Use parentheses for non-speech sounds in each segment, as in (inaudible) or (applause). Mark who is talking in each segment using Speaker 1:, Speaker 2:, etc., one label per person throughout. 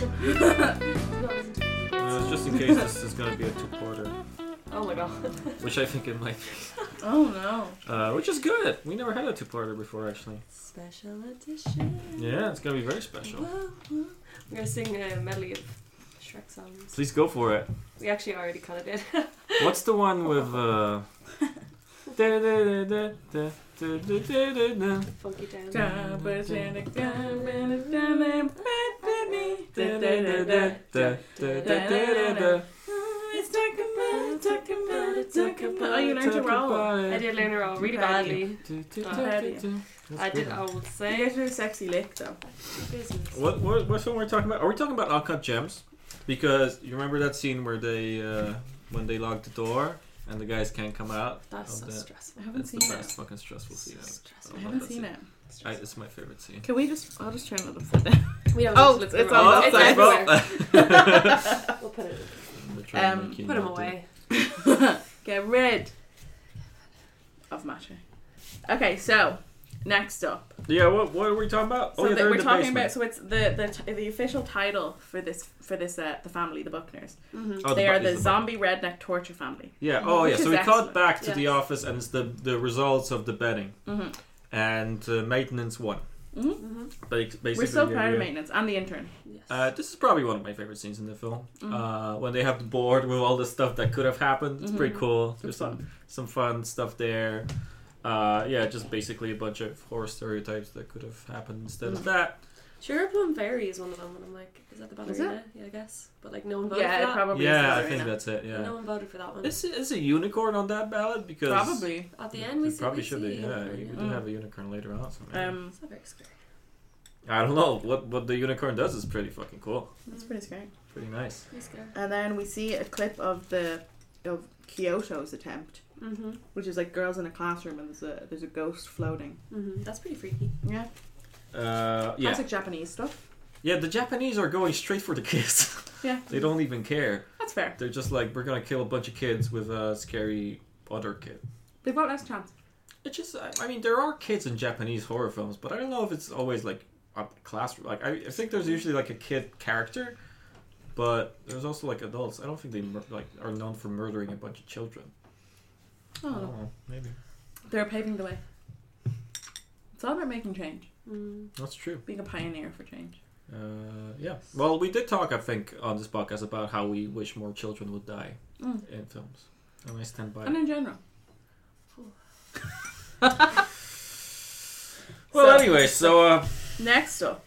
Speaker 1: No, it wasn't.
Speaker 2: No, it's just in case this is going to be a two quarter,
Speaker 1: Oh my god.
Speaker 2: which I think it might be.
Speaker 3: Oh no.
Speaker 2: Uh, which is good. We never had a two parter before, actually.
Speaker 1: Special edition.
Speaker 2: Yeah, it's going to be very special.
Speaker 1: Whoa, whoa. We're gonna sing a medley of Shrek songs.
Speaker 2: Please go for it.
Speaker 1: We actually already kind of did. (laughs)
Speaker 2: What's the one with. Uh... da-da-da-da-da-da-da-da-da.
Speaker 1: Funky Town.
Speaker 3: Oh,
Speaker 2: Oh,
Speaker 3: Let's talk about it, talk about it, talk about it. Oh, you learned to roll.
Speaker 1: I did learn her all really badly. I did. I would
Speaker 3: You
Speaker 1: say.
Speaker 3: guys really sexy lick though.
Speaker 1: Business.
Speaker 2: (laughs) What, what what's what we're talking about? Are we talking about uncut gems? Because you remember that scene where they uh, when they lock the door and the guys can't come out.
Speaker 1: That's so
Speaker 2: Of that.
Speaker 1: stressful.
Speaker 3: I haven't
Speaker 2: That's the
Speaker 3: seen it.
Speaker 2: best fucking stressful scene. ever. Oh,
Speaker 1: Stressful.
Speaker 3: I haven't seen it.
Speaker 2: I, it's my favorite scene.
Speaker 3: Can we just? I'll just turn it upside down. (laughs)
Speaker 1: We don't
Speaker 3: Oh,
Speaker 1: need to
Speaker 3: it's-
Speaker 1: look
Speaker 3: it's
Speaker 1: around.
Speaker 3: on the
Speaker 1: It's
Speaker 3: upside
Speaker 1: everywhere.
Speaker 3: down.
Speaker 2: (laughs)
Speaker 3: (laughs)
Speaker 1: We'll put it.
Speaker 2: They're trying to
Speaker 3: Um,
Speaker 2: make you
Speaker 1: Put 'em
Speaker 2: not do it.
Speaker 1: away.
Speaker 3: Get rid of matter. Okay, so next up,
Speaker 2: Yeah, what what are we talking about?
Speaker 3: so
Speaker 2: oh yeah,
Speaker 3: that
Speaker 2: they're
Speaker 3: we're
Speaker 2: in the
Speaker 3: talking about.
Speaker 2: basement.
Speaker 3: So it's the the t- the official title for this for this uh, the family the Buckners.
Speaker 1: Mm-hmm.
Speaker 2: Oh,
Speaker 3: they
Speaker 2: bu-
Speaker 3: are
Speaker 2: is
Speaker 3: the,
Speaker 2: bu-
Speaker 3: zombie redneck torture family.
Speaker 2: Yeah. Oh yeah.
Speaker 3: Which
Speaker 2: So
Speaker 3: is
Speaker 2: we called
Speaker 3: excellent.
Speaker 2: back to the
Speaker 1: Yes.
Speaker 2: office, and it's the the results of the betting
Speaker 3: hmm
Speaker 2: and uh, maintenance one.
Speaker 3: hmm
Speaker 1: Mm-hmm.
Speaker 2: Ba- Basically,
Speaker 3: We're so proud
Speaker 2: yeah.
Speaker 3: of maintenance and the intern.
Speaker 1: Yes.
Speaker 2: Uh, this is probably one of my favorite scenes in the film.
Speaker 1: Mm-hmm.
Speaker 3: Mhm.
Speaker 2: Uh, when they have the board with all the stuff that could have happened, it's pretty
Speaker 1: Mm-hmm.
Speaker 3: Mhm.
Speaker 2: cool. There's
Speaker 3: It's
Speaker 2: some some fun stuff there. Uh, yeah, just basically a bunch of horror stereotypes that could have happened instead of
Speaker 1: Mm-hmm.
Speaker 3: Mhm.
Speaker 2: that.
Speaker 1: Sure, Plumberry is one of them, and I'm like, is that the
Speaker 3: Is
Speaker 1: ballerina? Yeah, I guess. But like, no one voted
Speaker 3: Yeah, it
Speaker 1: for that.
Speaker 3: probably.
Speaker 2: yeah, I
Speaker 3: is
Speaker 2: think that's it. Yeah,
Speaker 1: No one voted for that one.
Speaker 2: is, is a unicorn on that ballot because
Speaker 3: probably.
Speaker 1: At the
Speaker 2: It-
Speaker 1: end, we
Speaker 2: it
Speaker 1: see-
Speaker 2: probably
Speaker 1: we
Speaker 2: should
Speaker 1: see
Speaker 2: be.
Speaker 1: it,
Speaker 2: Yeah, we
Speaker 1: yeah.
Speaker 3: Mm.
Speaker 2: do have a unicorn later on. So maybe.
Speaker 3: Um,
Speaker 1: It's not very scary.
Speaker 2: I don't know what what the unicorn does is pretty fucking cool.
Speaker 3: that's pretty scary.
Speaker 2: Pretty nice.
Speaker 1: Pretty scary.
Speaker 3: And then we see a clip of the of Kyoto's attempt,
Speaker 1: Mm-hmm.
Speaker 3: which is like girls in a classroom and there's a there's a ghost floating.
Speaker 1: Mm-hmm. That's pretty freaky.
Speaker 3: Yeah,
Speaker 2: Uh, yeah,
Speaker 3: classic Japanese stuff.
Speaker 2: yeah. The Japanese are going straight for the kids.
Speaker 3: Yeah.
Speaker 2: (laughs) they don't even care.
Speaker 3: That's fair.
Speaker 2: They're just like, we're gonna kill a bunch of kids with a scary other kid.
Speaker 3: They've got less chance.
Speaker 2: It's just, I- I mean, there are kids in Japanese horror films, but I don't know if it's always like a classroom. Like, I, I think there's usually like a kid character, but there's also like adults. I don't think they mur- like are known for murdering a bunch of children.
Speaker 3: Oh,
Speaker 2: I don't know, maybe
Speaker 3: they're paving the way. It's all about making change,
Speaker 1: Mm.
Speaker 2: that's true.
Speaker 3: being a pioneer for change.
Speaker 2: Uh, yeah. Well, we did talk, I think, on this podcast about how we wish more children would die
Speaker 3: Mm.
Speaker 2: in films, and I stand by.
Speaker 3: And
Speaker 2: it.
Speaker 3: in general,
Speaker 2: (laughs) Well,
Speaker 3: So-
Speaker 2: anyway, so uh,
Speaker 3: next up,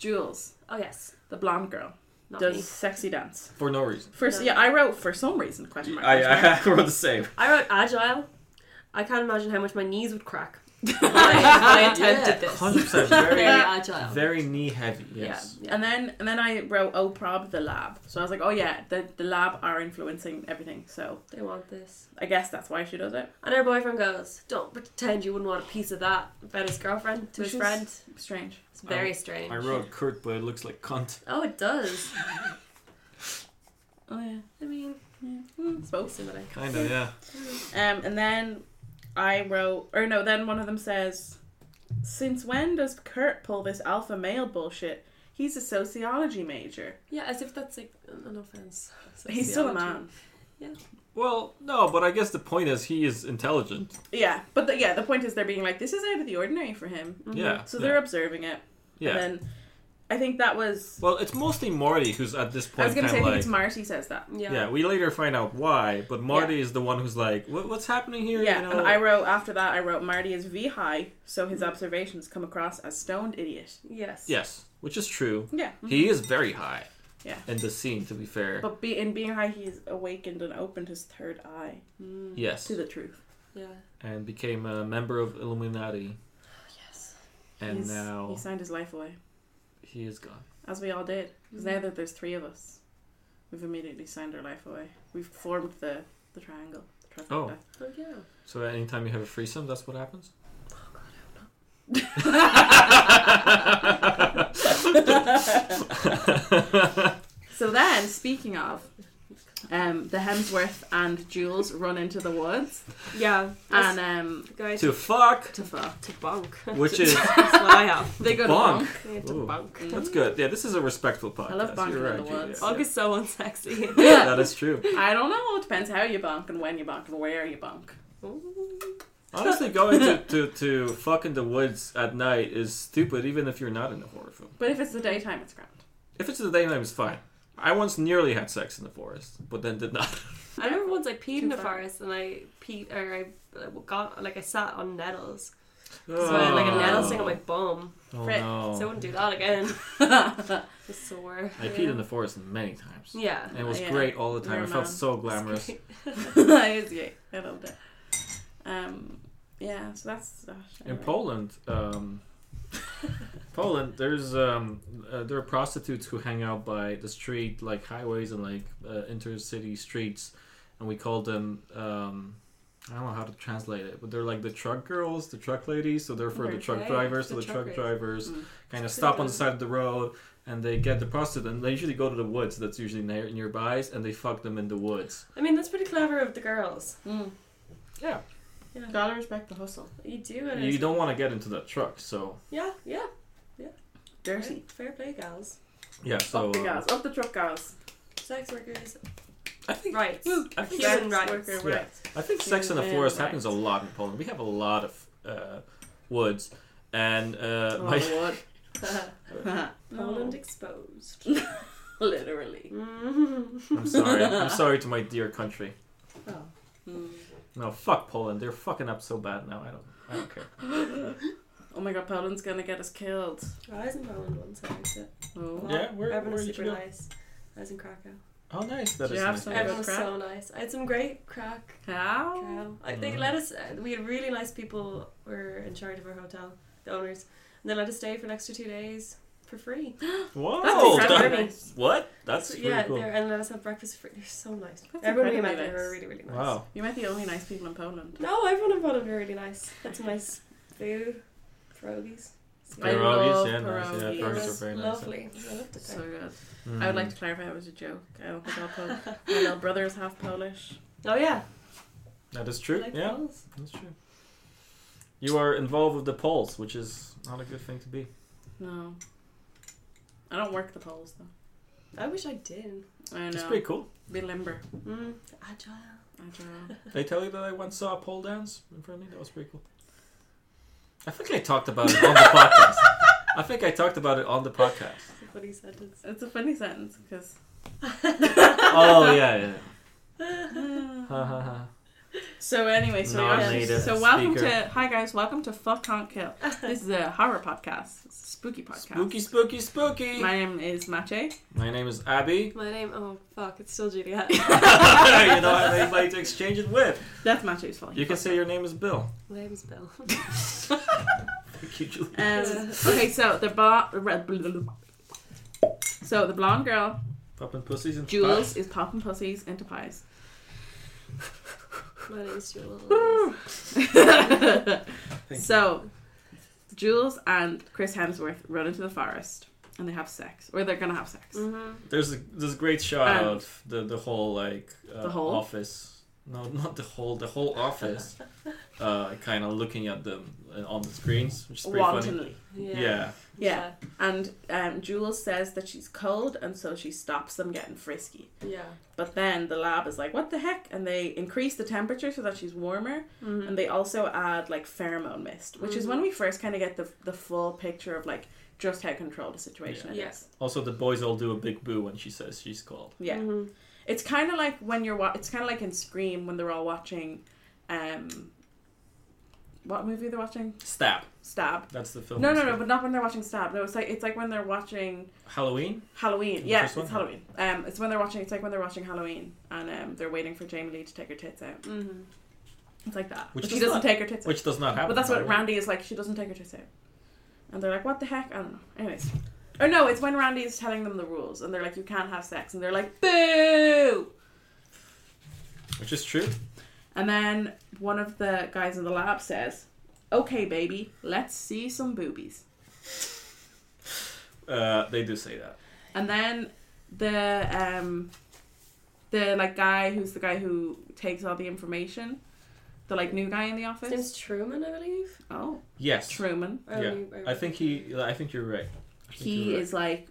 Speaker 3: Jules,
Speaker 1: Oh yes.
Speaker 3: the blonde girl,
Speaker 1: Not
Speaker 3: does
Speaker 1: me.
Speaker 3: sexy dance.
Speaker 2: for no reason,
Speaker 3: First,
Speaker 1: No.
Speaker 3: yeah, I wrote for some reason question mark.
Speaker 2: I,
Speaker 3: question
Speaker 2: (laughs)
Speaker 3: mark.
Speaker 2: I wrote the same.
Speaker 1: I wrote agile. I can't imagine how much my knees would
Speaker 3: (laughs)
Speaker 1: crack. if I attempted this.
Speaker 2: Hundred percent,
Speaker 1: Very
Speaker 2: very,
Speaker 1: agile.
Speaker 2: very knee heavy. Yes.
Speaker 1: Yeah. yeah.
Speaker 3: And then and then I wrote oh prob the lab. So I was like, oh yeah, the, the lab are influencing everything. So
Speaker 1: they want this.
Speaker 3: I guess that's why she does it.
Speaker 1: And her boyfriend goes, "Don't pretend you wouldn't want a piece of that." About his girlfriend to
Speaker 3: Which
Speaker 1: his
Speaker 3: is-
Speaker 1: friend.
Speaker 3: Strange.
Speaker 1: It's very
Speaker 2: Oh, I-
Speaker 1: strange.
Speaker 2: I wrote Kurt, but it looks like cunt.
Speaker 1: Oh, it does.
Speaker 3: Oh yeah.
Speaker 1: I mean,
Speaker 3: yeah. Mm, it's both.
Speaker 1: similar.
Speaker 2: Kind of, yeah.
Speaker 3: Um, and then I wrote, or no, then one of them says, "Since when does Kurt pull this alpha male bullshit? He's a sociology major.
Speaker 1: Yeah, as if that's like an an offense.
Speaker 3: He's still a man."
Speaker 2: Well, no, but I guess the point is he is intelligent.
Speaker 3: Yeah, but the, yeah, the point is they're being like, this is out of the ordinary for him.
Speaker 1: Mhm.
Speaker 2: Yeah.
Speaker 3: So
Speaker 2: yeah,
Speaker 3: they're observing it.
Speaker 2: yeah.
Speaker 3: And then I think that was.
Speaker 2: well, it's mostly Marty who's at this
Speaker 3: I
Speaker 2: point
Speaker 3: was gonna
Speaker 2: kind
Speaker 3: say,
Speaker 2: of
Speaker 3: I think
Speaker 2: like.
Speaker 3: it's Marty says that.
Speaker 1: Yeah.
Speaker 2: yeah, we later find out why, but Marty is the one who's like, what, "What's happening here?"
Speaker 3: Yeah,
Speaker 2: you know?
Speaker 3: and I wrote after that. I wrote Marty is V high, so his observations come across as stoned idiot.
Speaker 1: Yes.
Speaker 2: yes, which is true.
Speaker 3: Yeah,
Speaker 2: He is very high.
Speaker 3: Mm-hmm. Yeah.
Speaker 2: In the scene, to be fair.
Speaker 3: but be, in being high, he's awakened and opened his third eye
Speaker 1: Mm,
Speaker 2: yes,
Speaker 3: to the truth.
Speaker 1: yeah.
Speaker 2: and became a member of Illuminati,
Speaker 1: Yes.
Speaker 2: and
Speaker 3: He's-
Speaker 2: now
Speaker 3: Oh, he signed his life away.
Speaker 2: he is gone.
Speaker 3: As we all did. Because now that there's three of us, we've immediately signed our life away. We've formed the, the triangle. the trifecta.
Speaker 1: Oh yeah.
Speaker 2: So anytime you have a threesome, that's what happens. (laughs)
Speaker 1: Oh god, I don't know.
Speaker 2: yeah,
Speaker 3: (laughs)
Speaker 2: (laughs)
Speaker 3: So then, speaking of, um, the Hemsworth and Jules run into the woods
Speaker 1: Yeah.
Speaker 3: and
Speaker 1: And
Speaker 3: um,
Speaker 1: guys to,
Speaker 2: To fuck,
Speaker 3: to fuck.
Speaker 2: (laughs)
Speaker 1: bonk.
Speaker 2: which is
Speaker 1: That's what I have.
Speaker 3: They go to
Speaker 2: bonk.
Speaker 3: bonk.
Speaker 1: Yeah, to
Speaker 2: Ooh.
Speaker 1: bonk.
Speaker 2: That's good. Yeah, this is a respectful podcast.
Speaker 3: I love bonking
Speaker 2: You're
Speaker 3: in
Speaker 2: right.
Speaker 3: the
Speaker 2: Julia.
Speaker 3: woods.
Speaker 1: Bonk is so unsexy. (laughs)
Speaker 2: (laughs) Yeah, that is true.
Speaker 3: I don't know. It depends how you bonk and when you bonk and where you bonk.
Speaker 2: Honestly, going to, to, to fuck in the woods at night is stupid, even if you're not in a horror film.
Speaker 3: But if it's the daytime, it's grand. (laughs)
Speaker 2: If it's in the daytime, it's fine. I once nearly had sex in the forest, but then did not.
Speaker 1: I remember once I peed in
Speaker 3: Too
Speaker 1: the
Speaker 3: far.
Speaker 1: forest and I peed or I uh, got like I sat on nettles. So
Speaker 2: oh.
Speaker 1: I had like a nettle sting on my bum.
Speaker 2: Oh,
Speaker 3: Frick.
Speaker 2: no.
Speaker 1: So I wouldn't do that again.
Speaker 3: That's
Speaker 1: (laughs) It's sore.
Speaker 2: I peed in the forest many times.
Speaker 1: Yeah.
Speaker 2: And it was
Speaker 3: Yeah.
Speaker 2: great all the time.
Speaker 3: You're
Speaker 2: I
Speaker 3: a
Speaker 2: felt
Speaker 3: man.
Speaker 2: so glamorous.
Speaker 3: great. I loved it. Um, yeah, so that's that.
Speaker 2: In
Speaker 3: Anyway.
Speaker 2: Poland, um, Poland, there's um, uh, there are prostitutes who hang out by the street, like highways and like uh, intercity streets, and we call them. Um, I don't know how to translate it, but they're like the truck girls, the truck ladies. So they're for the
Speaker 1: Okay,
Speaker 2: truck
Speaker 1: yeah,
Speaker 2: drivers. So
Speaker 1: the
Speaker 2: the truck,
Speaker 1: truckers.
Speaker 2: drivers
Speaker 3: Mm.
Speaker 2: kind of stop on the side of the road and they get the prostitute. And they usually go to the woods. That's usually near nearby, and they fuck them in the woods.
Speaker 1: I mean that's pretty clever of the girls.
Speaker 3: Mm.
Speaker 2: Yeah,
Speaker 3: Gotta respect the hustle.
Speaker 1: You do it.
Speaker 2: you don't want to get into that truck, so
Speaker 1: Yeah, yeah.
Speaker 3: Dirty.
Speaker 1: Right. Fair play, gals.
Speaker 2: yeah. So
Speaker 3: up the
Speaker 2: um,
Speaker 3: guys, up the truck guys.
Speaker 1: Sex workers.
Speaker 2: I think
Speaker 1: Rights.
Speaker 2: (laughs) I think
Speaker 1: Human
Speaker 3: Sex
Speaker 1: rights.
Speaker 3: worker
Speaker 2: Yeah.
Speaker 3: rights.
Speaker 2: I think sex in the
Speaker 3: Human
Speaker 2: forest
Speaker 3: rights.
Speaker 2: happens a lot in Poland. We have a lot of uh, woods, and uh,
Speaker 3: Oh,
Speaker 2: my
Speaker 3: Lord.
Speaker 1: Poland exposed.
Speaker 3: (laughs) Literally.
Speaker 2: (laughs) I'm sorry, I'm
Speaker 3: (laughs)
Speaker 2: sorry to my dear country.
Speaker 1: Oh,
Speaker 3: Mm.
Speaker 2: No, fuck Poland. They're fucking up so bad now. I don't, I don't care.
Speaker 3: Oh my god, Poland's gonna get us killed.
Speaker 1: I was in Poland once. I liked it.
Speaker 3: Oh.
Speaker 2: Yeah, where-
Speaker 1: Everyone was
Speaker 2: where did
Speaker 1: super
Speaker 2: you go?
Speaker 1: nice. I was in Krakow.
Speaker 2: Oh, nice. That
Speaker 3: Do
Speaker 2: is
Speaker 3: you have
Speaker 2: nice.
Speaker 3: some
Speaker 2: Yeah.
Speaker 3: good
Speaker 1: Everyone was
Speaker 3: crack?
Speaker 1: so nice. I had some great crack.
Speaker 3: How?
Speaker 1: Cow. I, they
Speaker 2: Mm.
Speaker 1: let us. Uh, we had really nice people were in charge of our hotel, the owners, and they let us stay for an extra two days for free.
Speaker 2: Whoa,
Speaker 1: That's
Speaker 2: that-
Speaker 1: incredible.
Speaker 2: what? That's
Speaker 1: So,
Speaker 2: pretty
Speaker 1: yeah,
Speaker 2: cool.
Speaker 1: they're and let us have breakfast for free. They're so nice.
Speaker 3: That's
Speaker 1: everyone we met
Speaker 3: incredibly
Speaker 1: there were
Speaker 3: nice.
Speaker 1: really really nice.
Speaker 2: Wow.
Speaker 3: You met the only nice people in Poland.
Speaker 1: No, everyone in Poland were really nice. Had some nice food, pierogies.
Speaker 3: I
Speaker 2: Pierogies,
Speaker 3: love
Speaker 2: yeah, nice. Yeah,
Speaker 1: It
Speaker 3: pierogies.
Speaker 2: pierogies are
Speaker 1: was
Speaker 2: very nice.
Speaker 1: Oh, lovely. I loved it
Speaker 3: So
Speaker 1: there.
Speaker 3: good.
Speaker 2: Mm.
Speaker 3: I would like to clarify it was a joke. I don't think all Polish. My little brother is half Polish.
Speaker 1: Oh yeah,
Speaker 2: That is
Speaker 1: I
Speaker 2: true.
Speaker 1: like
Speaker 2: yeah,
Speaker 1: Poles.
Speaker 2: that's true. You are involved with the Poles, which is not a good thing to be.
Speaker 3: No. I don't work the Poles though.
Speaker 1: I wish I did.
Speaker 3: I
Speaker 2: It's
Speaker 3: know.
Speaker 2: pretty cool.
Speaker 3: Be limber.
Speaker 1: Mm, agile.
Speaker 3: I don't know.
Speaker 2: Did I tell you that I once saw a pole dance in front of me? That was pretty cool. I think I talked about it on the podcast. I think I talked about it on the podcast.
Speaker 1: That's a funny sentence.
Speaker 3: It's a funny sentence because.
Speaker 2: Oh yeah, yeah. Ha, ha, ha.
Speaker 3: uh. So anyway, so
Speaker 2: Non-native
Speaker 3: so welcome
Speaker 2: speaker.
Speaker 3: to hi guys, welcome to Fuck Can't Kill. This is a horror podcast, it's a spooky podcast.
Speaker 2: spooky, spooky, spooky.
Speaker 3: My name is Mache.
Speaker 2: My name is (laughs) Abby.
Speaker 1: My name. Oh fuck, it's still Juliet.
Speaker 2: you don't have anybody to exchange it with.
Speaker 3: That's Mache's fault.
Speaker 2: You can say your name is Bill.
Speaker 1: (laughs) My name's Bill. (laughs)
Speaker 2: Thank you, Julie.
Speaker 3: Um, okay, so the bar. So the blonde girl
Speaker 2: Popping pussies and
Speaker 3: Jules is popping pussies into pies.
Speaker 1: My name's (laughs) Jules.
Speaker 2: you.
Speaker 3: (laughs) so Jules and Chris Hemsworth run into the forest and they have sex, or they're gonna have sex.
Speaker 1: Mm-hmm.
Speaker 2: There's a, this great shot
Speaker 3: Um,
Speaker 2: of the the whole like uh,
Speaker 3: The whole?
Speaker 2: office. No, not the whole. The whole
Speaker 3: (laughs)
Speaker 2: office, uh, kind of looking at them uh, on the screens, which is pretty funny.
Speaker 3: Wantonly.
Speaker 2: Yeah.
Speaker 3: Yeah. And um, Jules says that she's cold, and so she stops them getting frisky.
Speaker 1: Yeah.
Speaker 3: But then the lab is like, "What the heck?" And they increase the temperature so that she's warmer,
Speaker 1: Mm-hmm.
Speaker 3: and they also add like pheromone mist, which is when we first kind of get the the full picture of like just how controlled the situation
Speaker 1: Yeah.
Speaker 3: it is.
Speaker 2: Also, the boys all do a big boo when she says she's cold.
Speaker 3: Yeah,
Speaker 1: Mm-hmm.
Speaker 3: it's kind of like when you're wa- it's kind of like in Scream when they're all watching, um, what movie they're watching?
Speaker 2: Stab.
Speaker 3: Stab.
Speaker 2: That's the film.
Speaker 3: No, no, no, but not when they're watching Stab. No, it's like it's like when they're watching
Speaker 2: Halloween.
Speaker 3: Halloween.
Speaker 2: The
Speaker 3: Yeah,
Speaker 2: first one?
Speaker 3: it's Halloween. Um, it's when they're watching. It's like when they're watching Halloween, and um, they're waiting for Jamie Lee to take her tits out.
Speaker 1: Mm-hmm.
Speaker 3: It's like that,
Speaker 2: Which
Speaker 3: but she
Speaker 2: does
Speaker 3: doesn't
Speaker 2: not-
Speaker 3: take her tits out.
Speaker 2: Which does not happen.
Speaker 3: But that's what
Speaker 2: by the way.
Speaker 3: Randy is like. She doesn't take her tits out, and they're like, "What the heck?" I don't know. Anyways, or no, it's when Randy is telling them the rules, and they're like, "You can't have sex," and they're like, "Boo!"
Speaker 2: Which is true.
Speaker 3: And then one of the guys in the lab says, "Okay, baby, let's see some boobies."
Speaker 2: Uh, they do say that.
Speaker 3: And then the um, the like guy who's the guy who takes all the information, the like new guy in the
Speaker 1: His
Speaker 3: office.
Speaker 1: name's Truman, I believe.
Speaker 3: oh,
Speaker 2: Yes,
Speaker 3: Truman.
Speaker 1: I
Speaker 2: Yeah.
Speaker 1: only-
Speaker 2: I think he. I think you're right. I think
Speaker 3: He
Speaker 2: you're right.
Speaker 3: is like,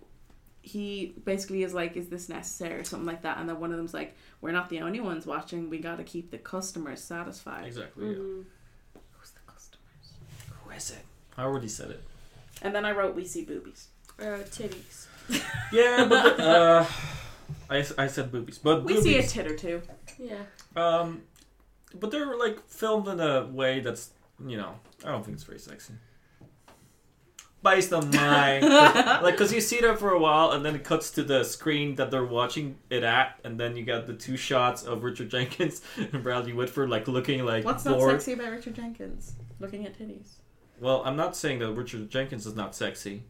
Speaker 3: he basically is like, is this necessary or something like that? And then one of them's like, we're not the only ones watching. We got to keep the customers satisfied.
Speaker 2: exactly.
Speaker 3: Mm-hmm.
Speaker 2: yeah.
Speaker 1: Mhm.
Speaker 3: Who's the customer?
Speaker 2: Who is it? I already said it.
Speaker 3: And then I wrote, we see boobies.
Speaker 1: Uh, titties.
Speaker 2: Yeah, but uh, I, s- I said boobies, but
Speaker 3: We
Speaker 2: boobies,
Speaker 3: see a tit or two.
Speaker 1: Yeah.
Speaker 2: Um, but they're like filmed in a way that's you know I don't think it's very sexy. Based on
Speaker 3: (laughs)
Speaker 2: my like, because you see them for a while and then it cuts to the screen that they're watching it at, and then you got the two shots of Richard Jenkins (laughs) and Bradley Whitford like looking like
Speaker 3: What's not
Speaker 2: bored.
Speaker 3: sexy about Richard Jenkins? Looking at titties.
Speaker 2: Well, I'm not saying that Richard Jenkins is not sexy,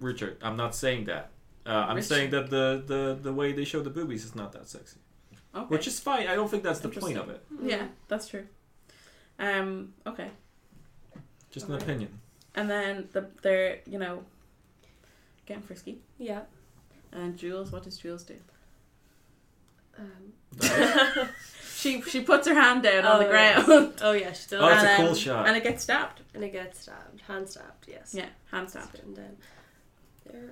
Speaker 2: Richard. I'm not saying that. Uh, I'm
Speaker 3: Richard.
Speaker 2: saying that the, the the way they show the boobies is not that sexy,
Speaker 3: Okay.
Speaker 2: which is fine. I don't think that's the point of it.
Speaker 1: Mm-hmm.
Speaker 3: yeah, that's true. Um. Okay.
Speaker 2: Just an
Speaker 3: Alright.
Speaker 2: opinion.
Speaker 3: And then the, they're, you know, getting frisky.
Speaker 1: Yeah.
Speaker 3: And Jules, what does Jules do?
Speaker 1: Um, (laughs)
Speaker 3: She she puts her hand down on the
Speaker 1: Oh,
Speaker 3: ground.
Speaker 2: (laughs)
Speaker 1: oh yeah, she's still
Speaker 2: Oh, it's a
Speaker 3: and,
Speaker 2: cool shot.
Speaker 3: And it gets stabbed.
Speaker 1: and it gets stabbed, hand stabbed. Yes.
Speaker 3: Yeah, hand
Speaker 1: It's
Speaker 3: stabbed.
Speaker 1: written down. There. And,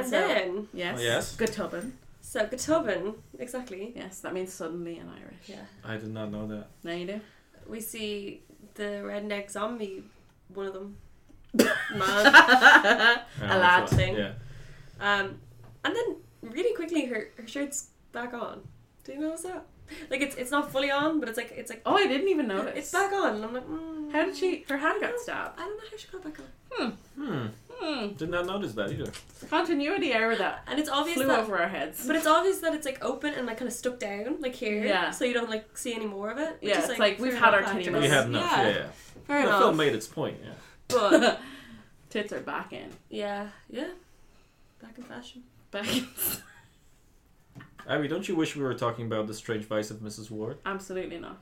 Speaker 3: And so-
Speaker 1: then,
Speaker 3: Yes.
Speaker 2: Oh, yes.
Speaker 3: Good tubbing.
Speaker 1: so Gatubin, exactly.
Speaker 3: Yes, that means suddenly in Irish.
Speaker 1: Yeah.
Speaker 2: I did not know that.
Speaker 3: Now (laughs) you do.
Speaker 1: We see the redneck zombie, one of them, man.
Speaker 2: I
Speaker 3: A
Speaker 2: don't
Speaker 3: lad
Speaker 2: know if I-
Speaker 1: thing.
Speaker 2: Yeah.
Speaker 1: Um, and then really quickly her, her shirt's back on. Do you notice that? Like it's it's not fully on, but it's like it's like
Speaker 3: oh, I didn't even notice.
Speaker 1: it's back on. And I'm like, mm,
Speaker 3: How did she? Her hand got stabbed.
Speaker 1: I don't know how she got it back on.
Speaker 2: Hmm.
Speaker 3: Hmm.
Speaker 2: Did not notice that either.
Speaker 3: Continuity error that
Speaker 1: And it's obvious
Speaker 3: flew
Speaker 1: that
Speaker 3: over our heads.
Speaker 1: But it's obvious that it's like open and like kind of stuck down, like here.
Speaker 3: Yeah.
Speaker 1: So you don't like see any more of it. which
Speaker 3: Yeah,
Speaker 1: is,
Speaker 3: it's like, we've
Speaker 1: fair
Speaker 3: had our
Speaker 1: enough,
Speaker 3: titty
Speaker 1: actually.
Speaker 3: Yes.
Speaker 2: We had enough. Yeah. yeah.
Speaker 1: Fair
Speaker 2: The
Speaker 1: enough.
Speaker 2: film made its point. Yeah.
Speaker 3: (laughs)
Speaker 1: But
Speaker 3: Tits are back in.
Speaker 1: yeah, yeah. Back in fashion.
Speaker 3: Back in. (laughs)
Speaker 2: Abby, don't you wish we were talking about the strange vice of Mrs. Ward?
Speaker 3: Absolutely not.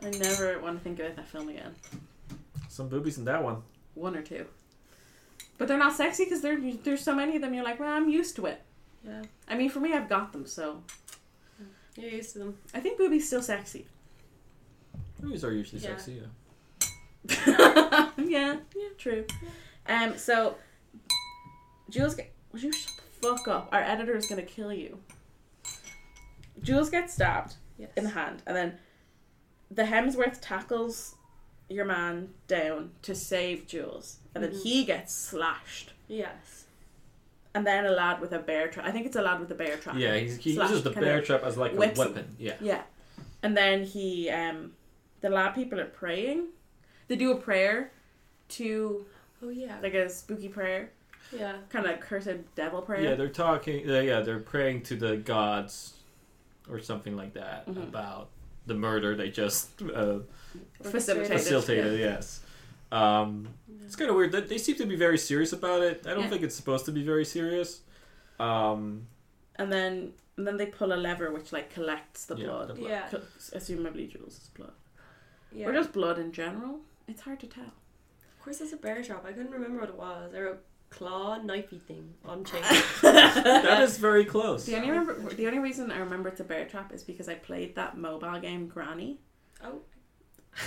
Speaker 3: I never want to think about that film again.
Speaker 2: Some boobies in that one.
Speaker 3: One or two. But they're not sexy because there, there's so many of them. You're like, well, I'm used to it.
Speaker 1: Yeah.
Speaker 3: I mean, for me, I've got them, so
Speaker 1: You're used to them.
Speaker 3: I think boobies still sexy.
Speaker 2: Boobies are usually
Speaker 1: Yeah.
Speaker 2: sexy. Yeah.
Speaker 3: (laughs) yeah, yeah, true. Um, so Jules, get, would you shut the fuck up? Our editor is gonna kill you. Jules gets stabbed
Speaker 1: Yes.
Speaker 3: in the hand, and then the Hemsworth tackles your man down to save Jules, and then
Speaker 1: Mhm.
Speaker 3: he gets slashed.
Speaker 1: yes.
Speaker 3: And then a lad with a bear trap. I think it's a lad with a bear trap.
Speaker 2: Yeah. He's, he
Speaker 3: Slash,
Speaker 2: uses the
Speaker 3: kinda
Speaker 2: bear trap as like a
Speaker 3: whips him.
Speaker 2: weapon. Yeah.
Speaker 3: Yeah. And then he um the lab people are praying. They do a prayer to
Speaker 1: Oh yeah.
Speaker 3: like a spooky prayer.
Speaker 1: yeah.
Speaker 3: Kind of cursed devil
Speaker 2: Yeah,
Speaker 3: prayer.
Speaker 2: they're talking. Uh, yeah, they're praying to the gods, or something like that,
Speaker 3: Mhm.
Speaker 2: about the murder they just uh,
Speaker 3: Facilitated.
Speaker 2: facilitated. Yes, um, it's kind of weird. They, they seem to be very serious about it. I don't
Speaker 3: Yeah.
Speaker 2: think it's supposed to be very serious.
Speaker 3: (laughs)
Speaker 2: Um,
Speaker 3: And then and then they pull a lever which like collects the
Speaker 2: Yeah,
Speaker 3: blood.
Speaker 2: the-
Speaker 1: Yeah.
Speaker 3: Co- Assumably Jules' blood.
Speaker 1: Yeah.
Speaker 3: Or just blood in general. It's hard to tell.
Speaker 1: Of course, there's a bear trap. I couldn't remember what it was. I wrote claw knifey thing
Speaker 2: (laughs)
Speaker 1: on chain.
Speaker 2: that is very close.
Speaker 3: The only remember, the only reason I remember it's a bear trap is because I played that mobile game Granny.
Speaker 1: (laughs) oh.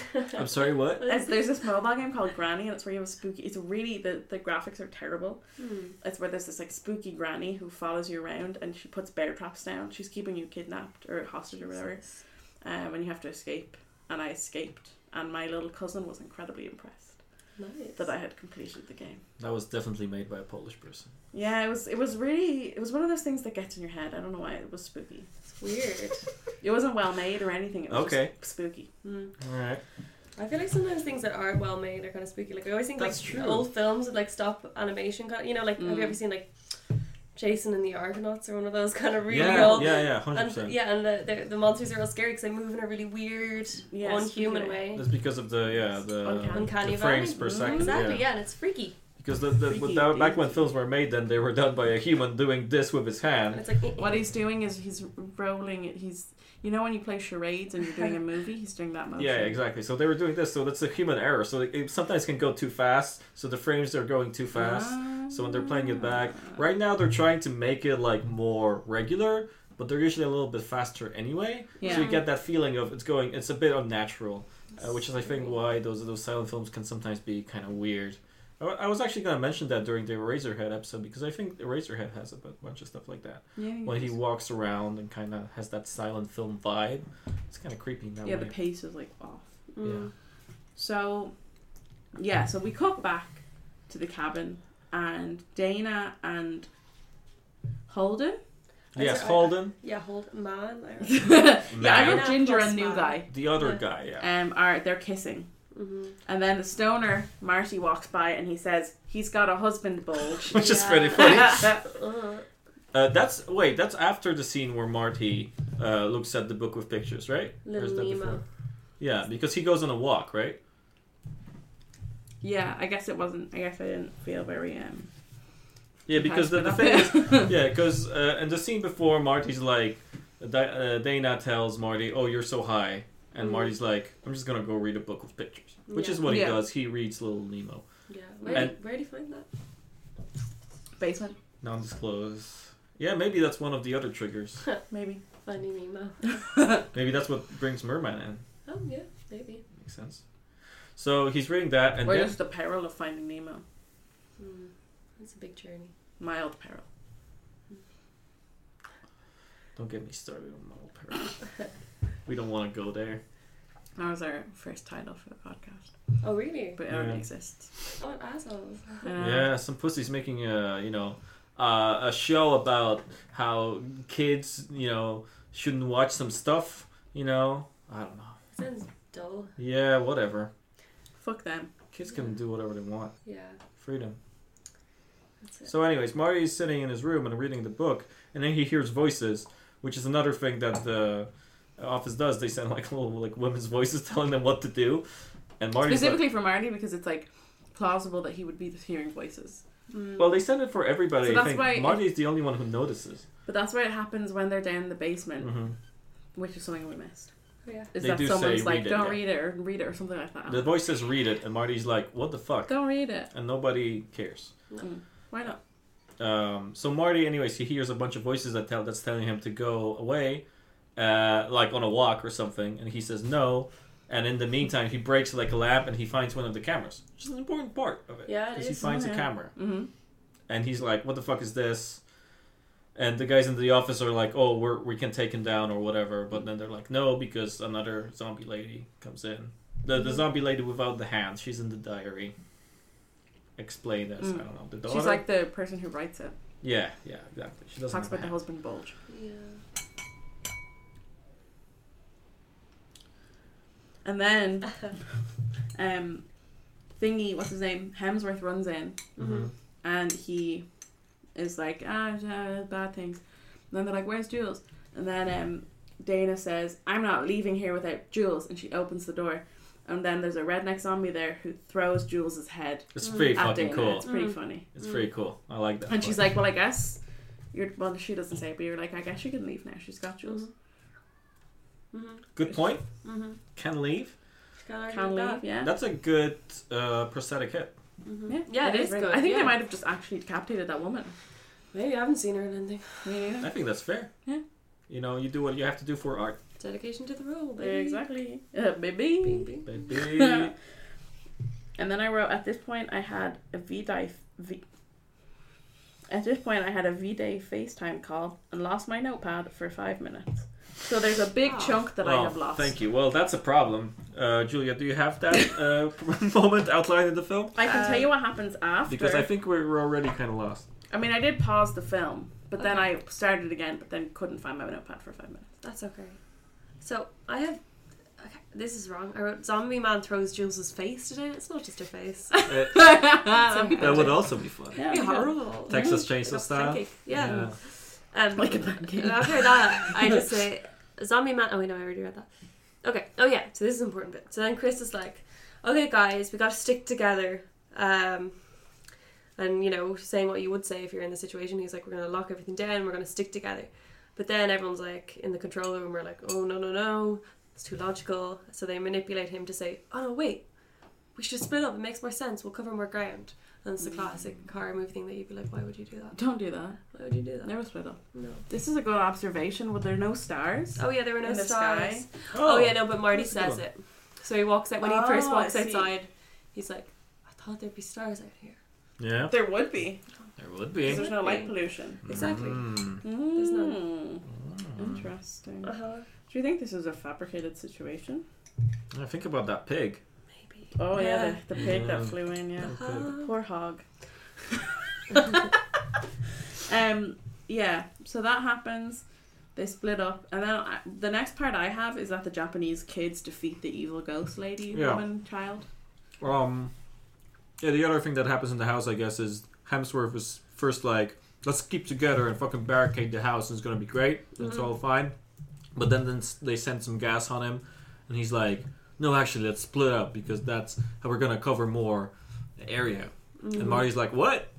Speaker 1: (laughs)
Speaker 2: I'm sorry, what?
Speaker 3: As there's this mobile game called Granny, and it's where you have a spooky. It's really the the graphics are terrible.
Speaker 1: Hmm.
Speaker 3: It's where there's this like spooky granny who follows you around, and she puts bear traps down. She's keeping you kidnapped or hostage or whatever,
Speaker 1: Jesus.
Speaker 3: um, and you have to escape. And I escaped, and my little cousin was incredibly impressed
Speaker 1: Nice.
Speaker 3: that I had completed the game.
Speaker 2: That was definitely made by a Polish person.
Speaker 3: Yeah, it was it was really it was one of those things that gets in your head. I don't know why it was spooky.
Speaker 1: It's (laughs) weird.
Speaker 3: It wasn't well made or anything. It was
Speaker 2: Okay.
Speaker 3: just spooky.
Speaker 1: Hmm.
Speaker 2: All right.
Speaker 1: I feel like sometimes things that aren't well made are kind of spooky. Like I always think
Speaker 2: That's
Speaker 1: like
Speaker 2: true.
Speaker 1: old films with like stop animation. Kind of, you know, like have
Speaker 3: Mm.
Speaker 1: you ever seen like Jason and the Argonauts or one of those kind of really
Speaker 2: yeah,
Speaker 1: old?
Speaker 2: yeah, yeah, hundred
Speaker 1: And
Speaker 2: percent.
Speaker 1: yeah, and the, the the monsters are all scary because they move in a really weird,
Speaker 3: Yeah,
Speaker 1: unhuman
Speaker 3: spooky
Speaker 1: way.
Speaker 2: That's because of the yeah the,
Speaker 3: Uncanny.
Speaker 1: Uncanny
Speaker 2: the frames per
Speaker 1: valley. Mm,
Speaker 2: second.
Speaker 1: Exactly.
Speaker 2: yeah.
Speaker 1: Yeah, and it's freaky.
Speaker 2: Because the, the,
Speaker 3: Freaky
Speaker 2: that, back
Speaker 3: dude.
Speaker 2: when films were made, then they were done by a human doing this with his
Speaker 1: And
Speaker 2: hand.
Speaker 1: it's like eh, eh.
Speaker 3: What he's doing is he's rolling. He's you know when you play charades and you're doing a movie, he's doing that motion.
Speaker 2: (laughs) Yeah, exactly. So they were doing this, so that's a human error. So it, it sometimes can go too fast, so the frames are going too
Speaker 3: Ah.
Speaker 2: fast. So when they're playing it back, right now they're trying to make it like more regular, but they're usually a little bit faster anyway.
Speaker 3: Ah. Yeah.
Speaker 2: So you get that feeling of it's going, it's a bit unnatural, uh, which is I think why those those silent films can sometimes be kind of weird. I, wa- I was actually going to mention that during the Eraserhead episode because I think Eraserhead has a bu- bunch of stuff like that.
Speaker 1: Mm-hmm.
Speaker 3: Yeah,
Speaker 2: When he walks around and kind of has that silent film vibe, it's kind of creepy in that
Speaker 3: yeah, the
Speaker 2: way.
Speaker 3: pace is like off.
Speaker 1: Mm.
Speaker 3: So, yeah, so we cut back to the cabin, and Dana and Holden. (laughs)
Speaker 1: I
Speaker 2: Yes,
Speaker 1: said-
Speaker 2: Holden,
Speaker 1: Yeah, hold man. I remember.
Speaker 2: (laughs)
Speaker 3: yeah, I
Speaker 2: Matt,
Speaker 3: wrote
Speaker 1: Dana
Speaker 3: Ginger
Speaker 1: plus
Speaker 3: and New
Speaker 1: Matt.
Speaker 3: Guy.
Speaker 2: the other
Speaker 1: Yeah.
Speaker 2: guy. Yeah.
Speaker 3: Um, are they're kissing,
Speaker 1: Mhm.
Speaker 3: and then the stoner Marty walks by and he says he's got a husband bulge.
Speaker 2: (laughs)
Speaker 3: (laughs)
Speaker 2: Which is
Speaker 1: Yeah.
Speaker 2: pretty funny.
Speaker 1: (laughs) Uh,
Speaker 2: Uh, that's wait. That's after the scene where Marty uh, looks at the book with pictures, right? Or is
Speaker 1: Little
Speaker 2: that
Speaker 1: Nemo.
Speaker 2: before? Yeah, because he goes on a walk, right?
Speaker 3: yeah, I guess it wasn't. I guess I didn't feel very um.
Speaker 2: Yeah, because the, the
Speaker 3: enticed
Speaker 2: thing is, (laughs)
Speaker 3: by that.
Speaker 2: yeah, because uh, in the scene before, Marty's like, Di- uh, Dana tells Marty, "Oh, you're so high," and
Speaker 1: Mhm.
Speaker 2: Marty's like, "I'm just gonna go read a book with pictures," which
Speaker 1: Yeah.
Speaker 2: is what he
Speaker 3: Mm-hmm. Yeah.
Speaker 2: does. He reads Little Nemo,
Speaker 1: yeah. Where,
Speaker 2: And-
Speaker 1: where do you find that?
Speaker 3: basement,
Speaker 2: non-disclosed. Yeah, maybe that's one of the other triggers.
Speaker 3: (laughs) maybe.
Speaker 1: Finding Nemo.
Speaker 2: Maybe that's what brings Merman in.
Speaker 1: Oh yeah, maybe.
Speaker 2: Makes sense. So he's reading that, and
Speaker 3: or
Speaker 2: then
Speaker 3: just the peril of finding Nemo,
Speaker 1: Mm. It's a big journey.
Speaker 3: mild peril.
Speaker 2: Don't get me started on Model Paris. we don't want to go there.
Speaker 3: That was our first title for the podcast,
Speaker 1: Oh really? Oh,
Speaker 3: but it already
Speaker 2: Yeah.
Speaker 3: exists.
Speaker 1: What assholes?
Speaker 3: Uh,
Speaker 2: yeah, some pussy's making a you know uh, a show about how kids you know shouldn't watch some stuff. You know, I don't know.
Speaker 1: Sounds dull.
Speaker 2: Yeah, whatever.
Speaker 3: Fuck them.
Speaker 2: Kids can do whatever they want.
Speaker 1: Yeah.
Speaker 2: Freedom.
Speaker 1: That's it.
Speaker 2: So, anyways, Marty is sitting in his room and reading the book, and then he hears voices, which is another thing that the office does. They send like little like women's voices (laughs) telling them what to do, and Marty's like,
Speaker 3: Specifically for Marty because it's like plausible that he would be just hearing voices.
Speaker 2: Well, they send it for everybody.
Speaker 3: So
Speaker 2: I
Speaker 3: that's
Speaker 2: think
Speaker 3: why-
Speaker 2: Marty's the only one who notices.
Speaker 3: But that's why it happens when they're down in the basement,
Speaker 2: hmm
Speaker 3: which is something we missed.
Speaker 1: Oh, yeah.
Speaker 3: Is
Speaker 2: They
Speaker 3: that
Speaker 2: do say
Speaker 3: someone's like,
Speaker 2: read it,
Speaker 3: don't
Speaker 2: yeah.
Speaker 3: read it or read it or something like that.
Speaker 2: The voice says, "Read it," and Marty's like, "What the fuck?"
Speaker 3: Don't read it.
Speaker 2: And nobody cares.
Speaker 3: Why not?
Speaker 2: Um, so Marty, anyways, he hears a bunch of voices that tell that's telling him to go away, uh, like on a walk or something, and he says no. And in the meantime, he breaks like a lamp and he finds one of the cameras, which is an important part of it.
Speaker 1: Yeah, it
Speaker 2: he
Speaker 1: is.
Speaker 2: finds a
Speaker 3: Yeah.
Speaker 2: camera
Speaker 3: hmm
Speaker 2: and he's like, "What the fuck is this?" And the guys in the office are like, "Oh, we're, we can take him down or whatever," but then they're like, "No," because another zombie lady comes in. The the zombie lady without the hand. She's in the diary. Explained as I
Speaker 3: Mm.
Speaker 2: don't know the daughter.
Speaker 3: She's like the person who writes it.
Speaker 2: yeah, yeah, exactly. She doesn't
Speaker 3: Talks
Speaker 2: have a
Speaker 3: about the
Speaker 2: hand.
Speaker 3: husband bulge.
Speaker 1: Yeah.
Speaker 3: And then, um, thingy, what's his name? Hemsworth runs in
Speaker 1: Mhm.
Speaker 3: and he is like, ah, uh, bad things. And then they're like, where's Jules? And then um, Dana says, I'm not leaving here without Jules. And she opens the door. And then there's a redneck zombie there who throws Jules's head
Speaker 2: It's
Speaker 1: Mm.
Speaker 2: pretty
Speaker 3: at
Speaker 2: fucking
Speaker 3: Dana.
Speaker 2: cool.
Speaker 3: It's pretty
Speaker 1: Mm.
Speaker 3: funny.
Speaker 2: It's pretty cool. I like that.
Speaker 3: Mm-hmm. And she's like, well, I guess you're, well, she doesn't say it, but you're like, I guess you can leave now. She's got Jules.
Speaker 1: Mm. Mhm.
Speaker 2: "Good point.
Speaker 1: Mhm.
Speaker 2: Can leave."
Speaker 1: Can't
Speaker 3: Can
Speaker 1: argue
Speaker 3: leave,
Speaker 1: with
Speaker 3: yeah.
Speaker 2: That's a good uh, prosthetic hit.
Speaker 1: Mhm.
Speaker 3: Yeah,
Speaker 1: Yeah, it is
Speaker 3: really-
Speaker 1: good.
Speaker 3: I think
Speaker 1: yeah.
Speaker 3: they might have just actually decapitated that woman.
Speaker 1: Maybe I haven't seen her in anything.
Speaker 3: Yeah.
Speaker 2: I think that's fair.
Speaker 3: Yeah.
Speaker 2: You know, you do what you have to do for art,
Speaker 1: Dedication to the role.
Speaker 3: Yeah,
Speaker 1: Baby.
Speaker 3: exactly. (laughs) Yeah,
Speaker 1: Bing,
Speaker 3: maybe.
Speaker 1: bing.
Speaker 2: baby.
Speaker 3: And then I wrote, at this point, I had a V Day. V- at this point, I had a V Day FaceTime call and lost my notepad for five minutes. So there's a big
Speaker 1: Oh.
Speaker 3: chunk (laughs) that
Speaker 2: Well,
Speaker 3: I have lost.
Speaker 2: Thank you. Well, that's a problem. Uh, Julia, do you have that uh, (laughs) moment outlined in the film?
Speaker 3: I can
Speaker 1: Uh,
Speaker 3: tell you what happens after.
Speaker 2: Because I think we're, we're already kind of lost.
Speaker 3: (laughs) I mean, I did pause the film, but then I started again, but then couldn't find my notepad for five (laughs) minutes.
Speaker 1: That's okay. So I have. Okay, this is wrong. I wrote zombie man throws Jules's face today. It's not just her face. (laughs) It'd
Speaker 2: Uh,
Speaker 3: That'd be
Speaker 1: That
Speaker 2: that
Speaker 3: good.
Speaker 2: would also be fun.
Speaker 3: Yeah,
Speaker 1: be
Speaker 3: that'd be good.
Speaker 1: horrible. Mm-hmm.
Speaker 2: Texas
Speaker 1: Like
Speaker 2: Chainsaw
Speaker 1: a
Speaker 2: style.
Speaker 1: pancake. Yeah. Um,
Speaker 3: Like a pancake.
Speaker 1: and After that, I just say zombie man. Oh wait, no, I already read that. Okay. Oh yeah. So this is an important bit. So then Chris is like, "Okay, guys, we got to stick together." Um, and you know, saying what you would say if you're in the situation. He's like, "We're gonna lock everything down. We're gonna stick together." But then everyone's like in the control room. We're like, "Oh no, no, no! It's too logical." So they manipulate him to say, "Oh no, wait, we should split up. It makes more sense. We'll cover more ground. And it's the classic horror movie thing that you'd be like, why would you do that?
Speaker 3: Don't do that.
Speaker 1: Why would you do that?
Speaker 3: Never split up.
Speaker 1: No.
Speaker 3: This is a good observation. Were there no stars?
Speaker 1: Oh yeah, there were no
Speaker 3: In the
Speaker 1: stars.
Speaker 3: sky?
Speaker 1: Oh, yeah, no, but Marty
Speaker 2: that's a good
Speaker 1: says it. So he walks out when he
Speaker 3: Oh,
Speaker 1: first walks
Speaker 3: I see.
Speaker 1: outside. He's like, I thought there'd be stars out here.
Speaker 2: Yeah,
Speaker 3: There would be.
Speaker 2: there would
Speaker 3: 'cause
Speaker 2: be.
Speaker 3: there's no light pollution. Hmm.
Speaker 1: Exactly.
Speaker 2: Mm.
Speaker 3: There's
Speaker 1: none.
Speaker 3: Interesting.
Speaker 1: Uh huh.
Speaker 3: Do you think this is a fabricated situation?
Speaker 2: Yeah, think about that pig.
Speaker 1: Maybe.
Speaker 3: Oh yeah,
Speaker 1: Yeah.
Speaker 3: the, the pig
Speaker 2: Yeah.
Speaker 3: that flew in. Yeah,
Speaker 1: Uh-huh.
Speaker 3: (gasps) poor (laughs) hog. um, yeah. So that happens. They split up, and then I, the next part I have is that the Japanese kids defeat the evil ghost lady,
Speaker 2: Yeah.
Speaker 3: woman, child.
Speaker 2: Um, yeah, the other thing that happens in the house, I guess, is Hemsworth was first like, let's keep together and fucking barricade the house, and it's gonna be great, and
Speaker 3: Mm-hmm.
Speaker 2: it's all fine. But then, then s- they send some gas on him, and he's like, no, actually, let's split up because that's how we're gonna cover more area.
Speaker 3: Mm-hmm.
Speaker 2: And Marty's like, what?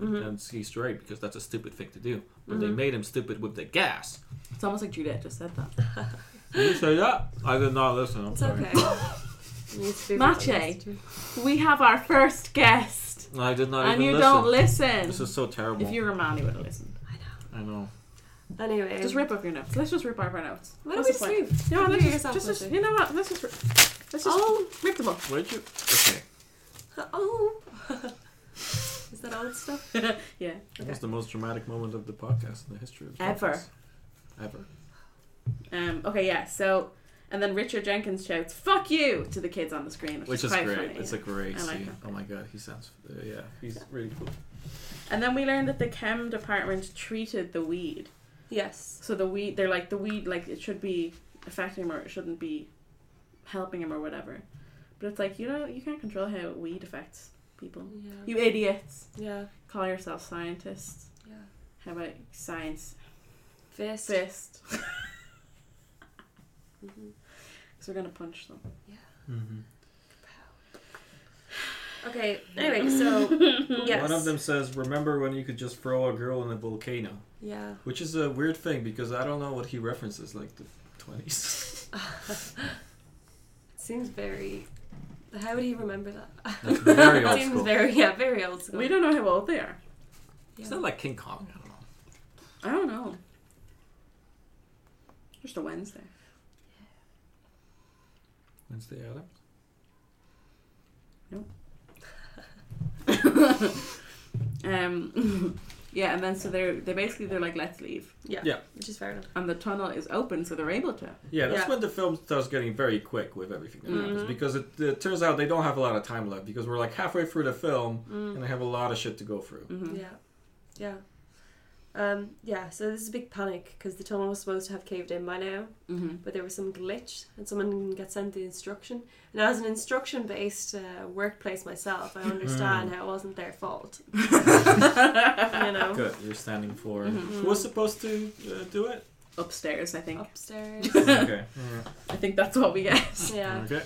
Speaker 2: And he's straight because that's a stupid thing to do. But
Speaker 3: Mm-hmm.
Speaker 2: they made him stupid with the gas.
Speaker 3: It's almost like Juliet just said that.
Speaker 2: Did you say that? I did not listen. I'm
Speaker 1: It's
Speaker 2: sorry.
Speaker 1: okay. (laughs) Needs to be
Speaker 3: Mache.
Speaker 1: replaced.
Speaker 3: We have our first guest,
Speaker 2: I did not
Speaker 3: and
Speaker 2: even
Speaker 3: you
Speaker 2: listen.
Speaker 3: don't listen.
Speaker 2: This is so terrible.
Speaker 3: If you were a man, you would have listened.
Speaker 2: I know.
Speaker 1: Anyway.
Speaker 3: Just rip up your notes. Let's just rip up our notes.
Speaker 1: Why don't
Speaker 3: What's
Speaker 1: we
Speaker 3: the
Speaker 1: just
Speaker 3: point?
Speaker 1: move?
Speaker 3: No,
Speaker 1: Can
Speaker 3: let's
Speaker 1: you
Speaker 3: just,
Speaker 1: yourself,
Speaker 3: just, just-
Speaker 1: Mache?
Speaker 3: you know what? Let's just, ri- let's just
Speaker 1: Oh.
Speaker 3: rip them up.
Speaker 2: Where'd you? Okay.
Speaker 1: (laughs) Oh. Is that old stuff?
Speaker 3: yeah.
Speaker 2: That was the most dramatic moment of the podcast in the history of the
Speaker 3: Ever.
Speaker 2: podcast. Ever.
Speaker 3: Um, okay, yeah. So, and then Richard Jenkins shouts "fuck you" to the kids on the screen, which,
Speaker 2: Which is
Speaker 3: quite
Speaker 2: great.
Speaker 3: Funny,
Speaker 2: It's a great
Speaker 3: I like
Speaker 2: scene.
Speaker 3: that.
Speaker 2: oh my god, he sounds. Uh, yeah, he's really cool.
Speaker 3: And then we learn that the chem department treated the weed.
Speaker 1: Yes.
Speaker 3: So the weed, they're like the weed, like it should be affecting him or it shouldn't be helping him or whatever. But it's like you know you can't control how weed affects people.
Speaker 1: Yeah.
Speaker 3: You idiots!
Speaker 1: Yeah.
Speaker 3: Call yourself scientists.
Speaker 1: Yeah.
Speaker 3: How about science
Speaker 1: Fist.
Speaker 3: fist?
Speaker 1: Mhm.
Speaker 3: Because we're gonna punch them.
Speaker 2: Mm-hmm.
Speaker 1: Okay. Anyway,
Speaker 3: (laughs)
Speaker 1: so yes.
Speaker 2: One of them says, "Remember when you could just throw a girl in a volcano?"
Speaker 1: Yeah.
Speaker 2: Which is a weird thing because I don't know what he references, like the twenties.
Speaker 1: Seems very. How would he remember that?
Speaker 2: That's very
Speaker 1: (laughs)
Speaker 2: old
Speaker 1: Seems
Speaker 2: school.
Speaker 1: very yeah, very old school.
Speaker 3: We don't know how old they are.
Speaker 1: Yeah.
Speaker 2: It's not like King Kong. I don't know.
Speaker 3: I don't know. Just a Wednesday. (laughs)
Speaker 2: Wednesday Adam.
Speaker 3: Um, (laughs) yeah, and then so they're they basically they're like let's leave,
Speaker 1: yeah.
Speaker 2: Yeah.
Speaker 1: Which is fair enough.
Speaker 3: and the tunnel is open, so they're able to.
Speaker 2: Yeah, that's
Speaker 1: Yeah.
Speaker 2: when the film starts getting very quick with everything that happens
Speaker 3: Mm-hmm.
Speaker 1: Mhm.
Speaker 2: because it, it turns out they don't have a lot of time left because we're like halfway through the film
Speaker 3: Mm.
Speaker 2: and they have a lot of shit to go through.
Speaker 3: Mm-hmm.
Speaker 1: Yeah. Yeah. Um, yeah, so this is a big panic because the tunnel was supposed to have caved in by now,
Speaker 3: Mm-hmm.
Speaker 1: but there was some glitch and someone got sent the instruction. And as an instruction based uh, workplace myself, I understand
Speaker 2: Hmm.
Speaker 1: how it wasn't their fault.
Speaker 3: (laughs)
Speaker 1: you
Speaker 3: Mm-hmm.
Speaker 2: (laughs)
Speaker 3: Oh.
Speaker 1: know,
Speaker 2: Good, you're standing for. Who was supposed to uh, do
Speaker 3: (laughs)
Speaker 2: it?
Speaker 3: Upstairs, I think. (laughs)
Speaker 1: upstairs.
Speaker 2: okay.
Speaker 3: I think that's what we get. (laughs)
Speaker 1: Yeah.
Speaker 2: Okay.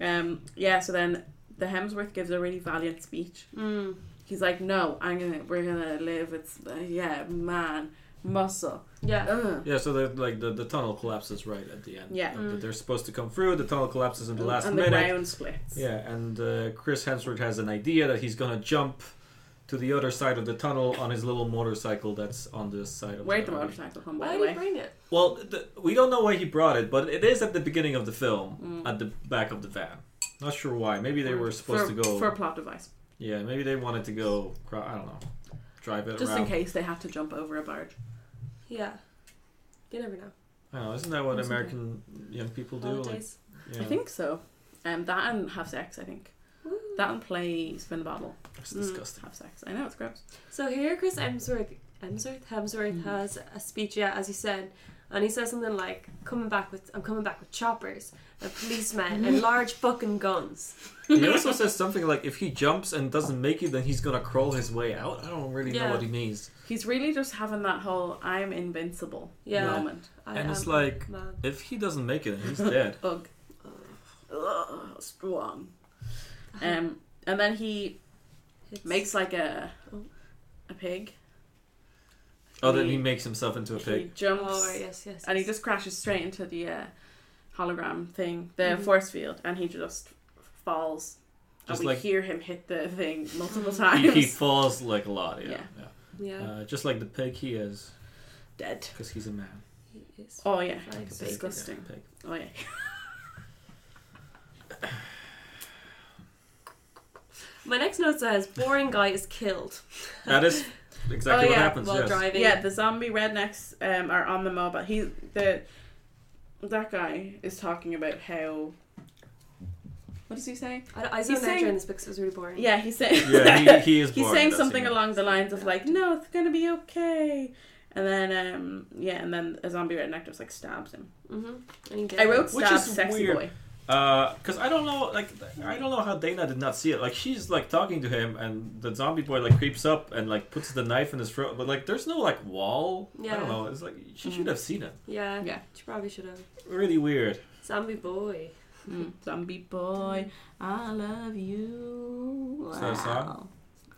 Speaker 3: Um, yeah. So then the Hemsworth gives a really valiant speech.
Speaker 1: Mm.
Speaker 3: He's like, "No, I'm gonna, we're gonna live. It's uh, yeah, man, muscle.
Speaker 1: Yeah.
Speaker 3: Ugh.
Speaker 2: Yeah, so the, like the, the tunnel collapses right at the end.
Speaker 3: Yeah.
Speaker 2: That They're supposed to come through. The tunnel collapses in the last
Speaker 3: and
Speaker 2: minute.
Speaker 3: the ground splits.
Speaker 2: Yeah, and uh, Chris Hemsworth has an idea that he's gonna jump to the other side of the tunnel on his little motorcycle that's on this side of
Speaker 3: Where'd the
Speaker 2: the highway.
Speaker 3: motorcycle come by
Speaker 1: Why
Speaker 3: the
Speaker 1: did he
Speaker 3: way?
Speaker 1: bring it?
Speaker 2: Well, th- we don't know why he brought it, but it is at the beginning of the
Speaker 3: Mm.
Speaker 2: film, at the back of the van. Not sure why. Maybe they were supposed
Speaker 3: for,
Speaker 2: to go.
Speaker 3: for a plot device,
Speaker 2: yeah, maybe they wanted to go. cro- I don't know. Drive it
Speaker 3: just
Speaker 2: around.
Speaker 3: in case they had to jump over a barge.
Speaker 1: Yeah. You never know.
Speaker 2: I don't know. Isn't that what
Speaker 1: Wasn't
Speaker 2: American young people do? Like,
Speaker 1: Holidays.
Speaker 2: yeah.
Speaker 3: I think so. Um, that and have sex. I think
Speaker 1: Woo.
Speaker 3: that and play spin the bottle.
Speaker 2: It's
Speaker 1: Mm.
Speaker 2: disgusting.
Speaker 3: Have sex. I know it's gross.
Speaker 1: So here, Chris Hemsworth, Hemsworth, Hemsworth
Speaker 3: Mm.
Speaker 1: has a speech, yeah, as you said, and he says something like, "Coming back with, I'm coming back with choppers, and policemen,
Speaker 3: (laughs)
Speaker 1: and large fucking guns."
Speaker 2: he also says something like, if he jumps and doesn't make it, then he's gonna crawl his way out. I don't really
Speaker 1: Yeah.
Speaker 2: know what he means.
Speaker 3: He's really just having that whole "I'm invincible"
Speaker 1: Yeah.
Speaker 3: moment.
Speaker 1: I
Speaker 2: and
Speaker 1: am
Speaker 2: it's like,
Speaker 1: mad.
Speaker 2: if he doesn't make it, he's dead.
Speaker 3: Ugh. Ugh, strong. Um, and then he
Speaker 1: It's-
Speaker 3: makes like a
Speaker 1: Oh.
Speaker 3: a pig.
Speaker 2: oh, then he
Speaker 3: He-
Speaker 2: makes himself into a
Speaker 3: He
Speaker 2: pig.
Speaker 3: jumps,
Speaker 1: Oh right, yes, yes.
Speaker 3: and he
Speaker 1: yes.
Speaker 3: just crashes straight into the uh, hologram thing, the
Speaker 1: Mhm.
Speaker 3: force field, and he just falls and
Speaker 2: Mm-hmm. Just
Speaker 3: we
Speaker 2: like-
Speaker 3: hear him hit the thing
Speaker 2: (laughs)
Speaker 3: multiple
Speaker 2: He, he
Speaker 3: times.
Speaker 2: falls like a lot. Yeah.
Speaker 3: Yeah.
Speaker 2: yeah.
Speaker 1: Yeah,
Speaker 2: Uh, just like the pig he is,
Speaker 3: Dead.
Speaker 2: because he's a man.
Speaker 1: he is.
Speaker 3: Oh yeah,
Speaker 1: Like a
Speaker 3: it's
Speaker 1: big-
Speaker 3: disgusting.
Speaker 2: Pig.
Speaker 3: Oh yeah.
Speaker 1: My next note says boring guy is killed.
Speaker 3: (laughs)
Speaker 2: That is exactly
Speaker 3: Oh,
Speaker 2: what
Speaker 3: yeah,
Speaker 2: happens.
Speaker 1: while
Speaker 2: yes.
Speaker 1: driving.
Speaker 3: Yeah, the zombie rednecks um, are on the mobile. He the that guy is talking about how. What does he say?
Speaker 1: I, I
Speaker 3: He's
Speaker 1: zoned out
Speaker 3: saying-
Speaker 1: during this because it was really boring.
Speaker 3: Yeah, he's saying. (laughs)
Speaker 2: Yeah, he, he is.
Speaker 3: he's
Speaker 2: boring,
Speaker 3: saying
Speaker 2: that's
Speaker 3: something
Speaker 2: it.
Speaker 3: along the lines of like, "No, it's gonna be okay." And then, um, yeah, and then a zombie redneck just like stabs him.
Speaker 1: Mm-hmm. I, didn't get
Speaker 3: I
Speaker 1: it.
Speaker 3: wrote
Speaker 2: Which
Speaker 3: stab
Speaker 2: is
Speaker 3: sexy
Speaker 2: weird.
Speaker 3: boy.
Speaker 2: because Uh, I don't know, like I don't know how Dana did not see it. Like she's like talking to him, and the zombie boy like creeps up and like puts the knife in his throat. But like, there's no like wall. I
Speaker 1: Yeah.
Speaker 2: don't know. It's like she
Speaker 3: Mhm.
Speaker 2: should have seen it.
Speaker 1: Yeah.
Speaker 3: Yeah.
Speaker 1: She probably should have.
Speaker 2: Really weird.
Speaker 3: (laughs)
Speaker 1: Zombie boy.
Speaker 3: Mm, zombie boy, I love you.
Speaker 2: Is that a song?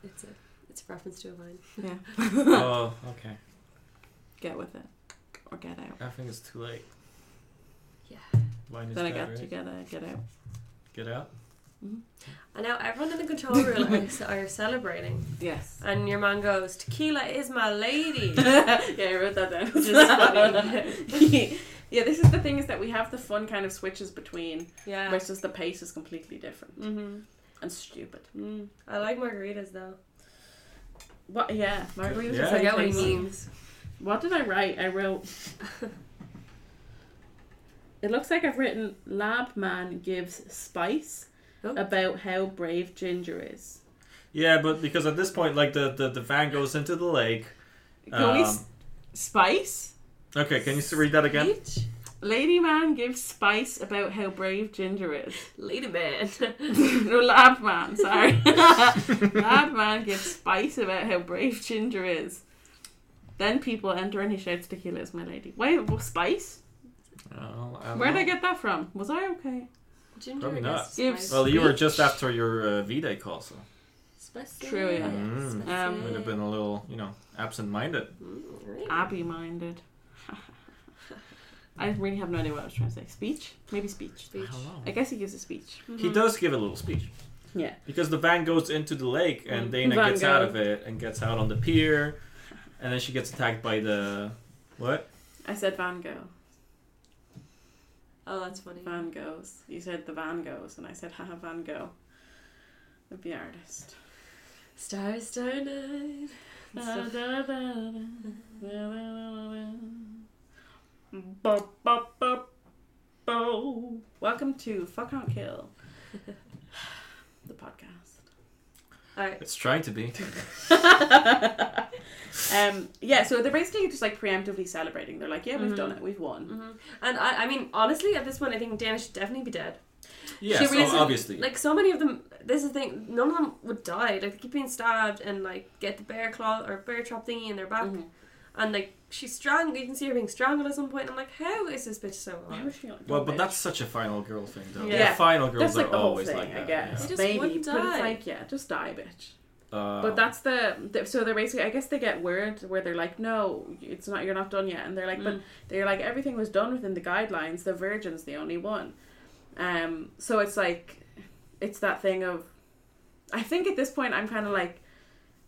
Speaker 1: It's a it's a reference to a vine.
Speaker 3: Wow. Yeah.
Speaker 2: oh, okay.
Speaker 3: get with it or get out.
Speaker 2: I think it's too late.
Speaker 1: Yeah.
Speaker 2: Mine is
Speaker 3: Then I
Speaker 2: dead,
Speaker 3: got
Speaker 2: right?
Speaker 3: to get out. Get out.
Speaker 2: Get out.
Speaker 1: And now everyone in the control room
Speaker 3: (laughs)
Speaker 1: are, are celebrating.
Speaker 3: Yes.
Speaker 1: (laughs) And your man
Speaker 3: (laughs)
Speaker 1: goes, Tequila is my lady.
Speaker 3: yeah, I wrote that down.
Speaker 1: Which is
Speaker 3: (laughs)
Speaker 1: funny.
Speaker 3: yeah, this is the thing is that we have the fun kind of switches between
Speaker 1: Yeah.
Speaker 3: versus the pace is completely different
Speaker 1: Mm-hmm.
Speaker 3: and stupid.
Speaker 1: Mm. I like margaritas though.
Speaker 3: What? Yeah, margaritas.
Speaker 2: Yeah.
Speaker 3: are
Speaker 1: I get what he
Speaker 3: tasty.
Speaker 1: means.
Speaker 3: What did I write? I wrote. It looks like I've written Lab Man gives spice
Speaker 1: Oh.
Speaker 3: about how brave Ginger is.
Speaker 2: Yeah, but because at this point, like the the, the van goes into the lake. Um,
Speaker 3: Can we
Speaker 1: Um,
Speaker 3: s- spice?
Speaker 2: Okay, can you s- read that again?
Speaker 1: Peach?
Speaker 3: Lady Man gives spice about how brave Ginger is. (laughs)
Speaker 1: Lady (laughs) man.
Speaker 3: no, Lab Man, sorry. (laughs) Lab Man gives spice about how brave Ginger is. Then people enter and he shouts, Tequila is my lady. Why, well, spice?
Speaker 2: Oh, I don't
Speaker 3: Where'd
Speaker 2: know.
Speaker 3: I get that from? Was I okay?
Speaker 1: Ginger
Speaker 2: Probably
Speaker 1: I
Speaker 2: not.
Speaker 1: guess,
Speaker 3: Give
Speaker 1: spice.
Speaker 2: Well, you were just after your uh, V Day call, so
Speaker 1: Spicy.
Speaker 3: True, yeah.
Speaker 2: Mm.
Speaker 1: Spicy.
Speaker 3: Um, Ah.
Speaker 2: might have been a little, you know, absent-minded.
Speaker 1: Mm, really?
Speaker 3: Abby minded. (laughs) I really have no idea what I was trying to say. Speech? Maybe speech.
Speaker 2: I
Speaker 1: Peach. Mm-hmm.
Speaker 2: don't know.
Speaker 3: I guess he gives a speech.
Speaker 2: He does give a little speech.
Speaker 3: Yeah.
Speaker 2: Because the van goes into the lake and Dana
Speaker 3: Mm. Van
Speaker 2: gets out
Speaker 3: Gogh.
Speaker 2: of it and gets out on the pier and then she gets attacked by the what?
Speaker 3: I said Van Gogh.
Speaker 1: Oh, that's funny.
Speaker 3: Van Goghs. You said the Van Goghs, and I said, haha, Van Gogh. Would be artist.
Speaker 1: Star, star
Speaker 3: (laughs)
Speaker 1: night. and stuff.
Speaker 3: Welcome to Fuck
Speaker 1: (laughs)
Speaker 3: Not Kill, the podcast.
Speaker 1: All right.
Speaker 2: It's trying to (laughs) be.
Speaker 3: (laughs) um, yeah, so they're basically just like preemptively celebrating. They're like, yeah, we've
Speaker 1: Mhm.
Speaker 3: done it, we've won.
Speaker 1: hmm And I, I mean, honestly, at this point, I think Dana should definitely be dead.
Speaker 2: Yes,
Speaker 1: She really-
Speaker 2: oh, obviously.
Speaker 1: Like, so many of them, this is the thing, none of them would die. Like, they keep being stabbed and, like, get the bear claw or bear trap thingy in their back.
Speaker 3: Mhm.
Speaker 1: And, like, she's strangled. You can see her being strangled at some point. I'm like, how is this bitch so
Speaker 3: Why
Speaker 1: alive?
Speaker 3: was she not
Speaker 2: well,
Speaker 3: done
Speaker 2: but
Speaker 3: bitch?
Speaker 2: that's such a final girl thing though.
Speaker 1: Yeah.
Speaker 2: Yeah.
Speaker 3: Yeah.
Speaker 2: final girls
Speaker 3: That's
Speaker 2: are
Speaker 3: like the whole
Speaker 2: always
Speaker 3: thing,
Speaker 2: like that.
Speaker 3: I guess.
Speaker 1: They just
Speaker 3: Maybe,
Speaker 1: wouldn't
Speaker 3: but it's
Speaker 1: die.
Speaker 3: like, yeah, just die, bitch.
Speaker 2: yeah. Uh,
Speaker 3: But that's the, the so they're basically I guess they get word where they're like no it's not you're not done yet and they're like but
Speaker 1: Mm.
Speaker 3: they're like everything was done within the guidelines the virgin's the only one, um so it's like it's that thing of I think at this point I'm kind of like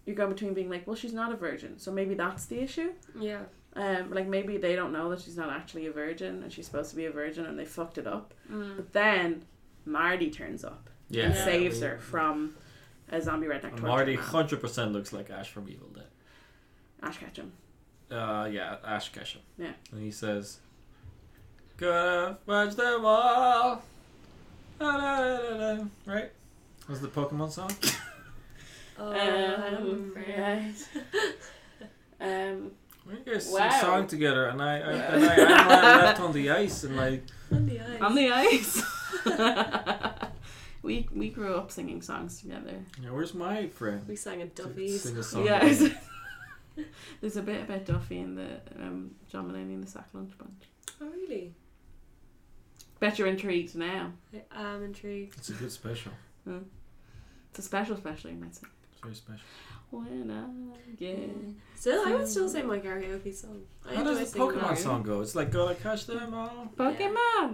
Speaker 3: you're going between being like well she's not a virgin so maybe that's the issue
Speaker 1: Yeah.
Speaker 3: um like maybe they don't know that she's not actually a virgin and she's supposed to be a virgin and they fucked it up
Speaker 1: Mm.
Speaker 3: but then Marty turns up
Speaker 2: yeah.
Speaker 3: and
Speaker 1: Yeah.
Speaker 3: saves her from a zombie redneck torture
Speaker 2: Marty
Speaker 3: man.
Speaker 2: hundred percent looks like Ash from Evil Dead.
Speaker 3: Ash Ketchum.
Speaker 2: Uh, yeah, Ash Ketchum.
Speaker 3: Yeah.
Speaker 2: And he says, "Gonna fetch them all." Da-da-da-da-da. Right? Was the Pokemon song?
Speaker 1: Oh,
Speaker 3: Um, right. (laughs) Um,
Speaker 2: We guys
Speaker 3: Wow.
Speaker 2: sing song together, and I, I and I, I'm
Speaker 1: (laughs)
Speaker 2: la- left on the ice, and I
Speaker 1: On the ice.
Speaker 3: on the ice. (laughs) we we grew up singing songs together.
Speaker 2: yeah, where's my friend?
Speaker 1: we sang at
Speaker 2: to
Speaker 1: Duffy's.
Speaker 2: Sing a song.
Speaker 1: (laughs)
Speaker 3: Yeah. it's- (laughs) There's a bit about Duffy and the um, John Mulaney and the Sack Lunch Bunch.
Speaker 1: Oh, really?
Speaker 3: Bet you're intrigued now.
Speaker 1: I am intrigued.
Speaker 2: It's a good special.
Speaker 3: It's a special, special, you might say.
Speaker 2: It's very special.
Speaker 3: When I get
Speaker 1: Still, I would still say my karaoke song. I
Speaker 2: How
Speaker 1: enjoy
Speaker 2: does the
Speaker 1: singing
Speaker 2: Pokemon
Speaker 1: that.
Speaker 3: Mario.
Speaker 2: song go? It's like gotta catch them all.
Speaker 3: Pokemon,
Speaker 1: Yeah.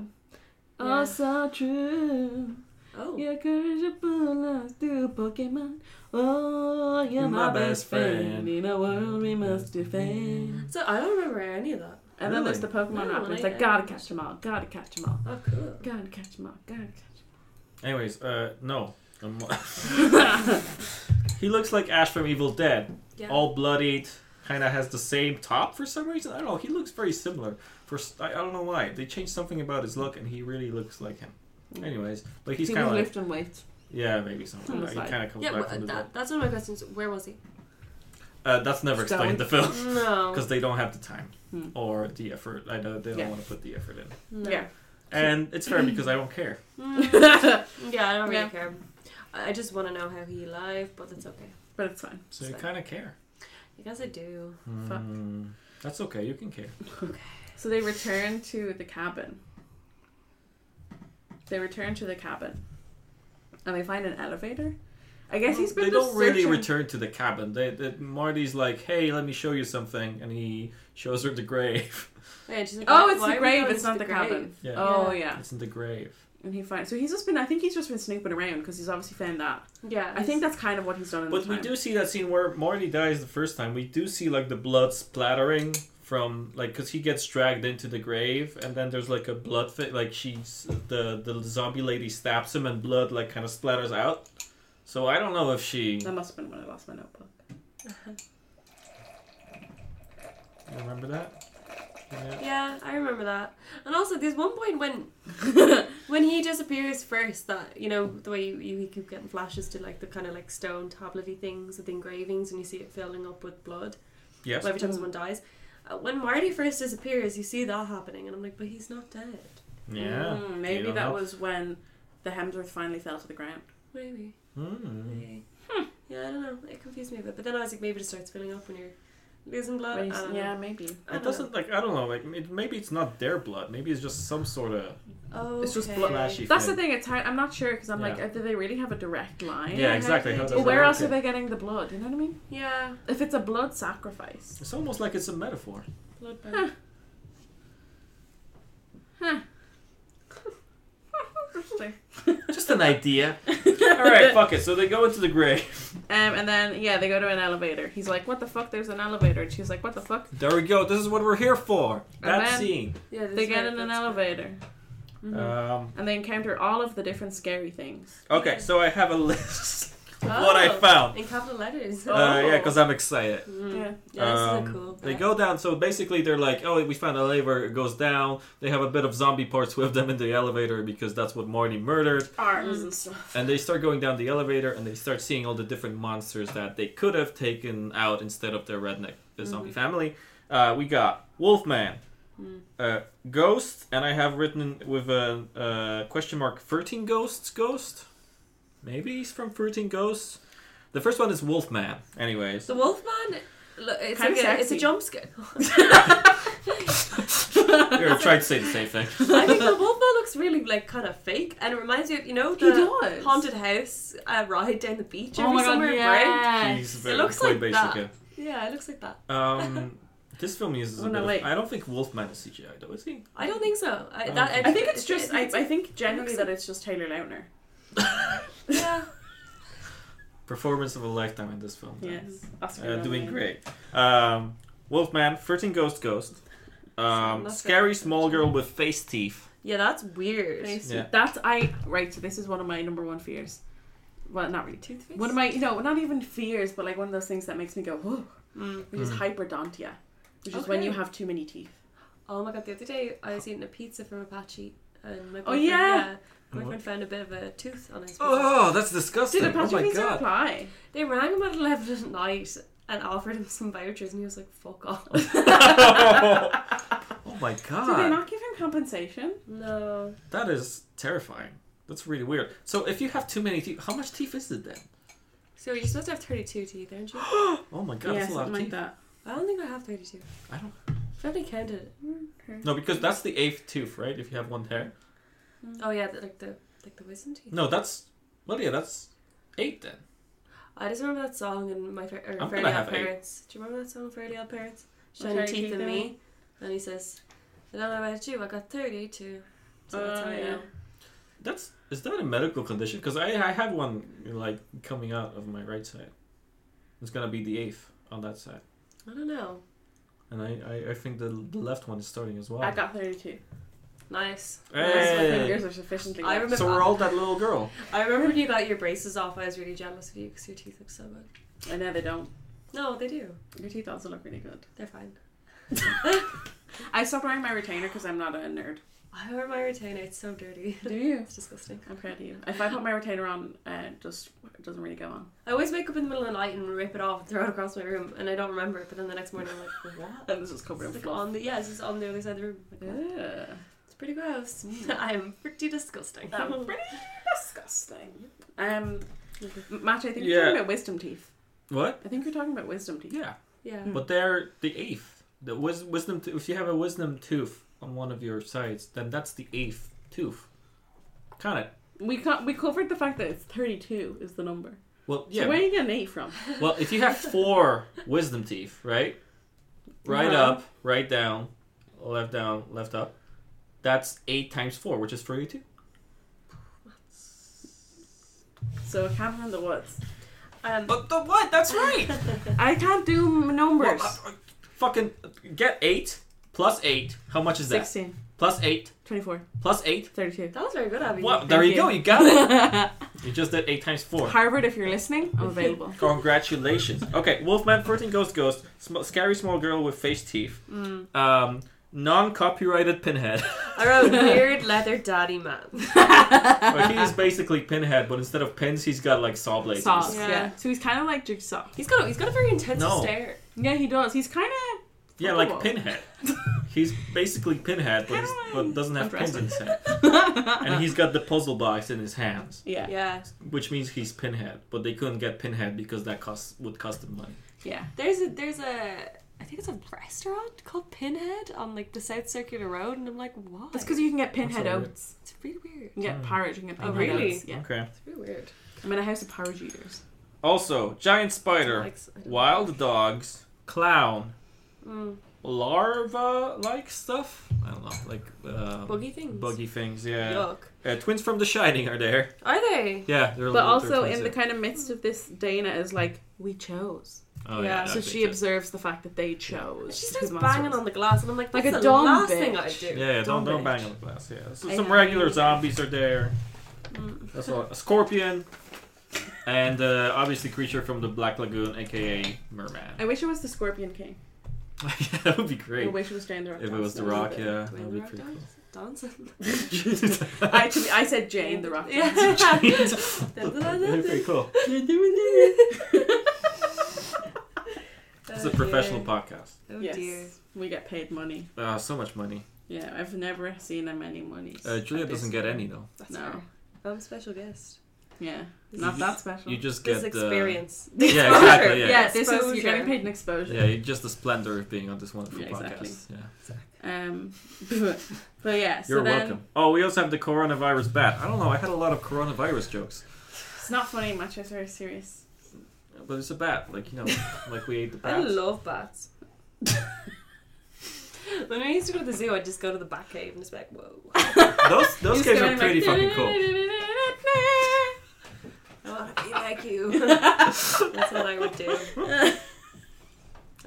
Speaker 3: oh so true.
Speaker 1: Oh.
Speaker 3: Yeah, courage to pull us through Pokemon. Oh, you're, my, best friend. In a world we must defend.
Speaker 1: So I don't remember any of that.
Speaker 3: And then there's the Pokemon
Speaker 1: No,
Speaker 3: rap. and It's
Speaker 1: I-
Speaker 3: like, gotta catch them all, gotta catch them all,
Speaker 1: Oh, cool.
Speaker 3: gotta catch them all, gotta catch
Speaker 2: Anyways, uh, no.
Speaker 1: (laughs)
Speaker 2: Um,
Speaker 3: them all.
Speaker 2: he looks like Ash from Evil Dead.
Speaker 1: Yeah.
Speaker 2: All bloodied, kind of has the same top for some reason. I don't know. He looks very similar. For s- I, I don't know why. They changed something about his look, and he really looks like him. Anyways, but he's
Speaker 3: he
Speaker 2: kind
Speaker 3: was
Speaker 2: of like
Speaker 3: lifting weights.
Speaker 2: yeah, maybe something.
Speaker 3: On the
Speaker 2: He
Speaker 3: side.
Speaker 2: kind of comes
Speaker 1: yeah,
Speaker 2: back
Speaker 1: well,
Speaker 2: from the dead.
Speaker 1: that, that's one of my questions. Where was he?
Speaker 2: Uh, that's never
Speaker 3: Stone.
Speaker 2: explained in the film (laughs)
Speaker 1: No.
Speaker 2: because they don't have the time
Speaker 3: Hmm.
Speaker 2: or the effort. I know they don't
Speaker 3: Yeah.
Speaker 2: want to put the effort in,
Speaker 1: no.
Speaker 3: (laughs) Yeah.
Speaker 2: and it's fair because I don't care.
Speaker 1: Mm,
Speaker 3: but
Speaker 1: yeah, I don't really
Speaker 3: Yeah.
Speaker 1: care. I I just want to know how he lived, but that's okay.
Speaker 3: it's fine.
Speaker 2: So you
Speaker 1: So-
Speaker 2: kind of care.
Speaker 1: I guess I do.
Speaker 3: Fuck.
Speaker 2: Hmm. That's okay. You can care.
Speaker 3: So they return to the cabin. They return to the cabin, and they find an elevator. I guess he's been.
Speaker 2: they
Speaker 3: just
Speaker 2: don't really
Speaker 3: searching-
Speaker 2: return to the cabin. They, they Marty's like, "Hey, let me show you something," and he shows her the grave. (laughs)
Speaker 1: Wait, she's like,
Speaker 3: Oh,
Speaker 1: why-
Speaker 3: it's
Speaker 1: why are
Speaker 3: the
Speaker 1: we
Speaker 3: grave.
Speaker 1: going
Speaker 3: It's
Speaker 1: to
Speaker 3: not the,
Speaker 1: grave?
Speaker 3: cabin.
Speaker 2: Yeah.
Speaker 3: Oh
Speaker 1: Yeah.
Speaker 3: yeah,
Speaker 2: It's in the grave.
Speaker 3: and he finds. So he's just been. I think he's just been snooping around because he's obviously found that.
Speaker 1: Yeah.
Speaker 3: I think that's kind of what he's done. In
Speaker 2: But
Speaker 3: the
Speaker 2: we
Speaker 3: time.
Speaker 2: do see that scene where Marty dies the first time. We do see like the blood splattering from like because he gets dragged into the grave, and then there's like a blood fit. Like she's the the zombie lady stabs him, and blood like kind of splatters out. So I don't know if she
Speaker 3: That must have been when I lost my notebook.
Speaker 2: remember that. Yeah.
Speaker 1: Yeah, I remember that. And also, there's one point when
Speaker 3: (laughs)
Speaker 1: when he disappears first that you know the way you, you you keep getting flashes to like the kind of like stone tablety things with engravings, and you see it filling up with blood
Speaker 2: Yes.
Speaker 1: well, every time someone dies. Uh, when Marty first disappears, you see that happening, and I'm like, but he's not dead.
Speaker 2: Yeah.
Speaker 3: Mm,
Speaker 2: You
Speaker 3: maybe
Speaker 2: don't
Speaker 3: that
Speaker 2: know.
Speaker 3: was when the Hemsworth finally fell to the ground.
Speaker 1: Maybe.
Speaker 2: Hmm.
Speaker 1: maybe. Yeah, I don't know. It confused me a bit. But then I was like, maybe it starts filling up when you're losing blood.
Speaker 3: When
Speaker 1: I
Speaker 3: he's-
Speaker 1: don't know.
Speaker 3: yeah, maybe.
Speaker 1: I
Speaker 2: It
Speaker 1: don't
Speaker 2: doesn't like I don't know like it, maybe it's not their blood. Maybe it's just some sort of
Speaker 1: know.
Speaker 3: It's just
Speaker 1: Okay.
Speaker 3: blood.
Speaker 2: flashy.
Speaker 3: That's the
Speaker 2: thing.
Speaker 3: thing. It's hard. I'm not sure because I'm
Speaker 2: Yeah.
Speaker 3: like, do they really have a direct line?
Speaker 2: Yeah,
Speaker 1: how
Speaker 2: exactly.
Speaker 1: do
Speaker 2: How
Speaker 1: they
Speaker 2: does
Speaker 1: do-
Speaker 3: Well,
Speaker 2: that
Speaker 3: where
Speaker 2: work
Speaker 3: else are
Speaker 2: it?
Speaker 3: they getting the blood? You know what I mean?
Speaker 1: Yeah,
Speaker 3: If it's a blood sacrifice.
Speaker 2: (laughs) It's almost like it's a metaphor.
Speaker 1: blood
Speaker 3: Huh.
Speaker 1: bank.
Speaker 3: um,
Speaker 2: Just an idea. (laughs) All
Speaker 3: (laughs)
Speaker 1: (laughs)
Speaker 2: right, fuck it. So they go into the grave.
Speaker 3: Um, and then yeah, they go to an elevator. He's like, "What the fuck? There's an elevator." And she's like, "What the fuck?"
Speaker 2: There we go. This is what we're here for. That
Speaker 3: then-
Speaker 2: scene.
Speaker 1: Yeah,
Speaker 3: They get in an elevator
Speaker 1: Mm-hmm.
Speaker 2: Um,
Speaker 3: and they encounter all of the different scary things.
Speaker 2: okay, so I have a (laughs) list of what
Speaker 1: Oh.
Speaker 2: I found.
Speaker 1: in capital letters.
Speaker 2: Uh, yeah, because I'm excited.
Speaker 1: Mm.
Speaker 3: Yeah.
Speaker 1: Yeah, this is
Speaker 2: Um,
Speaker 1: a cool.
Speaker 2: They
Speaker 1: bit.
Speaker 2: go down. So basically, they're like, "Oh, we found the elevator. It goes down." They have a bit of zombie parts with them in the elevator because that's what Marty murdered.
Speaker 3: Arms and (laughs) stuff.
Speaker 2: And they start going down the elevator, and they start seeing all the different monsters that they could have taken out instead of their redneck the zombie
Speaker 1: Mm-hmm.
Speaker 2: family. Uh, we got Wolfman,
Speaker 1: Mm.
Speaker 2: uh, Ghost, and I have written with a uh, question mark thirteen ghosts. Ghost, maybe he's from thirteen ghosts. The first one is Wolfman. Anyways,
Speaker 1: The Wolfman. Look, it's
Speaker 3: Kinda
Speaker 1: like a, it's
Speaker 3: sexy.
Speaker 1: a jump scare. (laughs)
Speaker 3: (laughs)
Speaker 2: you're trying to say the same thing.
Speaker 1: I think the Wolfman looks really like kind of fake, and it reminds me of you know
Speaker 3: He
Speaker 1: the
Speaker 3: does.
Speaker 1: haunted house uh, ride down the beach
Speaker 3: Oh
Speaker 1: every
Speaker 3: my
Speaker 1: summer
Speaker 3: god!
Speaker 1: in
Speaker 2: (laughs)
Speaker 3: Yes.
Speaker 2: He's very
Speaker 1: looks like
Speaker 2: Koibe
Speaker 1: that.
Speaker 2: Shuka.
Speaker 1: Brent. Yeah, it looks like that.
Speaker 2: Um, this film uses.
Speaker 3: Oh,
Speaker 2: a
Speaker 3: no,
Speaker 2: bit
Speaker 3: wait.
Speaker 2: of, I don't think Wolfman is CGI though, is he?
Speaker 1: I don't think so. I,
Speaker 2: Oh,
Speaker 1: that,
Speaker 2: okay.
Speaker 3: I think it's just. I,
Speaker 1: it's-
Speaker 3: I think generally
Speaker 1: looks
Speaker 3: that it's just Taylor Lautner.
Speaker 1: (laughs) yeah.
Speaker 2: Performance of a lifetime in this film. then.
Speaker 3: Yes. Oscar
Speaker 2: Uh, doing
Speaker 3: nominated.
Speaker 2: great. Um, Wolfman, 13 Ghost Ghost. Um,
Speaker 1: Not
Speaker 2: scary
Speaker 1: that-
Speaker 2: small girl with face teeth.
Speaker 1: yeah, that's weird.
Speaker 3: Face-
Speaker 2: Yeah.
Speaker 3: That's I right. So this is one of my number one fears. Well, not really.
Speaker 1: Toothpaste?
Speaker 3: One of my no, not even fears, but like one of those things that makes me go, whoa,
Speaker 1: Mm.
Speaker 3: which is
Speaker 2: Hmm.
Speaker 3: hyperdontia, which is when
Speaker 1: Okay.
Speaker 3: you have too many teeth.
Speaker 1: Oh my god, the other day I was eating a pizza from Apache, and my boyfriend,
Speaker 3: Oh, yeah.
Speaker 1: my boyfriend found a bit of a tooth on his pizza.
Speaker 2: Oh, that's disgusting.
Speaker 3: Did
Speaker 2: oh
Speaker 3: Apache
Speaker 2: my
Speaker 3: Pizza
Speaker 2: god.
Speaker 3: reply?
Speaker 1: They rang him at 11 at night and offered him some vouchers, and he was like, fuck off.
Speaker 3: (laughs)
Speaker 2: oh my
Speaker 3: Did they
Speaker 2: god.
Speaker 3: not give him compensation?
Speaker 1: no.
Speaker 2: That is terrifying. That's really weird. So if you have too many teeth, how much teeth is it then?
Speaker 1: So you're supposed to have 32 teeth, aren't you?
Speaker 2: Oh my god,
Speaker 3: yeah,
Speaker 2: that's a lot
Speaker 3: something
Speaker 2: of
Speaker 3: like
Speaker 2: teeth.
Speaker 3: that.
Speaker 1: I don't think I have 32.
Speaker 2: I don't.
Speaker 1: I haven't counted it.
Speaker 2: No, because that's the eighth tooth, right? If you have one hair.
Speaker 1: Oh, yeah, the, like the like the wisdom teeth.
Speaker 2: No, that's. Well, yeah, that's eight then.
Speaker 1: I just remember that song in my fair,
Speaker 2: gonna
Speaker 1: or Fairly Odd
Speaker 2: have eight.
Speaker 1: Parents. Do you remember that song, Fairly Odd Parents?
Speaker 3: Shiny
Speaker 1: Shiny teeth
Speaker 3: teeth
Speaker 1: in
Speaker 3: in
Speaker 1: me. And he says, I don't know about you, I got 32. So that's
Speaker 3: Oh,
Speaker 1: how I
Speaker 3: yeah.
Speaker 1: know.
Speaker 2: That's Is that a medical condition? Because I I had one like coming out of my right side. It's gonna be the eighth on that side,
Speaker 1: I don't know.
Speaker 2: and I I, I think the, the left one is starting as well.
Speaker 3: I got 32.
Speaker 1: Nice.
Speaker 3: My
Speaker 2: Hey.
Speaker 3: fingers are sufficiently.
Speaker 1: I
Speaker 3: long.
Speaker 1: remember-
Speaker 2: so we're all that little girl.
Speaker 1: I remember when you got your braces off. I was really jealous of you because your teeth look so good.
Speaker 3: I know they don't.
Speaker 1: No, they do.
Speaker 3: Your teeth also look really good.
Speaker 1: They're fine.
Speaker 3: I stopped wearing my retainer because I'm not a nerd.
Speaker 1: I wear my retainer. It's so dirty.
Speaker 3: (laughs)
Speaker 1: (laughs)
Speaker 3: Do you?
Speaker 1: It's disgusting.
Speaker 3: I'm proud of you. If I put my retainer on, uh, it just it doesn't really go on. (laughs)
Speaker 1: I always wake up in the middle of the night and rip it off and throw it across my room, and I don't remember it. But then the next morning, I'm like, (laughs) what?
Speaker 3: And this is covered in
Speaker 1: It's like
Speaker 3: fluff.
Speaker 1: on the yeah, it's just on the other side of the room. Like, what?
Speaker 3: Yeah.
Speaker 1: It's pretty gross. (laughs)
Speaker 3: Mm.
Speaker 1: I'm pretty disgusting.
Speaker 3: That's pretty disgusting. Um, Matt, I think
Speaker 2: Yeah.
Speaker 3: you're talking about wisdom teeth.
Speaker 2: What?
Speaker 3: I think you're talking about wisdom teeth.
Speaker 2: Yeah,
Speaker 1: (laughs) yeah.
Speaker 2: but they're the eighth. The wis- wisdom. T- if you have a wisdom tooth on one of your sides, then that's the eighth tooth. Count it.
Speaker 3: We co- we covered the fact that it's 32 is the number.
Speaker 2: Well,
Speaker 3: So
Speaker 2: yeah.
Speaker 3: where are you getting eight from?
Speaker 2: Well, if you have (laughs) four wisdom teeth, right? Right
Speaker 3: Uh-huh.
Speaker 2: up, right down, left down, left up. That's eight times four, which is thirty-two.
Speaker 3: So a cabin in the woods. Um,
Speaker 2: But the what? That's right.
Speaker 3: I can't do m- numbers.
Speaker 2: Well, uh, uh, fucking get eight plus eight. How much is that?
Speaker 3: 16,
Speaker 2: Plus eight
Speaker 3: 24,
Speaker 2: plus eight.
Speaker 3: 32.
Speaker 1: That was very good, Abby.
Speaker 2: Wow, there you,
Speaker 3: you.
Speaker 2: go. You got it. (laughs) You just did eight times four.
Speaker 3: Harvard, if you're listening, I'm available.
Speaker 2: Congratulations. Okay, Wolfman, 14 Ghost Ghost, sm- Scary Small Girl with Face Teeth,
Speaker 1: Mm.
Speaker 2: um, non copyrighted Pinhead. (laughs)
Speaker 1: I wrote
Speaker 3: (laughs)
Speaker 1: weird leather daddy man.
Speaker 2: Like, he's basically Pinhead, but instead of pins, he's got (laughs) like saw blades.
Speaker 3: Saws,
Speaker 1: Yeah.
Speaker 3: yeah. So he's kind of like Jigsaw.
Speaker 1: He's got a, he's got a very intense
Speaker 2: No.
Speaker 1: stare.
Speaker 3: Yeah, he does.
Speaker 2: (laughs)
Speaker 3: He's kind of.
Speaker 2: Yeah, like Pinhead. He's basically Pinhead, but, he's, but doesn't have pins in his head. And he's got the puzzle box in his hands,
Speaker 3: Yeah.
Speaker 1: Yeah.
Speaker 2: which means he's Pinhead. But they couldn't get Pinhead because that cost would cost them money.
Speaker 3: Yeah.
Speaker 1: There's a there's a I think it's a restaurant called Pinhead on like the South Circular Road, and I'm like, why?
Speaker 3: That's because you can get pinhead
Speaker 2: so weird.
Speaker 3: oats.
Speaker 1: it's really weird.
Speaker 3: You can
Speaker 2: Mm.
Speaker 3: get porridge. You can get
Speaker 1: Oh,
Speaker 3: pinhead
Speaker 1: really?
Speaker 3: oats. Yeah.
Speaker 2: Okay.
Speaker 1: It's really weird.
Speaker 3: I'm in a house of porridge eaters.
Speaker 2: Also, giant spider,
Speaker 1: Like, I don't-
Speaker 2: wild dogs, clown,
Speaker 1: Mm.
Speaker 2: larva-like stuff. I don't know, like
Speaker 3: Um,
Speaker 2: uh,
Speaker 1: Buggy things.
Speaker 2: buggy things. Yeah.
Speaker 1: Yuck.
Speaker 2: Uh, twins from The Shining are there.
Speaker 1: Are they?
Speaker 2: Yeah, they're
Speaker 3: But
Speaker 2: little- they're
Speaker 3: also,
Speaker 2: twins,
Speaker 3: in the
Speaker 2: yeah.
Speaker 3: kind of midst of this, Dana is like, we chose.
Speaker 2: Oh,
Speaker 1: Yeah,
Speaker 3: so
Speaker 2: that'd be
Speaker 3: she
Speaker 2: good.
Speaker 3: observes the fact that they chose.
Speaker 1: She's
Speaker 3: who
Speaker 1: just
Speaker 3: the monster
Speaker 1: banging
Speaker 3: was.
Speaker 1: on the glass, and I'm like,
Speaker 3: Like
Speaker 1: that's
Speaker 3: a
Speaker 1: the
Speaker 3: dumb
Speaker 1: last thing I
Speaker 3: bitch.
Speaker 1: do.
Speaker 2: Yeah, yeah don't
Speaker 3: Don't
Speaker 2: don't
Speaker 3: bang.
Speaker 2: bang on the glass. Yeah, so
Speaker 1: I
Speaker 2: some
Speaker 1: know.
Speaker 2: regular zombies are there. That's all. A scorpion, and uh, obviously creature from the Black Lagoon, aka
Speaker 3: I
Speaker 2: merman.
Speaker 3: wish it was the Scorpion King.
Speaker 2: (laughs) that would be
Speaker 3: I
Speaker 2: great
Speaker 3: wish it was Dane the Rock.
Speaker 2: if it was The
Speaker 3: Johnson.
Speaker 2: Rock. Yeah,
Speaker 1: Do I
Speaker 2: that would be
Speaker 1: know how
Speaker 2: pretty
Speaker 1: to dance? (laughs)
Speaker 2: cool.
Speaker 3: (laughs) I, actually, I said Jane the (laughs) Rock.
Speaker 1: Yeah.
Speaker 3: Johnson.
Speaker 2: That'd be pretty
Speaker 1: (laughs)
Speaker 2: cool. It's a
Speaker 1: Oh,
Speaker 2: professional
Speaker 1: dear.
Speaker 2: podcast.
Speaker 1: Oh
Speaker 3: (laughs) yes.
Speaker 1: dear.
Speaker 3: We get paid money.
Speaker 2: Uh, so much money.
Speaker 3: Yeah, I've never seen them any money.
Speaker 2: Uh, Julia doesn't get any though.
Speaker 1: That's
Speaker 3: No.
Speaker 1: fair. I'm a special guest.
Speaker 3: Yeah,
Speaker 1: This
Speaker 3: not
Speaker 2: is-
Speaker 3: that special.
Speaker 2: You just get uh,
Speaker 1: This
Speaker 2: the (laughs)
Speaker 1: experience.
Speaker 2: Yeah,
Speaker 1: Exposure.
Speaker 2: exactly, yeah.
Speaker 3: yeah, this is
Speaker 1: Exposure.
Speaker 3: you're getting paid an exposure.
Speaker 2: yeah, you- just the splendor of being on this wonderful
Speaker 3: Yeah,
Speaker 2: podcast.
Speaker 3: exactly.
Speaker 2: Yeah,
Speaker 3: Um, (laughs) but yeah, so
Speaker 2: you're
Speaker 3: then
Speaker 2: welcome. Oh, we also have the coronavirus bat. I don't know. I had a lot of coronavirus jokes,
Speaker 3: it's not funny much. I very serious.
Speaker 2: but it's a bat. Like you (laughs) know, like we ate the
Speaker 1: I
Speaker 2: bat.
Speaker 1: love bats. (laughs) when we used to go to the zoo, I'd just go to the bat cave and just be like, whoa.
Speaker 2: (laughs) (laughs) Oh. Those those
Speaker 3: Just
Speaker 2: guys
Speaker 3: going
Speaker 2: are pretty
Speaker 3: like,
Speaker 2: fucking cool.
Speaker 1: (laughs) I want to be like you. (laughs) That's what I (laughs) would do. I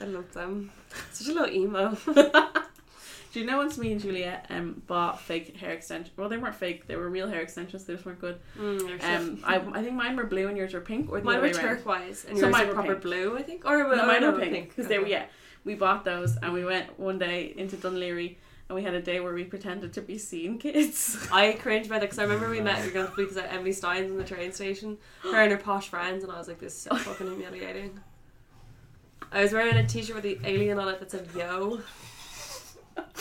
Speaker 1: love them. Such a little emo.
Speaker 3: Do you know once me and Juliet um bought fake hair extensions? Well, they weren't fake. They were real hair extensions. They just weren't good.
Speaker 1: Mm,
Speaker 3: Um, I, I think mine were blue and yours were pink, or the
Speaker 1: mine
Speaker 3: other
Speaker 1: were
Speaker 3: way around.
Speaker 1: turquoise and
Speaker 3: So
Speaker 1: yours
Speaker 3: mine
Speaker 1: were
Speaker 3: were
Speaker 1: proper
Speaker 3: pink.
Speaker 1: blue, I think. Or
Speaker 3: No, mine
Speaker 1: no,
Speaker 3: were pink because they were
Speaker 1: Okay.
Speaker 3: yeah. We bought those and we went one day into Dunleary and we had a day where we pretended to be seen (laughs) kids.
Speaker 1: I cringe by that because I remember we met your girl because at Emily Stein's in the train station, her and her posh friends, and I was like, this is so fucking humiliating. I was wearing a t-shirt with the alien on it that said "Yo."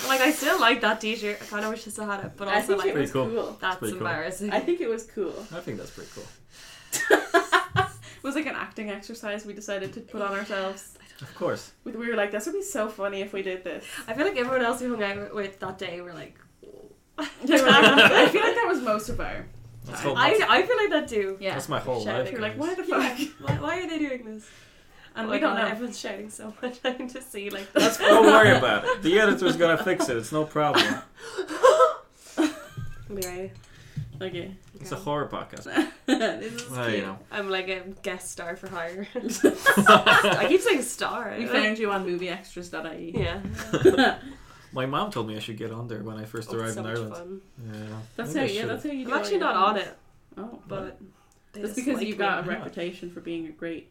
Speaker 1: Like I still like that t-shirt. I kind of wish I still had it, but
Speaker 3: I
Speaker 1: also
Speaker 3: think it
Speaker 1: like
Speaker 2: Pretty
Speaker 3: was
Speaker 2: cool.
Speaker 3: cool.
Speaker 1: that's
Speaker 2: pretty cool.
Speaker 1: embarrassing.
Speaker 3: I think it was cool.
Speaker 2: I think that's pretty cool.
Speaker 3: (laughs) it was like an acting exercise we decided to put on ourselves.
Speaker 2: Of course.
Speaker 3: (laughs) We we were like, this would be so funny if we did (laughs) this.
Speaker 1: I feel like everyone else we hung out with that day were like,
Speaker 3: (laughs) They were like- Oh, I feel like that was most of our.
Speaker 2: That's,
Speaker 3: Sorry.
Speaker 2: whole,
Speaker 1: I
Speaker 2: (laughs)
Speaker 1: I feel like that too.
Speaker 3: Yeah.
Speaker 2: that's my whole
Speaker 3: Shouting.
Speaker 2: life.
Speaker 3: We were like,
Speaker 2: guys.
Speaker 3: why the
Speaker 1: Yeah.
Speaker 3: fuck?
Speaker 1: Why, why are they doing this? And
Speaker 3: Oh
Speaker 1: we
Speaker 3: my
Speaker 1: don't
Speaker 3: God.
Speaker 1: know. Everyone's shouting so much. (laughs) I need to see like
Speaker 2: That's, don't worry about it. The editor's gonna fix it. It's no problem.
Speaker 1: Anyway,
Speaker 3: (laughs)
Speaker 1: (laughs)
Speaker 3: Okay.
Speaker 2: It's a
Speaker 1: Okay.
Speaker 2: horror podcast.
Speaker 3: this is
Speaker 2: Well,
Speaker 3: cute.
Speaker 2: you know.
Speaker 1: I'm like a guest star for
Speaker 3: (laughs)
Speaker 1: hire.
Speaker 2: (laughs)
Speaker 1: I keep saying star.
Speaker 3: We found you on movieextras.ie.
Speaker 2: (laughs)
Speaker 1: yeah.
Speaker 3: (laughs)
Speaker 2: My mom told me I should get on there when I first
Speaker 1: Oh,
Speaker 2: arrived
Speaker 1: so
Speaker 2: in
Speaker 1: much
Speaker 2: Ireland.
Speaker 1: fun.
Speaker 2: Yeah.
Speaker 3: That's
Speaker 2: Maybe
Speaker 3: how.
Speaker 2: I
Speaker 3: Yeah,
Speaker 2: should.
Speaker 3: that's how you.
Speaker 1: I'm
Speaker 3: do all
Speaker 1: actually
Speaker 3: your
Speaker 1: not on
Speaker 3: things.
Speaker 1: it,
Speaker 3: Oh,
Speaker 1: but they
Speaker 3: that's
Speaker 1: just
Speaker 3: because
Speaker 1: like
Speaker 3: you've got
Speaker 1: me.
Speaker 3: a reputation for being
Speaker 1: (laughs)
Speaker 3: a great.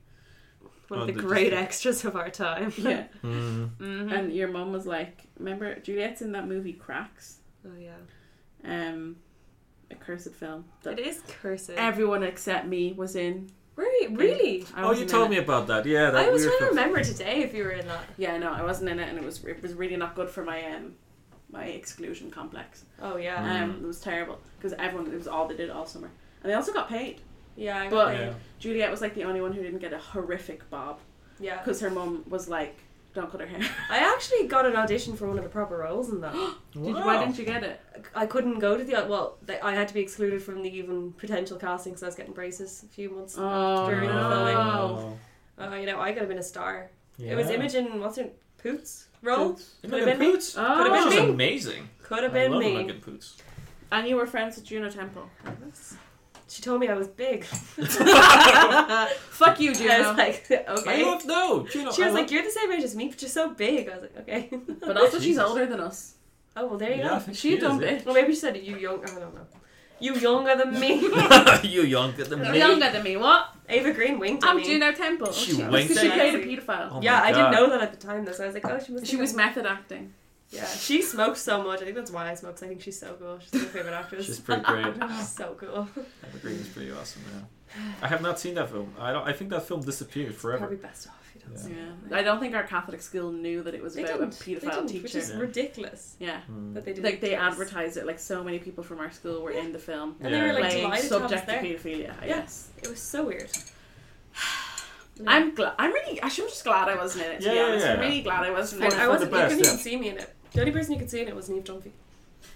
Speaker 1: one
Speaker 2: Oh,
Speaker 1: of the
Speaker 2: they just
Speaker 1: great
Speaker 2: like-
Speaker 1: extras of our time.
Speaker 3: (laughs)
Speaker 1: (laughs)
Speaker 3: Yeah.
Speaker 2: Mhm.
Speaker 1: hmm
Speaker 3: And your mum was like, "Remember Juliet's in that movie Cracks,
Speaker 1: oh yeah.
Speaker 3: um, a cursed film
Speaker 1: It
Speaker 3: that
Speaker 1: is cursing.
Speaker 3: everyone except me was in."
Speaker 1: Re- really?
Speaker 3: I
Speaker 2: Oh, you
Speaker 3: wasn't in
Speaker 2: told
Speaker 3: it.
Speaker 2: me about that. Yeah, that
Speaker 1: I was
Speaker 2: weird
Speaker 1: trying to
Speaker 2: film.
Speaker 1: remember today if you were in that.
Speaker 3: Yeah, no, I wasn't in it, and it was it was really not good for my um my exclusion complex.
Speaker 1: Oh yeah.
Speaker 2: Mm.
Speaker 3: Um, it was terrible because everyone it was all they did all summer, and they also got paid.
Speaker 1: Yeah. I got
Speaker 3: But-
Speaker 1: it.
Speaker 2: Yeah.
Speaker 3: Juliet was like the only one who didn't get a horrific bob
Speaker 1: yeah.
Speaker 3: because her mum was like, "Don't cut her hair." (laughs)
Speaker 1: I actually got an audition for one of the proper roles in
Speaker 3: (gasps)
Speaker 1: that.
Speaker 3: Did you, why didn't you get it?
Speaker 1: I couldn't go to the well. th- I had to be excluded from the even potential casting because I was getting braces a few months.
Speaker 3: Oh,
Speaker 1: During the
Speaker 3: no.
Speaker 2: Oh.
Speaker 1: Uh, you know, I could have been a star.
Speaker 2: Yeah.
Speaker 1: It was Imogen. What's her Poots role? Could've
Speaker 2: Imogen
Speaker 1: been me.
Speaker 2: Poots.
Speaker 3: Oh.
Speaker 1: Could've been
Speaker 2: She's
Speaker 1: me.
Speaker 2: amazing.
Speaker 1: Could have
Speaker 2: I
Speaker 1: been
Speaker 2: love
Speaker 1: me.
Speaker 2: Imogen Poots.
Speaker 3: And you were friends with Juno Temple.
Speaker 1: She told me I was
Speaker 2: (laughs)
Speaker 1: big. (laughs)
Speaker 3: Fuck you,
Speaker 1: I was (laughs)
Speaker 3: Juno.
Speaker 1: like, okay.
Speaker 2: I love no. Juno,
Speaker 1: she
Speaker 2: I
Speaker 1: was
Speaker 2: love- (laughs)
Speaker 1: like, "You're the same age as me, but you're so big." I was like, "Okay."
Speaker 3: But also, she's
Speaker 2: Jesus.
Speaker 3: older than us.
Speaker 1: (laughs) oh well, there you
Speaker 2: Yeah,
Speaker 1: go.
Speaker 2: I think
Speaker 3: She
Speaker 2: she
Speaker 3: a dumb
Speaker 2: is,
Speaker 3: bitch.
Speaker 1: Well, maybe she said you young. I don't know. You younger than
Speaker 2: (laughs)
Speaker 1: me.
Speaker 2: yeah. you younger than me.
Speaker 3: Younger than me. What?
Speaker 1: Ava Green winked at
Speaker 3: I'm
Speaker 1: me.
Speaker 3: Juno Temple.
Speaker 2: She
Speaker 3: She,
Speaker 2: winked
Speaker 3: she
Speaker 1: at
Speaker 3: played a
Speaker 1: you.
Speaker 3: paedophile.
Speaker 2: Oh
Speaker 1: yeah,
Speaker 2: my
Speaker 1: I didn't
Speaker 2: God.
Speaker 1: know that at the time, though. So I was like, "Oh, she must."
Speaker 3: She
Speaker 1: think
Speaker 3: was
Speaker 1: I'm-
Speaker 3: method acting.
Speaker 1: Yeah, she smokes so much. I think that's why I smoke. 'cause I think she's so cool. She's my
Speaker 2: (laughs)
Speaker 1: favorite actress.
Speaker 2: She's
Speaker 1: (laughs)
Speaker 2: pretty great.
Speaker 1: She's so cool.
Speaker 2: Eva Green is pretty awesome. Yeah. I have not seen that film. I don't. I think that film disappeared forever.
Speaker 1: Probably best off. if You don't
Speaker 2: Yeah.
Speaker 1: smoke.
Speaker 3: Yeah. I don't think our Catholic school knew that it was
Speaker 1: They
Speaker 3: about
Speaker 1: didn't.
Speaker 3: a
Speaker 1: They
Speaker 3: paedophile
Speaker 1: didn't, which
Speaker 3: teacher.
Speaker 1: is
Speaker 2: Yeah.
Speaker 1: ridiculous
Speaker 3: Yeah.
Speaker 2: Hmm.
Speaker 1: that they didn't.
Speaker 3: Like they
Speaker 1: do this.
Speaker 3: advertised it, like so many people from our school were in the film
Speaker 1: and they were like
Speaker 2: Yeah.
Speaker 3: playing
Speaker 1: delighted to have us
Speaker 3: subject to
Speaker 1: there.
Speaker 3: paedophilia. I
Speaker 1: Yeah.
Speaker 3: guess.
Speaker 1: It was so weird. (sighs)
Speaker 3: I'm glad. I'm really. I'm just glad I wasn't in it. To
Speaker 2: Yeah,
Speaker 3: be
Speaker 2: yeah,
Speaker 3: honest, I'm
Speaker 2: yeah.
Speaker 3: really glad I wasn't
Speaker 1: I,
Speaker 3: in it.
Speaker 1: I wasn't.
Speaker 2: the
Speaker 1: you
Speaker 2: best,
Speaker 1: couldn't even
Speaker 2: yeah.
Speaker 1: see me in it. The only person you could see in it was Neve Dunphy.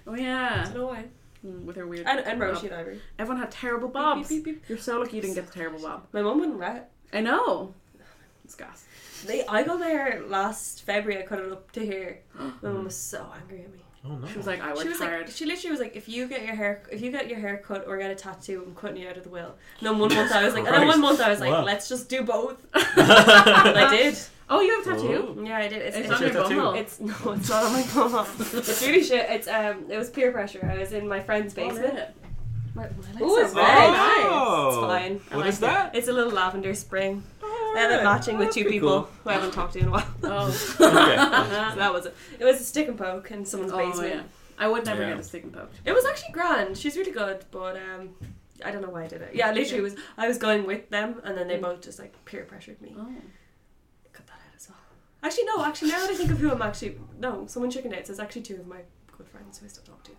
Speaker 3: Oh
Speaker 1: I
Speaker 3: yeah,
Speaker 1: don't know why.
Speaker 3: Mm, with her weird.
Speaker 1: And, and
Speaker 3: bob.
Speaker 1: Roshi and Ivory. Beep,
Speaker 3: Everyone had terrible bobs.
Speaker 1: beep, beep, beep.
Speaker 3: You're so lucky you didn't get the terrible bob.
Speaker 1: My mum wouldn't let. it.
Speaker 3: I know. It's gas.
Speaker 1: They, I got there last February. I cut it up to here. My mum was so angry (gasps) at me.
Speaker 2: Oh no.
Speaker 3: She was like, I
Speaker 1: She
Speaker 3: worked
Speaker 1: was
Speaker 3: hard.
Speaker 1: like, she literally was like, if you get your hair, if you get your hair cut or get a tattoo, I'm cutting you out of the will. And then one month I was like, and then one month I was like,
Speaker 2: Wow.
Speaker 1: let's just do both. And (laughs) (laughs) I did.
Speaker 3: (laughs) oh, you have a tattoo?
Speaker 2: Whoa.
Speaker 1: Yeah, I did. It's,
Speaker 3: It's
Speaker 1: it's,
Speaker 3: on your
Speaker 2: your tattoo.
Speaker 3: bumhole.
Speaker 1: it's- no, it's not on my bum (laughs) hole. It's really shit. It's um, it was peer pressure. I was in my friend's basement. My, my
Speaker 3: Ooh,
Speaker 1: legs
Speaker 3: it's
Speaker 1: are red.
Speaker 3: very nice.
Speaker 1: It's fine.
Speaker 3: I
Speaker 2: What
Speaker 3: like
Speaker 2: is that?
Speaker 1: It's a little lavender spring. I had
Speaker 2: Alright.
Speaker 1: it matching with
Speaker 2: That's
Speaker 1: two
Speaker 2: pretty
Speaker 1: people
Speaker 2: cool.
Speaker 1: who I haven't talked to in a while. (laughs)
Speaker 3: Oh.
Speaker 1: So
Speaker 3: (laughs)
Speaker 1: that was it. It was a stick and poke in someone's
Speaker 3: oh,
Speaker 1: basement.
Speaker 3: yeah. I would never
Speaker 2: Yeah.
Speaker 3: get a stick and poke.
Speaker 1: It was actually grand. She's really good, but um, I don't know why I did it. Yeah, literally, it was I was going with them, and then they
Speaker 3: Mm.
Speaker 1: both just like peer pressured me.
Speaker 3: Oh.
Speaker 1: Cut that out as well. Actually, no. Actually, now that I think of who I'm actually no, someone chickened out. So it's actually two of my good friends who I still talk to.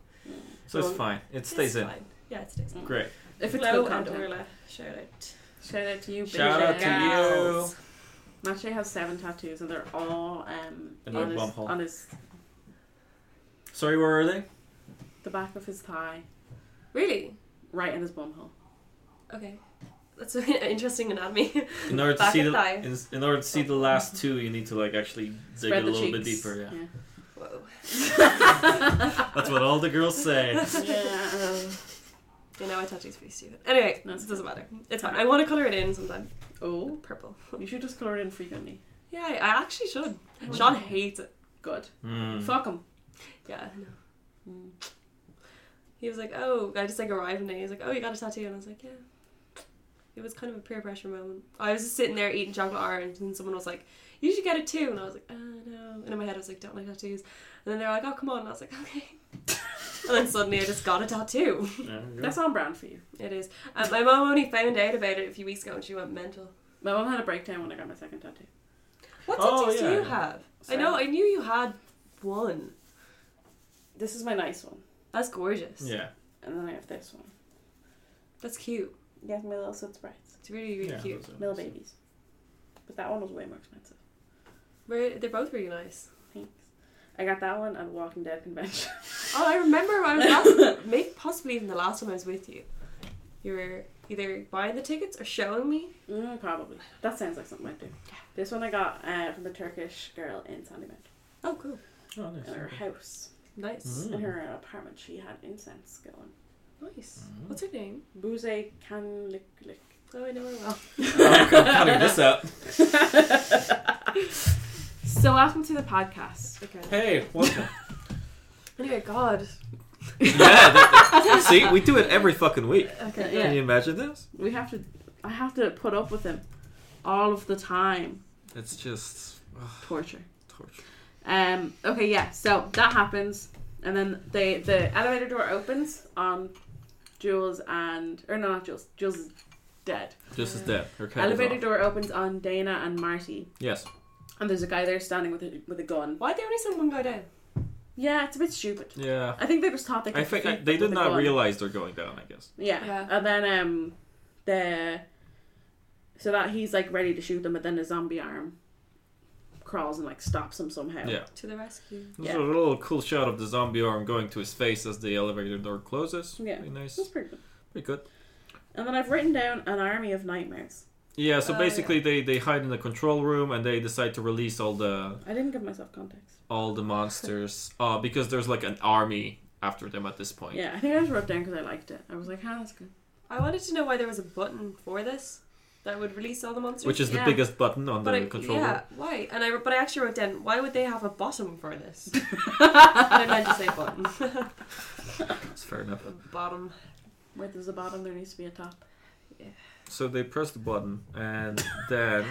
Speaker 2: So it's fine. It
Speaker 1: It's
Speaker 2: stays in.
Speaker 1: fine. Yeah, it stays. in.
Speaker 2: Great.
Speaker 3: If it's
Speaker 1: Flo
Speaker 3: good
Speaker 1: and
Speaker 3: content.
Speaker 1: Orla, shout out.
Speaker 3: Shout out to you, bitch.
Speaker 2: Shout out to you.
Speaker 1: Girls.
Speaker 3: Mache has seven tattoos and they're all um,
Speaker 2: In
Speaker 3: on,
Speaker 2: your
Speaker 3: his,
Speaker 2: bumhole.
Speaker 3: on his
Speaker 2: Sorry, where are they?
Speaker 3: the back of his thigh,
Speaker 1: Really?
Speaker 3: right in his bumhole.
Speaker 1: Okay. That's (laughs) an interesting anatomy.
Speaker 2: In order to
Speaker 1: Back
Speaker 2: see
Speaker 1: and
Speaker 2: the
Speaker 1: thigh.
Speaker 2: in, in order to see the last two, you need to like actually dig
Speaker 3: Spread
Speaker 2: a
Speaker 3: the
Speaker 2: little bit
Speaker 3: cheeks.
Speaker 2: deeper. Yeah.
Speaker 1: Whoa.
Speaker 2: That's what all the girls
Speaker 3: (laughs)
Speaker 2: say.
Speaker 3: Yeah. (laughs) yeah. um,
Speaker 1: You know, my tattoo's pretty stupid. Anyway,
Speaker 3: No, it's
Speaker 1: it doesn't
Speaker 3: fine.
Speaker 1: matter. It's fine. I want to color it in sometime.
Speaker 3: oh.
Speaker 1: Purple.
Speaker 3: You should just color it in frequently.
Speaker 1: Yeah, I I actually should. Sean hates it.
Speaker 3: Good.
Speaker 2: Hmm.
Speaker 3: Fuck him.
Speaker 1: Yeah, I know. He was like, "Oh, I just like arrived and he's like, "Oh, you got a tattoo?" And I was like, "Yeah." It was kind of a peer pressure moment. I was just sitting there eating chocolate orange, and someone was like, "You should get it too," and I was like, "Oh no!" And in my head, I was like, "Don't like tattoos." And then they were like, "Oh, come on!" And I was like, (laughs) "Okay." and then suddenly, I just got a tattoo.
Speaker 2: There we go.
Speaker 3: That's on brand for you.
Speaker 1: It is. And my mom only found out about it a few weeks ago, and she went mental.
Speaker 3: My mom had a breakdown when I got my second tattoo.
Speaker 1: What
Speaker 2: Oh,
Speaker 1: tattoos
Speaker 2: yeah.
Speaker 1: do you have? I know. I knew you had one.
Speaker 3: This is my nice one,
Speaker 1: That's gorgeous.
Speaker 2: yeah.
Speaker 3: and then I have this one.
Speaker 1: That's cute.
Speaker 3: Yeah, my little soot sprites,
Speaker 1: It's really, really
Speaker 2: yeah,
Speaker 1: cute.
Speaker 2: those are
Speaker 3: little
Speaker 2: nice.
Speaker 3: babies. But that one was way more expensive.
Speaker 1: Very- They're both really nice.
Speaker 3: Thanks. I got that one at Walking Dead convention.
Speaker 1: Oh, I remember when I was
Speaker 2: (laughs)
Speaker 1: last, maybe possibly even the last time I was with you. You were either buying the tickets or showing me.
Speaker 3: mm, probably. That sounds like something I'd do. This one I got uh, from a Turkish girl in Sandy Mount,
Speaker 1: Oh, cool.
Speaker 2: Oh,
Speaker 3: in her
Speaker 2: nice.
Speaker 3: house,
Speaker 1: Nice.
Speaker 2: Mm.
Speaker 3: in her apartment. She had incense going.
Speaker 2: Mm-hmm.
Speaker 1: Nice. What's her name?
Speaker 3: Booze can lick lick.
Speaker 1: Oh, I know her well.
Speaker 2: I'm cutting this
Speaker 3: (laughs)
Speaker 2: out.
Speaker 3: so welcome to the podcast.
Speaker 1: Okay.
Speaker 2: Hey,
Speaker 3: (laughs)
Speaker 2: welcome.
Speaker 1: Anyway, God.
Speaker 2: yeah, that- that- see, we do it every fucking week.
Speaker 1: Okay. (laughs)
Speaker 3: Yeah.
Speaker 2: Can you imagine this?
Speaker 3: We have to. I have to put up with him all of the time.
Speaker 2: It's just ugh,
Speaker 3: Torture.
Speaker 2: torture.
Speaker 3: Um. Okay. Yeah. So that happens, and then they the elevator door opens on Jules and or no, not Jules. Jules is dead.
Speaker 2: Just as dead. Her cat is
Speaker 3: elevator
Speaker 2: off.
Speaker 3: door opens on Dana and Marty,
Speaker 2: Yes.
Speaker 3: and there's a guy there standing with a, with a gun.
Speaker 1: Why'd they only send one guy down?
Speaker 3: Yeah, it's a bit stupid.
Speaker 2: Yeah.
Speaker 3: I think they just thought they. Could
Speaker 2: I think I,
Speaker 3: defeat
Speaker 2: they
Speaker 3: them
Speaker 2: did
Speaker 3: with a
Speaker 2: not
Speaker 3: gun.
Speaker 2: realize they're going down. I guess.
Speaker 3: Yeah.
Speaker 1: Yeah.
Speaker 3: And then um the so that he's like ready to shoot them, but then a zombie arm crawls and like stops him somehow.
Speaker 2: Yeah.
Speaker 1: To the rescue.
Speaker 2: There's
Speaker 3: Yeah.
Speaker 2: a little cool shot of the zombie arm going to his face as the elevator door closes.
Speaker 3: Yeah.
Speaker 2: Pretty nice.
Speaker 3: That's pretty good.
Speaker 2: Pretty good.
Speaker 3: And then I've written down an army of nightmares.
Speaker 2: Yeah. So
Speaker 3: Uh,
Speaker 1: Oh,
Speaker 2: basically, they they hide in the control room and they decide to release all the
Speaker 3: I didn't give myself context.
Speaker 2: all the (laughs) monsters. Uh, because there's like an army after them at this point.
Speaker 3: Yeah, I think I just wrote down because I liked it. I was like, ah, that's good.
Speaker 1: I wanted to know why there was a button for this that would release all the monsters.
Speaker 2: Which is
Speaker 3: Yeah.
Speaker 2: the biggest button on
Speaker 1: but
Speaker 2: the
Speaker 1: I,
Speaker 2: control
Speaker 1: yeah,
Speaker 2: room.
Speaker 1: why? And I but I actually wrote down why would they have a bottom for
Speaker 2: (laughs)
Speaker 1: this? (laughs) and I meant to say button. (laughs)
Speaker 2: That's fair enough.
Speaker 1: bottom.
Speaker 3: Where there's a bottom, there needs to be a top.
Speaker 2: So they press the button, and then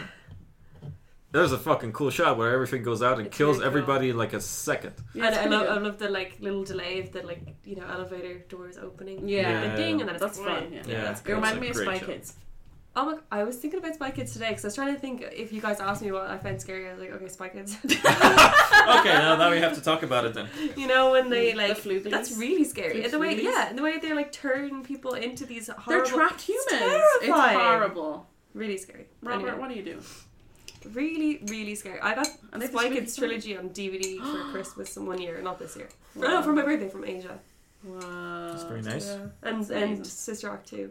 Speaker 2: there's a fucking cool shot where everything goes out and
Speaker 1: It's
Speaker 2: kills
Speaker 1: really cool.
Speaker 2: everybody in like a second.
Speaker 1: and
Speaker 3: it's
Speaker 1: I
Speaker 3: pretty
Speaker 1: love, I
Speaker 3: good.
Speaker 1: love the like little delay of the like you know elevator doors opening.
Speaker 3: Yeah.
Speaker 1: And ding, and then it's
Speaker 3: That's
Speaker 1: like,
Speaker 3: fun. Yeah.
Speaker 2: Yeah.
Speaker 1: that's
Speaker 3: It
Speaker 1: good.
Speaker 2: Remind-
Speaker 3: reminded me of
Speaker 2: It's a
Speaker 3: Spy
Speaker 2: great show.
Speaker 3: Kids.
Speaker 1: Oh my! I was thinking about Spy Kids today because I was trying to think if you guys asked me what I found scary. I was like, okay, Spy
Speaker 3: (laughs)
Speaker 1: Kids.
Speaker 2: (laughs)
Speaker 1: (laughs)
Speaker 2: okay, now, now we have to talk about it (laughs) then.
Speaker 1: you know when they
Speaker 3: Mm, the
Speaker 1: like
Speaker 3: flugelies.
Speaker 1: that's really scary.
Speaker 3: Flug-
Speaker 1: And the way
Speaker 3: fluglies.
Speaker 1: yeah, and the way they like turn people into these
Speaker 3: They're
Speaker 1: horrible.
Speaker 3: trapped humans.
Speaker 1: It's
Speaker 3: It's,
Speaker 1: terrifying.
Speaker 3: horrible.
Speaker 1: Really scary.
Speaker 3: Robert,
Speaker 1: Anyway.
Speaker 3: what are you doing?
Speaker 1: Really, really scary. I got
Speaker 3: And
Speaker 1: the
Speaker 3: they
Speaker 1: Spy
Speaker 3: just make
Speaker 1: Kids
Speaker 3: it funny.
Speaker 1: trilogy on DVD
Speaker 3: (gasps)
Speaker 1: for Christmas in one year, not this year. For- (laughs)
Speaker 3: Wow.
Speaker 1: No, for my birthday Oh, from Asia.
Speaker 3: Wow.
Speaker 2: That's very nice.
Speaker 1: Yeah. And
Speaker 3: That's amazing.
Speaker 1: and Sister Act two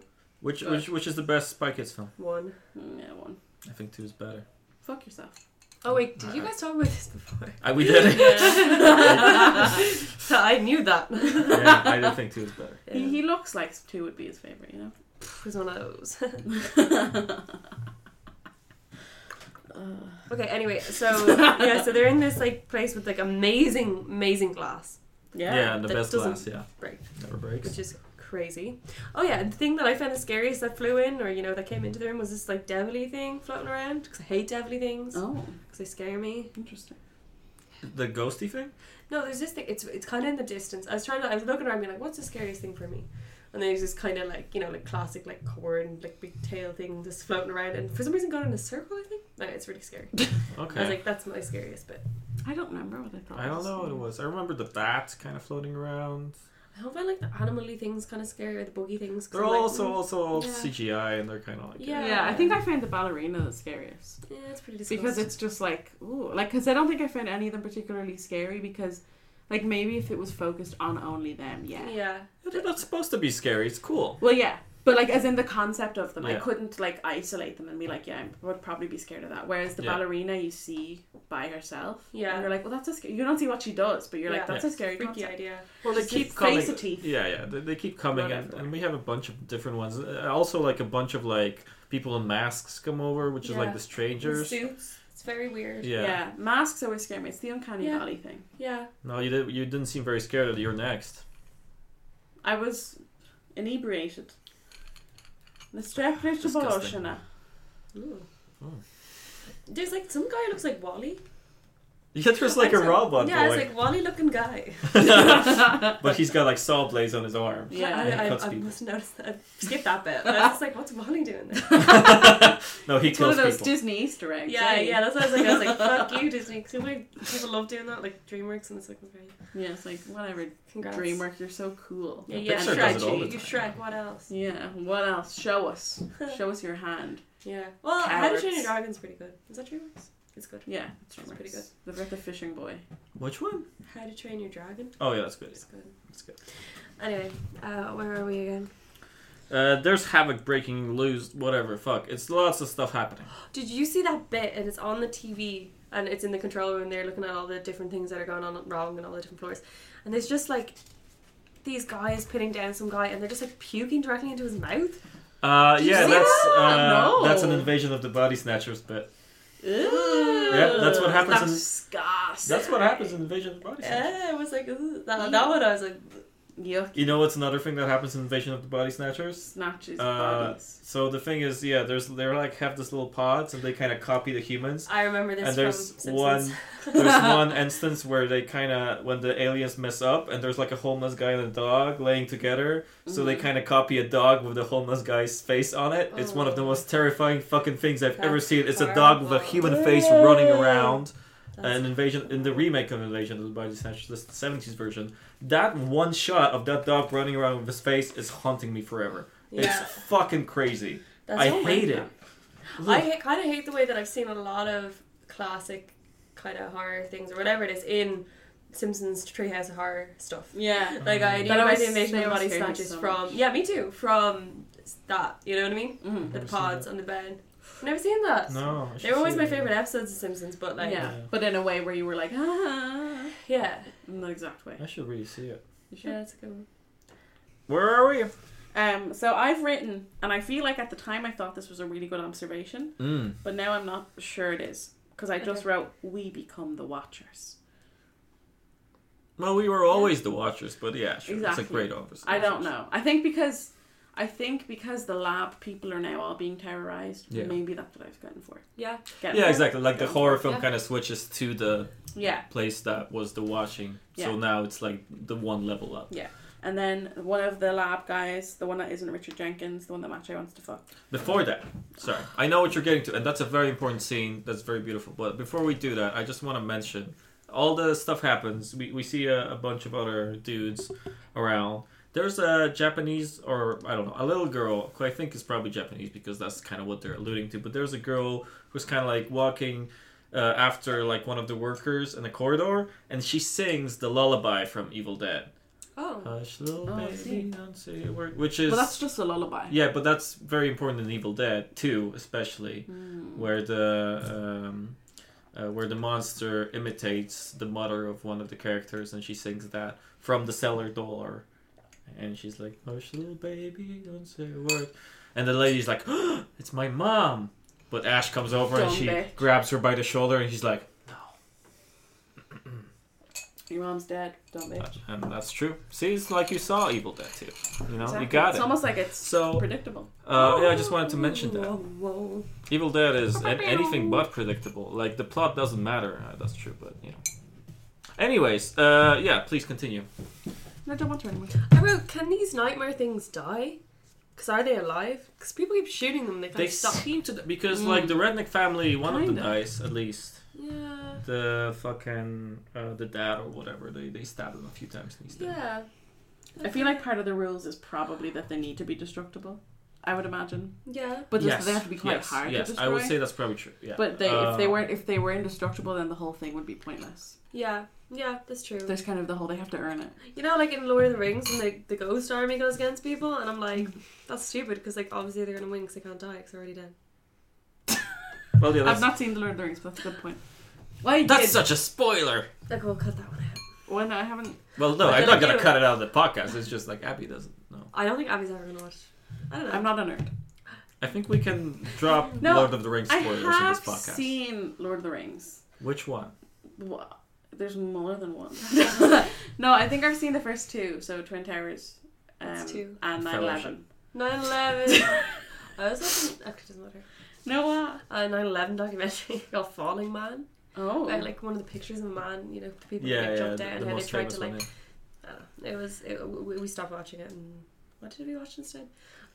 Speaker 2: Which
Speaker 3: Good.
Speaker 2: which which is the best Spy Kids film?
Speaker 1: one.
Speaker 3: Yeah, one.
Speaker 2: I think two is (laughs) better.
Speaker 3: Fuck yourself.
Speaker 1: Oh wait, did you
Speaker 2: Alright.
Speaker 1: guys talk about this before?
Speaker 2: I, we did (laughs) it.
Speaker 1: (laughs) I knew that.
Speaker 2: yeah, I do think two is better.
Speaker 3: He,
Speaker 1: Yeah,
Speaker 3: he looks like two would be his favorite, (laughs) you know.
Speaker 1: (laughs) it was one of those. okay, anyway, so yeah, so they're in this like place with like amazing, amazing glass,
Speaker 2: Yeah,
Speaker 3: yeah.
Speaker 2: and the
Speaker 1: that
Speaker 2: best
Speaker 1: doesn't
Speaker 2: glass. Yeah,
Speaker 1: break.
Speaker 2: never breaks.
Speaker 1: which is crazy. Oh yeah, and the thing that I found the scariest that flew in, or you know, that came into the room was this like devilly thing floating around. Because I hate devilly things.
Speaker 3: Oh,
Speaker 1: because they scare me.
Speaker 3: interesting.
Speaker 2: The ghosty thing.
Speaker 1: No, there's this thing. It's it's kind of in the distance. I was trying to. I was looking around, being like, "What's the scariest thing for me?" And there's this kind of like you know like classic like corn like big tail thing just floating around, and for some reason going in a circle. I think no, it's really scary. I was
Speaker 2: Okay.
Speaker 1: like, "That's my scariest bit."
Speaker 3: I don't remember what I thought.
Speaker 2: I don't know what it was. I remember the bat kind of floating around.
Speaker 1: I don't find like the animally things kind of scary or the boogie things. 'cause
Speaker 2: They're
Speaker 1: I'm like,
Speaker 2: also
Speaker 1: "Mm,
Speaker 2: also all
Speaker 1: yeah.
Speaker 2: CGI, and they're kind of like
Speaker 1: Yeah.
Speaker 3: Yeah, I think I found the ballerina the scariest
Speaker 1: yeah, it's pretty disgusting.
Speaker 3: because it's just like ooh, like because I don't think I found any of them particularly scary because, like maybe if it was focused on only them, yeah.
Speaker 1: yeah.
Speaker 2: They're not supposed to be scary. It's cool.
Speaker 3: Well, yeah, but like as in the concept of them, I
Speaker 2: Yeah.
Speaker 3: couldn't like isolate them and be like, yeah, I would probably be scared of that. Whereas the
Speaker 2: Yeah.
Speaker 3: ballerina you see by herself,
Speaker 1: Yeah.
Speaker 3: and you're like, well, that's a sc-. you don't see what she does, but you're
Speaker 1: Yeah.
Speaker 3: like, that's a scary
Speaker 1: Freaky
Speaker 3: concept.
Speaker 1: idea.
Speaker 2: Well, they
Speaker 3: Just
Speaker 2: keep
Speaker 3: face
Speaker 2: coming.
Speaker 3: a teeth.
Speaker 2: Yeah, yeah, they, they keep coming, and,
Speaker 3: Whatever.
Speaker 2: and we have a bunch of different ones. Uh, Also, like a bunch of like people in masks come over, which is
Speaker 1: Yeah.
Speaker 2: like the strangers.
Speaker 1: Suits. It's very weird.
Speaker 2: Yeah.
Speaker 3: masks always scare me. It's the uncanny
Speaker 1: Yeah.
Speaker 3: valley thing.
Speaker 1: Yeah.
Speaker 2: No, you did, you didn't seem very scared of your next. (laughs)
Speaker 3: I was inebriated. Distracted
Speaker 2: Disgusting. (laughs)
Speaker 3: Bolshina.
Speaker 1: Ooh.
Speaker 2: Oh.
Speaker 1: There's like some guy who looks like Wally.
Speaker 2: Yeah, there's like a
Speaker 1: That's
Speaker 2: robot,
Speaker 1: Yeah, it's
Speaker 2: but,
Speaker 1: like Wally looking guy.
Speaker 2: like, (laughs) but he's got like saw blades on
Speaker 1: (laughs)
Speaker 2: his arm. (laughs)
Speaker 3: Yeah,
Speaker 1: I,
Speaker 2: and he
Speaker 1: I,
Speaker 2: cuts
Speaker 1: I,
Speaker 2: people.
Speaker 1: must notice that. I skipped that bit. I was just like, what's Wally doing there?
Speaker 2: No, he
Speaker 3: It's one
Speaker 2: kills
Speaker 3: of those
Speaker 2: people.
Speaker 3: Disney Easter eggs.
Speaker 1: yeah,
Speaker 3: eh?
Speaker 1: yeah, that's what I was like. I was like, fuck (laughs) you, Disney. Because people love doing that, like DreamWorks, and it's like, okay,
Speaker 3: Yeah, it's like whatever.
Speaker 1: congrats.
Speaker 3: DreamWorks, you're so cool.
Speaker 1: Yeah,
Speaker 2: Yeah,
Speaker 1: yeah,
Speaker 2: Pixar
Speaker 1: Shrek.
Speaker 2: does it all the
Speaker 1: you
Speaker 2: time.
Speaker 1: Shrek, what (laughs) else?
Speaker 3: Yeah. What else? Show
Speaker 1: (laughs)
Speaker 3: us. Show us your hand.
Speaker 1: Yeah. Well, How to Train Your
Speaker 3: Cowards.
Speaker 1: Dragon's pretty good. Is that DreamWorks? It's good.
Speaker 3: Yeah,
Speaker 1: That's pretty good.
Speaker 3: The Birth of Fishing Boy.
Speaker 2: Which one?
Speaker 1: How to Train Your Dragon?
Speaker 2: Oh yeah, that's good.
Speaker 1: It's good.
Speaker 2: That's good.
Speaker 1: Anyway, uh, where are we again?
Speaker 2: Uh, there's havoc breaking loose, whatever. Fuck, it's lots of stuff happening.
Speaker 1: Did you see that bit? And it's on the TV, and it's in the control room. They're looking at all the different things that are going on wrong and all the different floors. And there's just like these guys pinning down some guy and they're just like puking directly into his mouth.
Speaker 2: Uh,
Speaker 3: Did you
Speaker 2: yeah,
Speaker 3: see
Speaker 2: that's
Speaker 3: that?
Speaker 2: uh,
Speaker 3: No.
Speaker 2: that's an invasion of the body snatchers bit.
Speaker 3: Ooh.
Speaker 2: Yeah, that's what happens.
Speaker 1: That's
Speaker 2: In,
Speaker 1: disgusting.
Speaker 2: that's what happens in invasion of the body
Speaker 3: Eh.
Speaker 2: snatchers.
Speaker 1: Yeah, it was like "Ugh." that, that one. I was like,
Speaker 3: Yuck.
Speaker 2: You know what's another thing that happens in invasion of the body snatchers?
Speaker 3: Snatches
Speaker 2: Uh,
Speaker 3: bodies.
Speaker 2: So the thing is, yeah, there's they're like have this little pods and they kind of copy the humans.
Speaker 1: I remember this.
Speaker 2: And there's
Speaker 1: from (laughs)
Speaker 2: one-
Speaker 1: Simpsons.
Speaker 2: There's
Speaker 1: (laughs)
Speaker 2: one instance where they kind of when the aliens mess up and there's like a homeless guy and a dog laying together, so
Speaker 1: Mm-hmm.
Speaker 2: they kind of copy a dog with a homeless guy's face on it. It's one of the
Speaker 1: Oh.
Speaker 2: most terrifying fucking things I've ever
Speaker 1: That's
Speaker 2: seen. It's a dog with a
Speaker 1: horrible.
Speaker 2: human face running around.
Speaker 1: That's-
Speaker 2: an invasion in the remake of Invasion of the Body Snatchers, the seventies version. That one shot of that dog running around with his face is haunting me forever.
Speaker 1: yeah,
Speaker 2: It's fucking crazy.
Speaker 1: that's
Speaker 2: I
Speaker 1: all right.
Speaker 2: hate it.
Speaker 1: I ha- kind of hate the way that I've seen a lot of classic kind of horror things or whatever it is in Simpsons Treehouse of Horror stuff.
Speaker 3: Yeah.
Speaker 1: Like I knew about
Speaker 3: That always-
Speaker 1: the invasion
Speaker 3: they
Speaker 1: of the body
Speaker 3: always scare me
Speaker 1: snatches
Speaker 3: so
Speaker 1: from yeah, me too. From that, you know what I mean?
Speaker 3: Mm.
Speaker 1: With
Speaker 2: Never
Speaker 1: the
Speaker 2: seen
Speaker 1: pods on the bed. Never seen that.
Speaker 2: No, I
Speaker 1: They
Speaker 2: should
Speaker 1: were always
Speaker 2: see
Speaker 1: my
Speaker 2: it.
Speaker 1: favorite episodes of Simpsons, but like yeah,
Speaker 3: yeah. But in a way where you were like, (laughs) ah.
Speaker 1: yeah,
Speaker 3: In the exact way.
Speaker 2: I should really see it.
Speaker 3: You should.
Speaker 1: that's a good one.
Speaker 2: Where are we?
Speaker 3: Um, so I've written, and I feel like at the time I thought this was a really good observation,
Speaker 2: Mm.
Speaker 3: but now I'm not sure it is. Because I just
Speaker 1: Okay.
Speaker 3: wrote, we become the watchers.
Speaker 2: Well, we were always the Watchers, but yeah, sure.
Speaker 3: Exactly.
Speaker 2: It's a great office.
Speaker 3: I don't know. I think because I think because the lab people are now all being terrorized.
Speaker 2: Yeah.
Speaker 3: Maybe that's what I was going for.
Speaker 1: Yeah,
Speaker 3: Getting
Speaker 2: Yeah,
Speaker 3: for.
Speaker 2: exactly. Like the horror film
Speaker 1: Yeah.
Speaker 2: kind of switches to the
Speaker 3: Yeah.
Speaker 2: place that was the watching. So
Speaker 3: Yeah.
Speaker 2: now it's like the one level up.
Speaker 3: And then one of the lab guys, the one that isn't Richard Jenkins, the one that Macho wants to fuck.
Speaker 2: Before that, sorry, I know what you're getting to, and that's a very important scene. That's very beautiful. But before we do that, I just want to mention all the stuff happens. We, we see a, a bunch of other dudes around. There's a Japanese, or I don't know, a little girl who I think is probably Japanese because that's kind of what they're alluding to. But there's a girl who's kind of like walking uh, after like one of the workers in the corridor, and she sings the lullaby from Evil Dead.
Speaker 1: Oh,
Speaker 2: Hush, little
Speaker 3: Oh, I
Speaker 2: baby,
Speaker 3: see.
Speaker 2: don't say a word. Which is
Speaker 3: But that's just a lullaby.
Speaker 2: yeah, but that's very important in Evil Dead too, especially
Speaker 3: Hmm.
Speaker 2: where the um, uh, where the monster imitates the mother of one of the characters, and she sings that from the cellar door, and she's like, "Hush, little baby, don't say a word," and the lady's like, "It's my mom," but Ash comes over and
Speaker 3: Dumb
Speaker 2: she
Speaker 3: bitch.
Speaker 2: grabs her by the shoulder, and he's like,
Speaker 3: Your mom's dead. Don't bitch.
Speaker 2: "And that's true." See, it's like you saw Evil Dead too. You know,
Speaker 3: Exactly.
Speaker 2: you got
Speaker 3: it's
Speaker 2: it.
Speaker 3: almost like it's
Speaker 2: so
Speaker 3: predictable.
Speaker 2: uh, yeah, I just wanted to mention that.
Speaker 1: Whoa, whoa.
Speaker 2: Evil Dead is an- anything but predictable. Like the plot doesn't matter. Uh, that's true, but you know. Anyways, uh, yeah, please continue.
Speaker 3: No, don't want to anymore.
Speaker 1: I wrote, can these nightmare things die? Because are they alive? Because people keep shooting them, they kind
Speaker 2: They
Speaker 1: of stop.
Speaker 2: seem to because
Speaker 3: Mm.
Speaker 2: like the redneck family, one of
Speaker 3: Kinda.
Speaker 2: them dies at least.
Speaker 1: Yeah,
Speaker 2: The fucking uh, the dad or whatever they they stab him a few times and he's dead.
Speaker 1: yeah.
Speaker 3: I feel like part of the rules is probably that they need to be destructible. I would imagine,
Speaker 1: yeah.
Speaker 3: but
Speaker 2: yes,
Speaker 3: they have to be quite
Speaker 2: yes,
Speaker 3: hard
Speaker 2: Yes,
Speaker 3: to destroy.
Speaker 2: I would say that's probably true. Yeah,
Speaker 3: But they,
Speaker 2: Uh,
Speaker 3: if they weren't, if they were indestructible, then the whole thing would be pointless.
Speaker 1: Yeah, yeah, that's true.
Speaker 3: There's kind of the whole they have to earn it.
Speaker 1: You know, like in Lord of the Rings, when the, the ghost army goes against people, and I'm like, that's stupid because like obviously they're gonna win because they can't die because they're already dead.
Speaker 2: (laughs) well, yeah,
Speaker 3: I've
Speaker 2: that's,
Speaker 3: not seen the Lord of the Rings, but that's a good point. Well, I
Speaker 2: that's
Speaker 3: did.
Speaker 2: such a spoiler.
Speaker 1: Like, we'll cut that one out.
Speaker 3: Well, no, I haven't.
Speaker 2: Well, no,
Speaker 1: But
Speaker 2: I'm
Speaker 1: then
Speaker 2: not
Speaker 1: I
Speaker 2: gonna
Speaker 1: do.
Speaker 2: cut it out of the podcast. It's just like Abby doesn't know.
Speaker 1: I don't think Abby's ever gonna watch. I don't know.
Speaker 3: I'm not a nerd.
Speaker 2: I think we can drop
Speaker 3: No,
Speaker 2: Lord of the Rings
Speaker 3: I
Speaker 2: spoilers in this
Speaker 3: have
Speaker 2: podcast.
Speaker 3: seen Lord of the Rings.
Speaker 2: Which one?
Speaker 3: Wha- There's more
Speaker 1: (laughs)
Speaker 3: than one. (laughs) no, I think I've seen the first two. So Twin Towers, um,
Speaker 1: That's two.
Speaker 3: and Nine Eleven.
Speaker 1: Nine Eleven.
Speaker 2: (laughs)
Speaker 1: I was watching. Actually, doesn't matter.
Speaker 3: No, uh,
Speaker 1: A Nine Eleven documentary (laughs) called Falling Man.
Speaker 3: oh,
Speaker 1: About, like one of the pictures of a man. You know, the people
Speaker 2: yeah,
Speaker 1: that
Speaker 2: yeah,
Speaker 1: get jumped
Speaker 2: the-
Speaker 1: out
Speaker 2: the
Speaker 1: and how they
Speaker 2: most
Speaker 1: tried
Speaker 2: famous
Speaker 1: to
Speaker 2: one,
Speaker 1: like.
Speaker 2: yeah.
Speaker 1: I don't know. It was. It, we we stopped watching it and. What did we watch instead?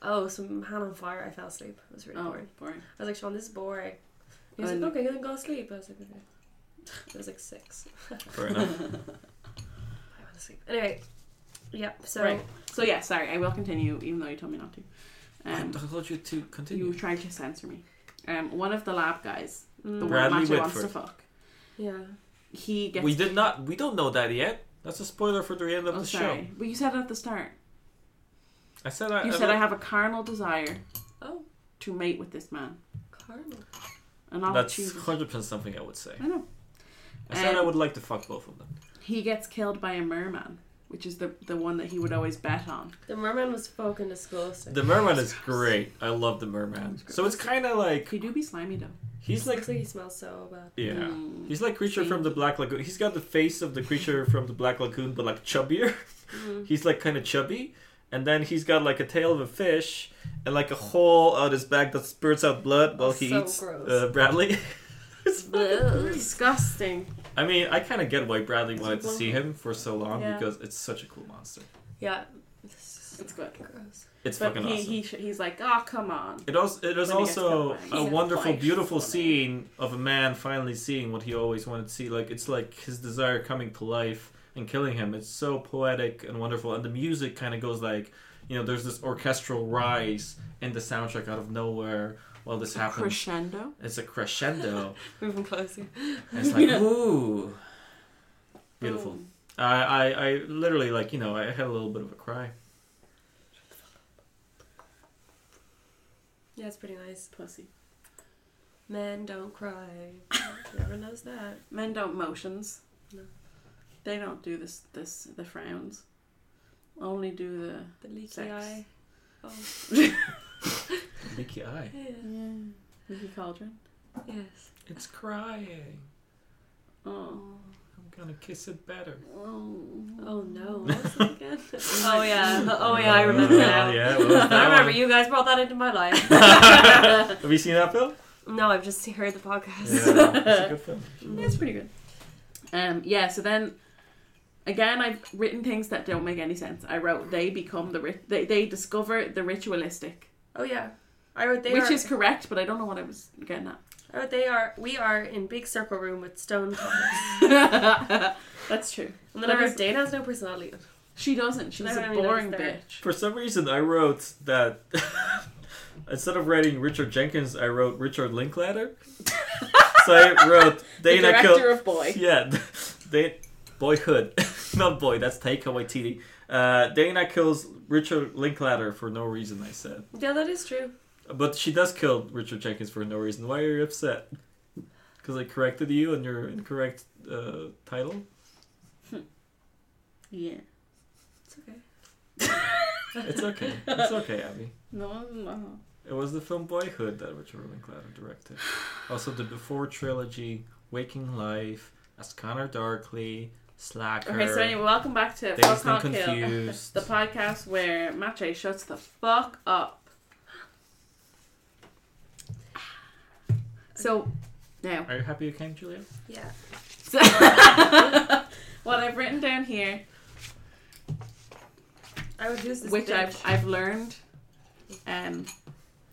Speaker 1: Oh, some hand on fire. I fell asleep. It was really
Speaker 3: oh,
Speaker 1: boring.
Speaker 3: boring.
Speaker 1: I was like, Sean, this is boring. He was
Speaker 3: And-
Speaker 1: like, okay, then go to sleep. I was like, okay. (sighs) It was like six.
Speaker 2: Fair enough.
Speaker 1: (laughs) I went to sleep. Anyway, yeah, so.
Speaker 3: Right. So yeah, sorry, I will continue, even though you told me not to.
Speaker 2: I
Speaker 3: Um,
Speaker 2: told you to
Speaker 3: you were
Speaker 2: continue.
Speaker 3: trying to censor me. Um, one of the lab guys, the
Speaker 1: Mm,
Speaker 3: one
Speaker 2: Bradley
Speaker 3: Macho wants to
Speaker 2: Whitford.
Speaker 3: fuck.
Speaker 1: yeah.
Speaker 3: He gets.
Speaker 2: We did not. We don't know that yet. That's a spoiler for the end of
Speaker 3: oh,
Speaker 2: the
Speaker 3: sorry.
Speaker 2: show. Uh,
Speaker 3: But you said it at the start.
Speaker 2: I said. I,
Speaker 3: You said I have a carnal desire
Speaker 1: Oh,
Speaker 3: to mate with this man,
Speaker 1: carnal.
Speaker 3: and I'll
Speaker 2: That's
Speaker 3: choose.
Speaker 2: hundred percent something I would say.
Speaker 3: I know.
Speaker 2: I said I
Speaker 3: Um,
Speaker 2: would like to fuck both of them.
Speaker 3: He gets killed by a merman, which is the the one that he would always bet on.
Speaker 1: The merman was fucking disgusting.
Speaker 2: The merman is great. I love the merman. So it's kind of like
Speaker 3: He do be slimy though.
Speaker 2: he's like
Speaker 1: Looks like he smells so bad.
Speaker 2: yeah.
Speaker 3: Mm.
Speaker 2: He's like creature from the Black Lagoon. He's got the face of the creature from the Black Lagoon, but like chubbier. he's like kind of chubby, and then he's got like a tail of a fish and like a hole out his back that spurts out blood while
Speaker 1: That's
Speaker 2: he
Speaker 1: so
Speaker 2: eats
Speaker 1: gross.
Speaker 2: uh, Bradley. (laughs) It's
Speaker 1: Ugh.
Speaker 3: Disgusting.
Speaker 2: I mean, I kind of get why Bradley wanted to
Speaker 3: blown.
Speaker 2: see him for so long
Speaker 3: Yeah.
Speaker 2: because it's such a cool monster.
Speaker 1: Yeah.
Speaker 3: It's good.
Speaker 1: Gross.
Speaker 2: It's
Speaker 3: But
Speaker 2: fucking
Speaker 3: he,
Speaker 2: awesome.
Speaker 3: he sh- he's like, oh come on.
Speaker 2: it also it was
Speaker 3: Let me guess
Speaker 2: also
Speaker 3: that one.
Speaker 2: a
Speaker 1: He's a
Speaker 2: wonderful,
Speaker 3: flesh
Speaker 2: beautiful
Speaker 3: woman.
Speaker 2: scene of a man finally seeing what he always wanted to see. Like it's like his desire coming to life and killing him. It's so poetic and wonderful, and the music kind of goes like, you know, there's this orchestral rise in the soundtrack out of nowhere while this happens.
Speaker 3: Crescendo.
Speaker 2: it's a (laughs) crescendo.
Speaker 1: Moving closer.
Speaker 2: and it's like
Speaker 3: Yeah.
Speaker 2: ooh, beautiful.
Speaker 3: Hmm,
Speaker 2: I, I I literally like you know I had a little bit of a cry.
Speaker 1: Yeah, it's pretty nice.
Speaker 3: Pussy.
Speaker 1: Men don't cry. Everyone knows that.
Speaker 3: Men don't motions.
Speaker 1: No.
Speaker 3: They don't do this this the frowns. Only do the
Speaker 1: The leaky
Speaker 3: Sex.
Speaker 1: eye. Oh,
Speaker 2: Mickey eye.
Speaker 1: yeah.
Speaker 3: yeah. Mickey Cauldron.
Speaker 1: Yes.
Speaker 2: It's crying.
Speaker 3: Oh.
Speaker 2: I'm gonna kiss it better.
Speaker 1: Oh
Speaker 3: Oh.
Speaker 1: no. What was it (laughs) again? oh yeah. Oh yeah, I remember
Speaker 2: Uh,
Speaker 1: now.
Speaker 2: Yeah, what was
Speaker 1: (laughs)
Speaker 2: that
Speaker 1: I remember
Speaker 2: one?
Speaker 1: you guys brought that into my
Speaker 2: (laughs)
Speaker 1: life.
Speaker 2: Have you seen that film?
Speaker 1: no, I've just heard the podcast.
Speaker 2: it's a
Speaker 3: (laughs)
Speaker 2: good film.
Speaker 3: That's pretty good. Um, yeah, so then again, I've written things that don't make any sense. I wrote they become the rit- they, they discover the ritualistic,
Speaker 1: (laughs) Oh yeah. I wrote they
Speaker 3: which
Speaker 1: are
Speaker 3: is correct, but I don't know what I was getting (laughs)
Speaker 1: I wrote they are we are in big circle room with stone topics.
Speaker 3: at. That's true.
Speaker 1: And then I
Speaker 3: There
Speaker 1: wrote
Speaker 3: is-
Speaker 1: Dana has no personality.
Speaker 3: She doesn't. She's
Speaker 1: Never
Speaker 3: a
Speaker 1: really
Speaker 3: boring
Speaker 1: noticed
Speaker 3: bitch.
Speaker 2: For some reason, I wrote that (laughs) instead of writing Richard Jenkins, I wrote Richard Linklater. so I wrote
Speaker 3: (laughs) the
Speaker 2: Dana
Speaker 3: director
Speaker 2: killed.
Speaker 3: of boy.
Speaker 2: (laughs) Yeah, they boyhood, (laughs) not boy. That's Taika Waititi. Uh, Dana kills Richard Linklater for no reason. I said,
Speaker 1: Yeah, that is true.
Speaker 2: but she does kill Richard Jenkins for no reason. Why are you upset? Because I corrected you on your incorrect uh, title.
Speaker 3: Yeah.
Speaker 1: It's okay.
Speaker 2: It's okay. It's okay, Abby.
Speaker 3: No. no.
Speaker 2: It was the film Boyhood that Richard Linklater directed. Also, the Before trilogy, Waking Life, As Connor Darkly, Slacker,
Speaker 3: Okay, so anyway, welcome back to
Speaker 2: Dazed
Speaker 3: Fuck
Speaker 2: and
Speaker 3: Not Kill,
Speaker 2: Confused.
Speaker 3: the podcast where Mache shuts the fuck up. So now
Speaker 2: Are you happy you came,
Speaker 3: (laughs)
Speaker 2: Julia?
Speaker 1: Yeah.
Speaker 3: So, (laughs) what I've written down here,
Speaker 1: I would use this
Speaker 3: which
Speaker 1: bitch.
Speaker 3: I've I've learned, um,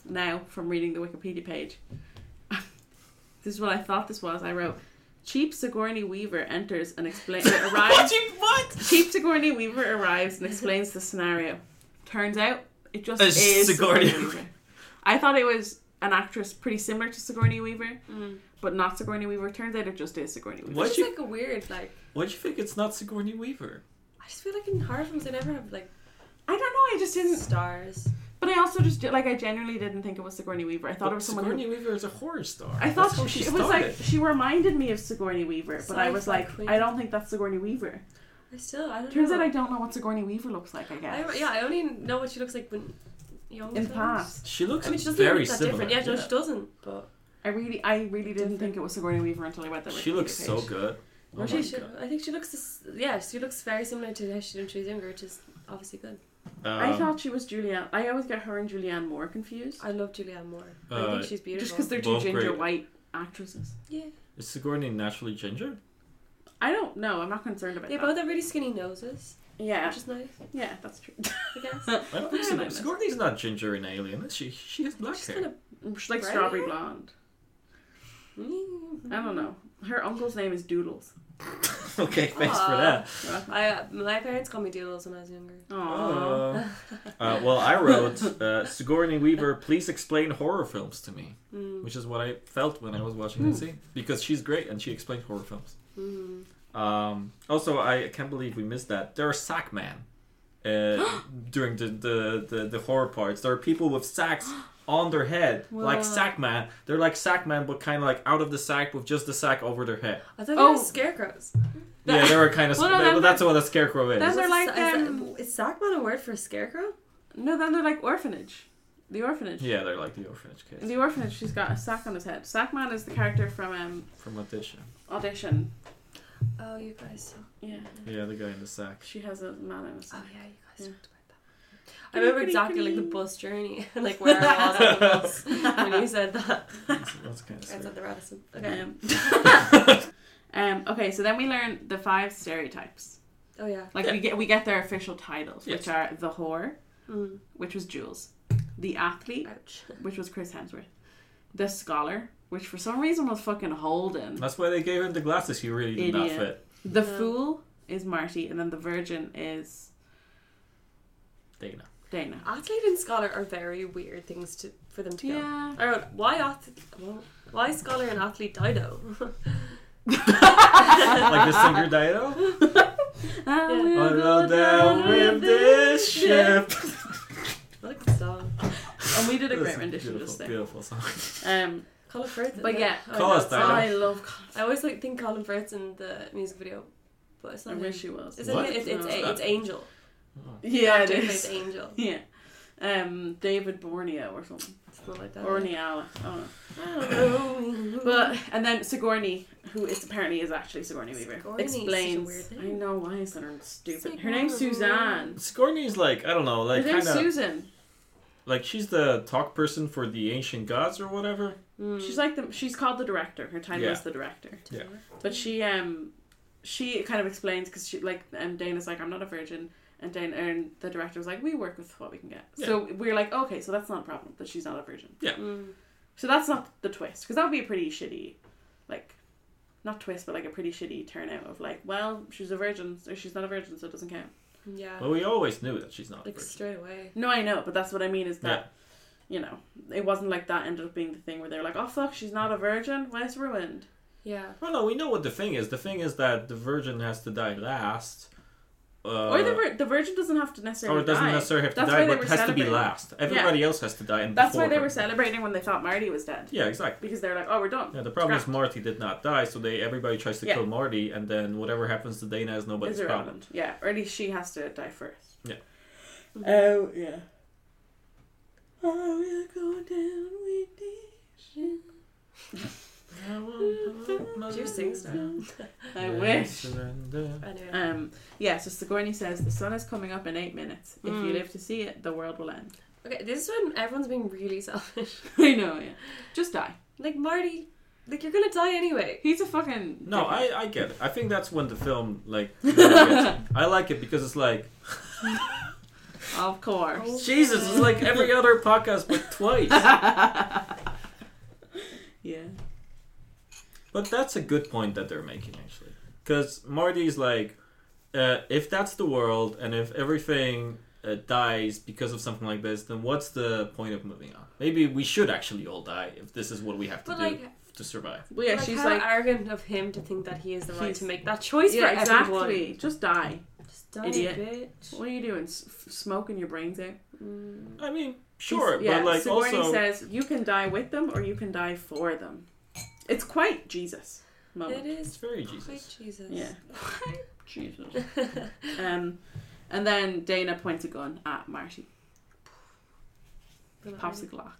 Speaker 3: now from reading the Wikipedia page. (laughs) this is what I thought this was. I wrote, "Cheap Sigourney Weaver enters and explains
Speaker 2: (laughs)
Speaker 3: arrives."
Speaker 2: what?
Speaker 3: Cheap Sigourney Weaver arrives and explains the scenario. Turns out it just
Speaker 2: It's
Speaker 3: is
Speaker 2: Sigourney
Speaker 3: Sigourney Weaver. I thought it was an actress pretty similar to Sigourney Weaver,
Speaker 1: Mm.
Speaker 3: but not Sigourney Weaver. Turns out it just is Sigourney Weaver.
Speaker 2: What?
Speaker 1: It's
Speaker 2: you-
Speaker 1: like a weird like
Speaker 2: Why do you think it's not Sigourney Weaver?
Speaker 1: I just feel like in horror films they never have like
Speaker 3: I don't know. I just didn't.
Speaker 1: stars.
Speaker 3: But I also just like I genuinely didn't think it was Sigourney Weaver. I thought it was someone.
Speaker 2: Sigourney
Speaker 3: Who,
Speaker 2: Weaver is a horror star.
Speaker 3: I thought
Speaker 2: That's how
Speaker 3: she,
Speaker 2: she
Speaker 3: it was like
Speaker 2: started.
Speaker 3: she reminded me of Sigourney Weaver, but I was
Speaker 1: Sci-fi
Speaker 3: like,
Speaker 1: queen.
Speaker 3: I don't think that's Sigourney Weaver.
Speaker 1: I still I don't
Speaker 3: Turns
Speaker 1: know.
Speaker 3: out I don't know what Sigourney Weaver looks like. I guess.
Speaker 1: I, yeah, I only know what she looks like when young.
Speaker 3: In
Speaker 1: films.
Speaker 3: past,
Speaker 2: She looks
Speaker 1: I mean, she doesn't
Speaker 2: very
Speaker 1: look that
Speaker 2: similar. Oh
Speaker 1: different. Yeah, no, she doesn't. But
Speaker 3: I really, I really didn't think it was Sigourney Weaver until I read that.
Speaker 2: She
Speaker 3: Wikipedia
Speaker 2: looks so
Speaker 3: page.
Speaker 2: good. Oh
Speaker 1: she
Speaker 2: my
Speaker 1: should,
Speaker 2: God.
Speaker 1: I think she looks. This, yeah, she looks very similar to how she did when she was younger, which is obviously good.
Speaker 3: I
Speaker 2: Um,
Speaker 3: thought she was Julianne. I always get her and Julianne Moore confused,
Speaker 1: I love Julianne Moore. I
Speaker 2: uh,
Speaker 1: think she's
Speaker 3: just
Speaker 1: beautiful.
Speaker 3: because they're two
Speaker 2: Both
Speaker 3: ginger
Speaker 2: great.
Speaker 3: white actresses.
Speaker 1: yeah,
Speaker 2: is Sigourney naturally ginger?
Speaker 3: I don't know. I'm not concerned about
Speaker 1: they
Speaker 3: that.
Speaker 1: both have really skinny noses,
Speaker 3: Yeah,
Speaker 1: which is nice.
Speaker 3: yeah, that's true.
Speaker 1: I guess
Speaker 2: I don't think
Speaker 3: Yeah,
Speaker 2: so.
Speaker 3: I know.
Speaker 2: Sigourney's not ginger in Alien, is she? She has black
Speaker 1: she's
Speaker 2: hair.
Speaker 1: kind of.
Speaker 3: She's like
Speaker 1: Right?
Speaker 3: strawberry blonde. (laughs)
Speaker 1: Mm-hmm.
Speaker 3: I don't know. Her uncle's name
Speaker 2: (sighs)
Speaker 3: is Doodles.
Speaker 2: (laughs) okay, thanks for
Speaker 1: Aw.
Speaker 2: that.
Speaker 3: You're welcome.
Speaker 1: I uh, my parents called me Doodles when I was younger.
Speaker 3: Aww.
Speaker 2: Uh, well, I wrote uh, Sigourney Weaver. Please explain horror films to me,
Speaker 1: Mm.
Speaker 2: which is what I felt when I was watching
Speaker 3: Hmm.
Speaker 2: that scene because she's great and she explained horror films.
Speaker 1: Mm.
Speaker 2: Um, also, I can't believe we missed that. There are sack man
Speaker 3: (gasps)
Speaker 2: uh, during the, the, the, the horror parts. There are people with
Speaker 3: (gasps)
Speaker 2: sacks on their head, like
Speaker 1: Wow.
Speaker 2: sack man. They're like sack man, but kind of like out of the sack with just the sack over their head.
Speaker 1: I thought they
Speaker 3: Oh.
Speaker 1: were scarecrows.
Speaker 2: Yeah, they were kind of.
Speaker 3: (laughs) Well, no,
Speaker 2: well,
Speaker 3: then-
Speaker 2: that's what a scarecrow is.
Speaker 3: then- they're like,
Speaker 1: is,
Speaker 3: um,
Speaker 1: is Sackman a word for scarecrow?
Speaker 3: No, then they're like orphanage. The orphanage.
Speaker 2: Yeah, they're like the orphanage
Speaker 3: In
Speaker 2: kids
Speaker 3: the orphanage, she's got a sack on his head. Sackman is the character from um,
Speaker 2: from audition.
Speaker 3: Audition.
Speaker 1: Oh, you guys. saw-
Speaker 3: Yeah,
Speaker 2: Yeah, the guy in the sack.
Speaker 3: she has a man in a sack.
Speaker 1: Oh yeah, you guys
Speaker 3: Yeah.
Speaker 1: talked about that. I remember exactly like the bus journey (laughs) and
Speaker 3: (laughs)
Speaker 1: like where I was on the bus when you said that.
Speaker 2: That's, that's kind of
Speaker 1: I said
Speaker 2: scary.
Speaker 1: the Radisson. Okay.
Speaker 3: Um, um, (laughs) okay, so then we learn the five stereotypes.
Speaker 1: Oh yeah.
Speaker 3: Like
Speaker 2: Yeah.
Speaker 3: we get we get their official titles,
Speaker 2: Yes.
Speaker 3: which are the whore,
Speaker 1: Mm.
Speaker 3: which was Jules, the athlete,
Speaker 1: Ouch.
Speaker 3: which was Chris Hemsworth, the scholar, which for some reason was fucking Holden,
Speaker 2: That's why they gave him the glasses. He really did not
Speaker 3: Idiot.
Speaker 2: fit.
Speaker 3: the
Speaker 1: Yeah.
Speaker 3: fool is Marty, and then the virgin is (laughs)
Speaker 2: Dana.
Speaker 3: Dana.
Speaker 1: Athlete and scholar are very weird things to for them to go.
Speaker 3: Yeah.
Speaker 1: I wrote why ath- well, why scholar and athlete (laughs) Dido.
Speaker 2: Like the singer Dido?
Speaker 1: Yeah.
Speaker 3: I will
Speaker 2: I
Speaker 3: go
Speaker 2: roll down with this ship.
Speaker 1: I like the song.
Speaker 3: (laughs) And we did a
Speaker 2: That's
Speaker 3: great rendition
Speaker 2: beautiful,
Speaker 3: just there.
Speaker 2: Beautiful song. (laughs)
Speaker 3: Um,
Speaker 1: Colin Firth. isn't
Speaker 3: But
Speaker 1: it?
Speaker 3: yeah.
Speaker 1: Oh,
Speaker 2: Call us
Speaker 1: that's-
Speaker 2: Dido.
Speaker 1: I,
Speaker 3: I love. Colin.
Speaker 1: I always like think Colin Firth's in the music video, but it's
Speaker 3: I
Speaker 1: not. him.
Speaker 3: wish she was.
Speaker 1: Is it?
Speaker 2: What?
Speaker 1: It's it's,
Speaker 3: No.
Speaker 1: a, it's Angel.
Speaker 3: Yeah, it
Speaker 1: Actor plays
Speaker 3: is.
Speaker 1: Angel.
Speaker 3: (laughs) Yeah. Um, David Borneo or something.
Speaker 1: Something like that.
Speaker 3: Or Niala. I don't know.
Speaker 1: I don't know.
Speaker 3: Uh, (laughs) But and then Sigourney, who is apparently is actually Sigourney Weaver,
Speaker 1: Sigourney is such a
Speaker 3: explains.
Speaker 1: weird name.
Speaker 3: I know why is that her stupid. Her
Speaker 1: Sigourney.
Speaker 3: name's Suzanne.
Speaker 2: Scorny's like, I don't know, like
Speaker 3: her name's
Speaker 2: kind of.
Speaker 3: Susan.
Speaker 2: like she's the talk person for the ancient gods or whatever.
Speaker 1: Mm.
Speaker 3: She's like the. She's called the director. Her title
Speaker 2: Yeah.
Speaker 3: is the director.
Speaker 2: Yeah.
Speaker 3: But she um, she kind of explains because she like um Dana's like I'm not a virgin. And Dana and the director was like, we work with what we can get. So we're like, okay, so that's not a problem that she's not a virgin.
Speaker 1: Mm.
Speaker 3: So that's not the twist, because that would be a pretty shitty, like, not twist, but like a pretty shitty turnout of like, well, she's a virgin, or she's not a virgin, so it doesn't count.
Speaker 1: Yeah.
Speaker 2: Well, we always knew that she's not. a
Speaker 1: Like
Speaker 2: virgin.
Speaker 1: straight away.
Speaker 3: No, I know, but that's what I mean is that, you know, it wasn't like that ended up being the thing where they're like, oh fuck, she's not a virgin, well, it's ruined.
Speaker 1: Yeah.
Speaker 2: Well, no, we know what the thing is. The thing is that the virgin has to die last. Uh,
Speaker 3: or the, vir- the virgin doesn't have to necessarily.
Speaker 2: or it doesn't
Speaker 3: die.
Speaker 2: necessarily have to
Speaker 3: That's
Speaker 2: die,
Speaker 3: why they
Speaker 2: but
Speaker 3: were
Speaker 2: it has to be
Speaker 3: celebrating.
Speaker 2: last. Everybody else has to die. And
Speaker 3: That's why
Speaker 2: before
Speaker 3: they
Speaker 2: her.
Speaker 3: were celebrating when they thought Marty was dead,
Speaker 2: Yeah, exactly.
Speaker 3: because they're like, oh, we're done.
Speaker 2: Yeah, the problem
Speaker 3: Scrap.
Speaker 2: is Marty did not die, so they everybody tries to
Speaker 3: Yeah.
Speaker 2: kill Marty, and then whatever happens to Dana is nobody's
Speaker 3: is
Speaker 2: problem.
Speaker 3: irrelevant. Yeah, or at least she has to die first.
Speaker 2: Yeah.
Speaker 3: Oh yeah. I will go down with thee.
Speaker 1: Do you sing style?
Speaker 3: (laughs) I wish.
Speaker 2: Surrender.
Speaker 1: Anyway.
Speaker 3: Um, yeah, so Sigourney says the sun is coming up in eight minutes. If you
Speaker 1: Mm.
Speaker 3: live to see it, the world will end. (laughs)
Speaker 1: Okay, this is when everyone's being really (laughs) selfish.
Speaker 3: I know, yeah. Just die.
Speaker 1: Like Marty, like you're gonna die anyway.
Speaker 3: He's a fucking.
Speaker 2: No,
Speaker 3: dickhead.
Speaker 2: I, I get it. I think that's when the film like. (laughs) I like it because it's like
Speaker 3: Of course.
Speaker 1: Oh.
Speaker 2: Jesus, it's like every other podcast, but twice.
Speaker 3: (laughs) Yeah.
Speaker 2: but that's a good point that they're making actually, because Marty's like, uh, if that's the world, and if everything uh, dies because of something like this, then what's the point of moving on? Maybe we should actually all die if this is what we have to
Speaker 1: But
Speaker 2: do
Speaker 1: like,
Speaker 2: to survive.
Speaker 3: Well, yeah,
Speaker 1: like,
Speaker 3: she's
Speaker 1: how
Speaker 3: like.
Speaker 1: arrogant of him to think that he is the right
Speaker 3: He's-
Speaker 1: to make that choice for
Speaker 3: yeah,
Speaker 1: everyone.
Speaker 3: exactly. Just die.
Speaker 1: Just die,
Speaker 3: Idiot.
Speaker 1: bitch.
Speaker 3: What are you doing? S- f- smoking your brains out?
Speaker 1: Mm.
Speaker 2: I mean, sure,
Speaker 3: He's- yeah,
Speaker 2: but like
Speaker 3: Sigourney
Speaker 2: also,
Speaker 3: says you can die with them or you can die for them. It's quite Jesus
Speaker 1: It
Speaker 3: moment.
Speaker 2: it's
Speaker 1: is
Speaker 2: very
Speaker 1: quite
Speaker 2: Jesus.
Speaker 1: Jesus. (laughs)
Speaker 3: Yeah, Jesus. um, and then Dana points a gun at Marty, pops the Glock.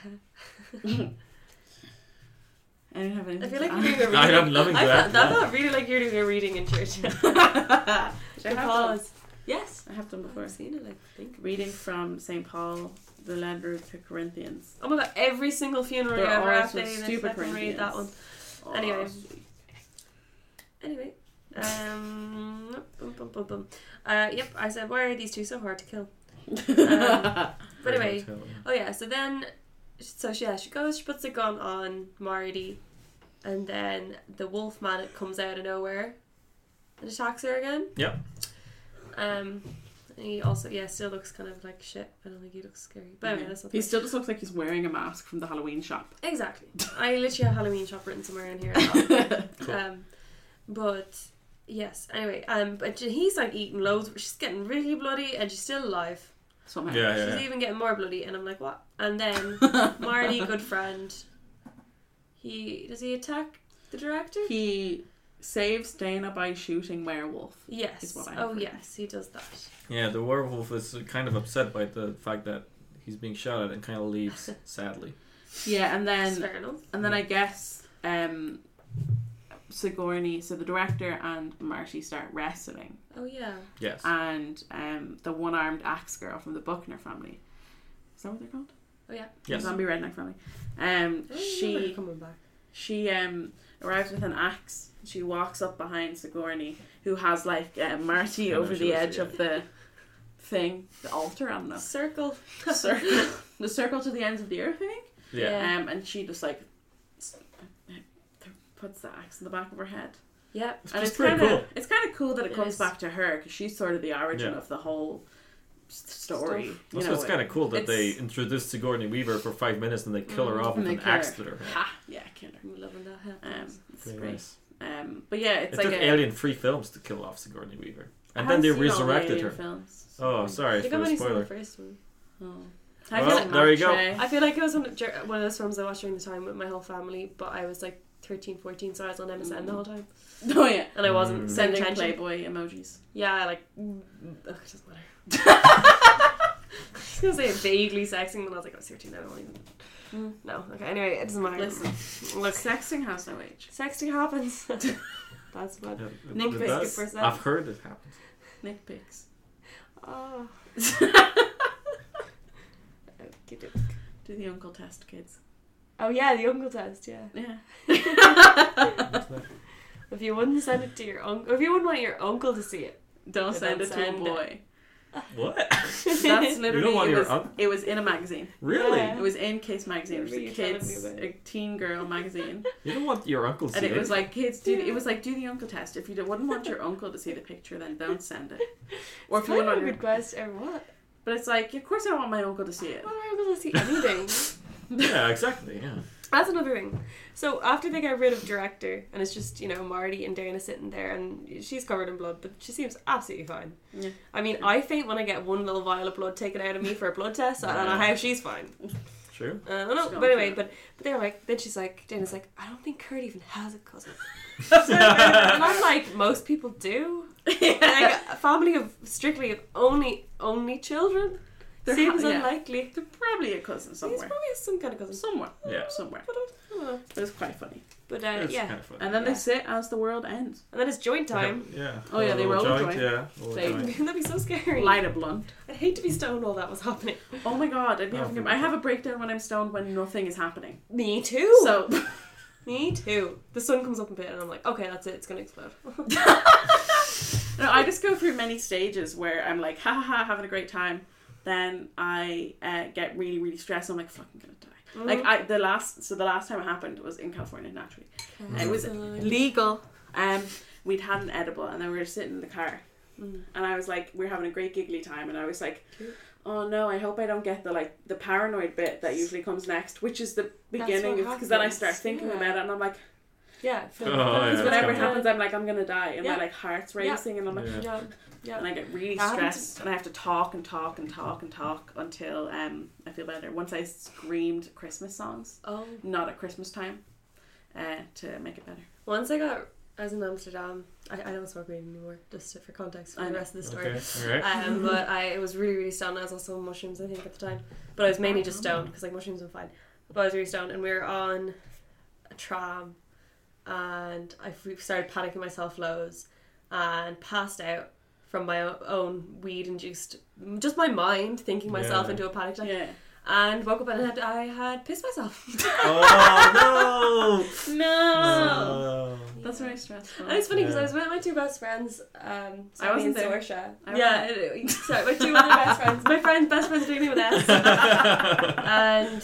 Speaker 1: (laughs)
Speaker 3: I don't have anything.
Speaker 1: Uh-huh. I feel like
Speaker 3: to
Speaker 1: you're doing a reading.
Speaker 2: (laughs)
Speaker 3: add. (laughs)
Speaker 2: I am loving
Speaker 1: I
Speaker 2: that.
Speaker 1: felt, that felt really like you're doing a reading in church.
Speaker 3: Should
Speaker 1: The
Speaker 3: I have done?
Speaker 1: pause. Yes.
Speaker 3: I have done before.
Speaker 1: I've seen it, I think.
Speaker 3: Reading from St. Paul, the letter to Corinthians.
Speaker 1: Oh my god, every single funeral
Speaker 3: They're
Speaker 1: you ever
Speaker 3: all
Speaker 1: have,
Speaker 3: so
Speaker 1: they they
Speaker 3: stupid
Speaker 1: fucking read that one.
Speaker 3: Corinthians.
Speaker 1: Anyway.
Speaker 3: sweet.
Speaker 1: Anyway. Um, (laughs) bum, bum, bum, bum. Uh, yep, I said, why are these two so hard to
Speaker 3: (laughs)
Speaker 1: kill?
Speaker 3: Um,
Speaker 1: Um, But anyway, Oh yeah, so then, so she, yeah, she goes, she puts the gun on Marty, and then the wolf man comes out of nowhere and attacks her again.
Speaker 2: Yep.
Speaker 1: Um, and he also, yeah, still looks kind of like shit. I don't think he looks scary. But anyway,
Speaker 3: Yeah.
Speaker 1: that's not the
Speaker 3: he still just looks like he's wearing a mask from the Halloween shop.
Speaker 1: point. Exactly. I literally have Halloween shop written somewhere in here. as well. Um, but yes, anyway, um, but he's like eating loads. She's getting really bloody, and she's still alive.
Speaker 3: Somehow.
Speaker 2: Yeah,
Speaker 1: She's
Speaker 2: yeah, yeah.
Speaker 1: even getting more bloody, and I'm like, what? And then. Marty, good friend. He does he attack the director?
Speaker 3: He saves Dana by shooting werewolf.
Speaker 1: Yes.
Speaker 3: Is what I'm
Speaker 1: oh,
Speaker 3: afraid.
Speaker 1: yes, he does that.
Speaker 2: Yeah, the werewolf is kind of upset by the fact that he's being shot at and kind of leaves sadly.
Speaker 3: Yeah, and
Speaker 1: That's
Speaker 3: then
Speaker 1: fair enough.
Speaker 3: and then I guess um Sigourney, so the director and Marty start wrestling,
Speaker 1: Oh, yeah.
Speaker 2: Yes.
Speaker 3: and um the one-armed axe girl from the Buckner family. Is that what they're called?
Speaker 1: Oh, yeah.
Speaker 2: yes.
Speaker 3: The zombie redneck family. Um,
Speaker 1: I remember
Speaker 3: she
Speaker 1: her coming back.
Speaker 3: she um arrives with an axe. She walks up behind Sigourney, who has like uh, Marty
Speaker 2: I know
Speaker 3: over
Speaker 2: she
Speaker 3: the
Speaker 2: was-
Speaker 3: edge
Speaker 2: yeah.
Speaker 3: of the thing, the altar. I
Speaker 2: (laughs)
Speaker 3: don't know.
Speaker 1: Circle.
Speaker 3: circle, the circle to the ends of the earth, I think.
Speaker 2: yeah.
Speaker 1: Yeah.
Speaker 3: Um, and she just like s- puts the axe in the back of her head,
Speaker 1: Yep.
Speaker 2: It's,
Speaker 3: and
Speaker 2: it's
Speaker 3: it's
Speaker 2: pretty
Speaker 3: kind of
Speaker 2: cool.
Speaker 3: it's kind of cool that it,
Speaker 1: It
Speaker 3: comes
Speaker 1: is.
Speaker 3: back to her because she's sort of the origin
Speaker 2: Yeah.
Speaker 3: of the whole s- story.
Speaker 1: Stuff.
Speaker 2: Also, it's kind of cool that they
Speaker 3: it's- Mm-hmm.
Speaker 2: introduced Sigourney Weaver for five minutes and they kill her
Speaker 1: Mhm.
Speaker 2: off
Speaker 3: And
Speaker 2: with
Speaker 3: they
Speaker 2: an
Speaker 3: kill
Speaker 2: axe
Speaker 3: her.
Speaker 2: to her head.
Speaker 3: ha, Ah, yeah, killer.
Speaker 1: I'm loving that.
Speaker 3: Um,
Speaker 1: happens.
Speaker 3: it's
Speaker 2: Very
Speaker 3: great.
Speaker 2: nice.
Speaker 3: Um, but yeah, it's
Speaker 2: It
Speaker 3: like
Speaker 2: took
Speaker 3: a,
Speaker 2: Alien three films to kill off Sigourney Weaver,
Speaker 3: I
Speaker 2: and then they
Speaker 3: haven't seen all the
Speaker 2: resurrected
Speaker 3: Alien
Speaker 2: her.
Speaker 3: Films.
Speaker 2: Oh,
Speaker 1: I
Speaker 2: sorry
Speaker 1: think
Speaker 2: for
Speaker 1: I'm
Speaker 2: the
Speaker 1: only seen the
Speaker 2: spoiler.
Speaker 1: first one.
Speaker 3: Oh.
Speaker 1: I
Speaker 2: Well,
Speaker 1: feel like
Speaker 2: there you go.
Speaker 1: I feel like it was one of, dur- one of those films I watched during the time with my whole family, but I was like 13, 14, so I was on MSN the whole time.
Speaker 3: go. Oh yeah,
Speaker 1: And I wasn't
Speaker 2: Mm.
Speaker 1: sending
Speaker 3: sending
Speaker 1: attention.
Speaker 3: Playboy emojis.
Speaker 1: Yeah, I like. mm, Ugh, it doesn't matter. (laughs) I was gonna say vaguely sexing, but I was like, I was 13, I don't even.
Speaker 3: Mm.
Speaker 1: No, okay, anyway, it doesn't matter.
Speaker 3: Listen,
Speaker 1: Look,
Speaker 3: sexting has no age.
Speaker 1: (laughs) sexting (laughs) happens. That's what.
Speaker 2: Yeah, it-
Speaker 1: Nick
Speaker 2: it
Speaker 1: Biscuit
Speaker 2: does.
Speaker 1: for a second.
Speaker 2: I've heard it happen.
Speaker 3: Nick (laughs) pics.
Speaker 1: Oh. okey-doke.
Speaker 3: Do the uncle test, kids.
Speaker 1: Oh, yeah, the uncle test, yeah.
Speaker 3: Yeah.
Speaker 1: If you wouldn't send it to your uncle, if you wouldn't want your uncle to see (laughs) it,
Speaker 3: (laughs) Don't
Speaker 1: They
Speaker 3: send
Speaker 1: don't
Speaker 3: it to a
Speaker 1: send it.
Speaker 3: boy.
Speaker 2: What? (laughs)
Speaker 3: (laughs) That's literally.
Speaker 2: want
Speaker 3: it,
Speaker 2: your
Speaker 3: was,
Speaker 2: un-
Speaker 3: it was in a magazine.
Speaker 2: Really?
Speaker 1: Yeah.
Speaker 3: It was in Kiss magazine, which
Speaker 1: Remember
Speaker 3: is a
Speaker 1: you telling me
Speaker 3: kids,
Speaker 1: about
Speaker 3: a teen girl
Speaker 2: (laughs)
Speaker 3: magazine,
Speaker 2: You don't want your uncle to
Speaker 3: and
Speaker 2: see
Speaker 3: it was like kids. Do
Speaker 1: Yeah.
Speaker 3: it was like do the uncle test. If you don't- wouldn't want your uncle to see the picture, then don't send (laughs) it. Or
Speaker 1: or
Speaker 3: if you wouldn't want
Speaker 1: a
Speaker 3: your,
Speaker 1: good question, or what?
Speaker 3: but it's like of course I want my uncle to see it. (laughs)
Speaker 1: Why would my uncle to see
Speaker 2: (laughs)
Speaker 1: (laughs) anything?
Speaker 2: yeah, exactly. Yeah.
Speaker 1: That's another thing. So after they get rid of director, and it's just you know Marty and Dana sitting there, and she's covered in blood, but she seems absolutely fine.
Speaker 3: Yeah.
Speaker 1: I mean, I faint when I get one little vial of blood taken out of me for a blood test. I don't know how she's fine.
Speaker 3: (laughs)
Speaker 1: Uh,
Speaker 2: True.
Speaker 1: I don't know.
Speaker 3: She's gone
Speaker 1: But anyway,
Speaker 3: through
Speaker 1: but but they're like, then she's like, Dana's like, I don't think Kurt even has a
Speaker 3: (laughs)
Speaker 1: cousin,
Speaker 2: (laughs)
Speaker 1: and
Speaker 2: yeah.
Speaker 1: I'm like, most people do.
Speaker 3: yeah.
Speaker 1: Like a family of strictly of only only children
Speaker 3: There
Speaker 1: seems
Speaker 3: ha- yeah.
Speaker 1: unlikely.
Speaker 3: They're probably a cousin
Speaker 1: He's
Speaker 3: somewhere.
Speaker 1: probably some kind of cousin.
Speaker 3: Somewhere.
Speaker 2: Yeah.
Speaker 3: Somewhere.
Speaker 1: But, I don't know.
Speaker 3: It was quite funny.
Speaker 1: but uh,
Speaker 2: It's
Speaker 1: yeah,
Speaker 2: kind of fun.
Speaker 3: And then
Speaker 1: Yeah.
Speaker 3: they sit as the world ends.
Speaker 1: and then it's joint time.
Speaker 2: Yeah.
Speaker 3: Oh, yeah, they
Speaker 2: were
Speaker 3: roll a
Speaker 2: joint.
Speaker 3: joint.
Speaker 2: Yeah. roll a
Speaker 3: They- (laughs)
Speaker 1: (laughs)
Speaker 2: joint.
Speaker 1: That'd be so scary.
Speaker 3: Light a blunt.
Speaker 1: I'd hate to be stoned while that was happening.
Speaker 3: Oh my god, I'd be
Speaker 2: Oh,
Speaker 3: having a,
Speaker 2: for
Speaker 3: I have a breakdown when I'm stoned when nothing is happening.
Speaker 1: Me too. So
Speaker 3: So (laughs)
Speaker 1: me too. The sun comes up a bit, and I'm like, okay, that's it. It's gonna explode.
Speaker 3: no, I just go through many stages where I'm like, ha ha ha, having a great time. Then I uh, get really, really stressed. I'm like, fuck, I'm gonna die.
Speaker 1: Mm-hmm.
Speaker 3: Like I, the last, so the last time it happened was in California, naturally. It was legal. Um, we'd had an edible, and then we were sitting in the car,
Speaker 1: Mm.
Speaker 3: and I was like, we are having a great giggly time, and I was like, oh no, I hope I don't get the like the paranoid bit that usually comes next, which is the
Speaker 1: what
Speaker 3: beginning, because then I
Speaker 1: happens,
Speaker 3: start thinking
Speaker 1: yeah.
Speaker 3: about it, and I'm like,
Speaker 1: yeah.
Speaker 2: Oh, yeah,
Speaker 3: because
Speaker 2: it's
Speaker 3: whenever it
Speaker 2: coming.
Speaker 3: happens, I'm like, I'm gonna die, and
Speaker 1: Yeah.
Speaker 3: my like heart's
Speaker 1: Yeah.
Speaker 3: racing, and I'm like,
Speaker 2: Yeah.
Speaker 1: Yeah. Yeah.
Speaker 3: and I get really
Speaker 1: That happens-
Speaker 3: stressed, and I have to talk and talk and talk and talk until um I feel better. Once I screamed Christmas songs,
Speaker 1: Oh.
Speaker 3: not at Christmas time, uh, to make it better.
Speaker 1: Once I got, I was in Amsterdam. I, I don't smoke weed anymore, just for context for
Speaker 3: I
Speaker 1: the
Speaker 3: know.
Speaker 1: rest of the story.
Speaker 3: (laughs)
Speaker 2: Okay. All right.
Speaker 1: Um, but I it was really really stoned. I was also on mushrooms I think at the time, but I was mainly just stoned because like mushrooms I'm fine. But I was really stoned, and we were on a tram, and I f- started panicking myself loads, and passed out from my o- own weed induced, just my mind thinking myself
Speaker 2: Yeah.
Speaker 1: into a panic attack,
Speaker 3: Yeah.
Speaker 1: and woke up and I had, I had pissed myself.
Speaker 2: Oh
Speaker 3: No.
Speaker 2: no.
Speaker 3: That's very stressful.
Speaker 1: And it's funny because I
Speaker 2: Yeah.
Speaker 1: was with my two best friends, um, Sammy
Speaker 3: wasn't
Speaker 1: and
Speaker 3: there.
Speaker 1: Sorsha.
Speaker 3: I
Speaker 1: Yeah, it- sorry, my two other best friends. My friend, best friends, doing with us.
Speaker 2: (laughs)
Speaker 1: and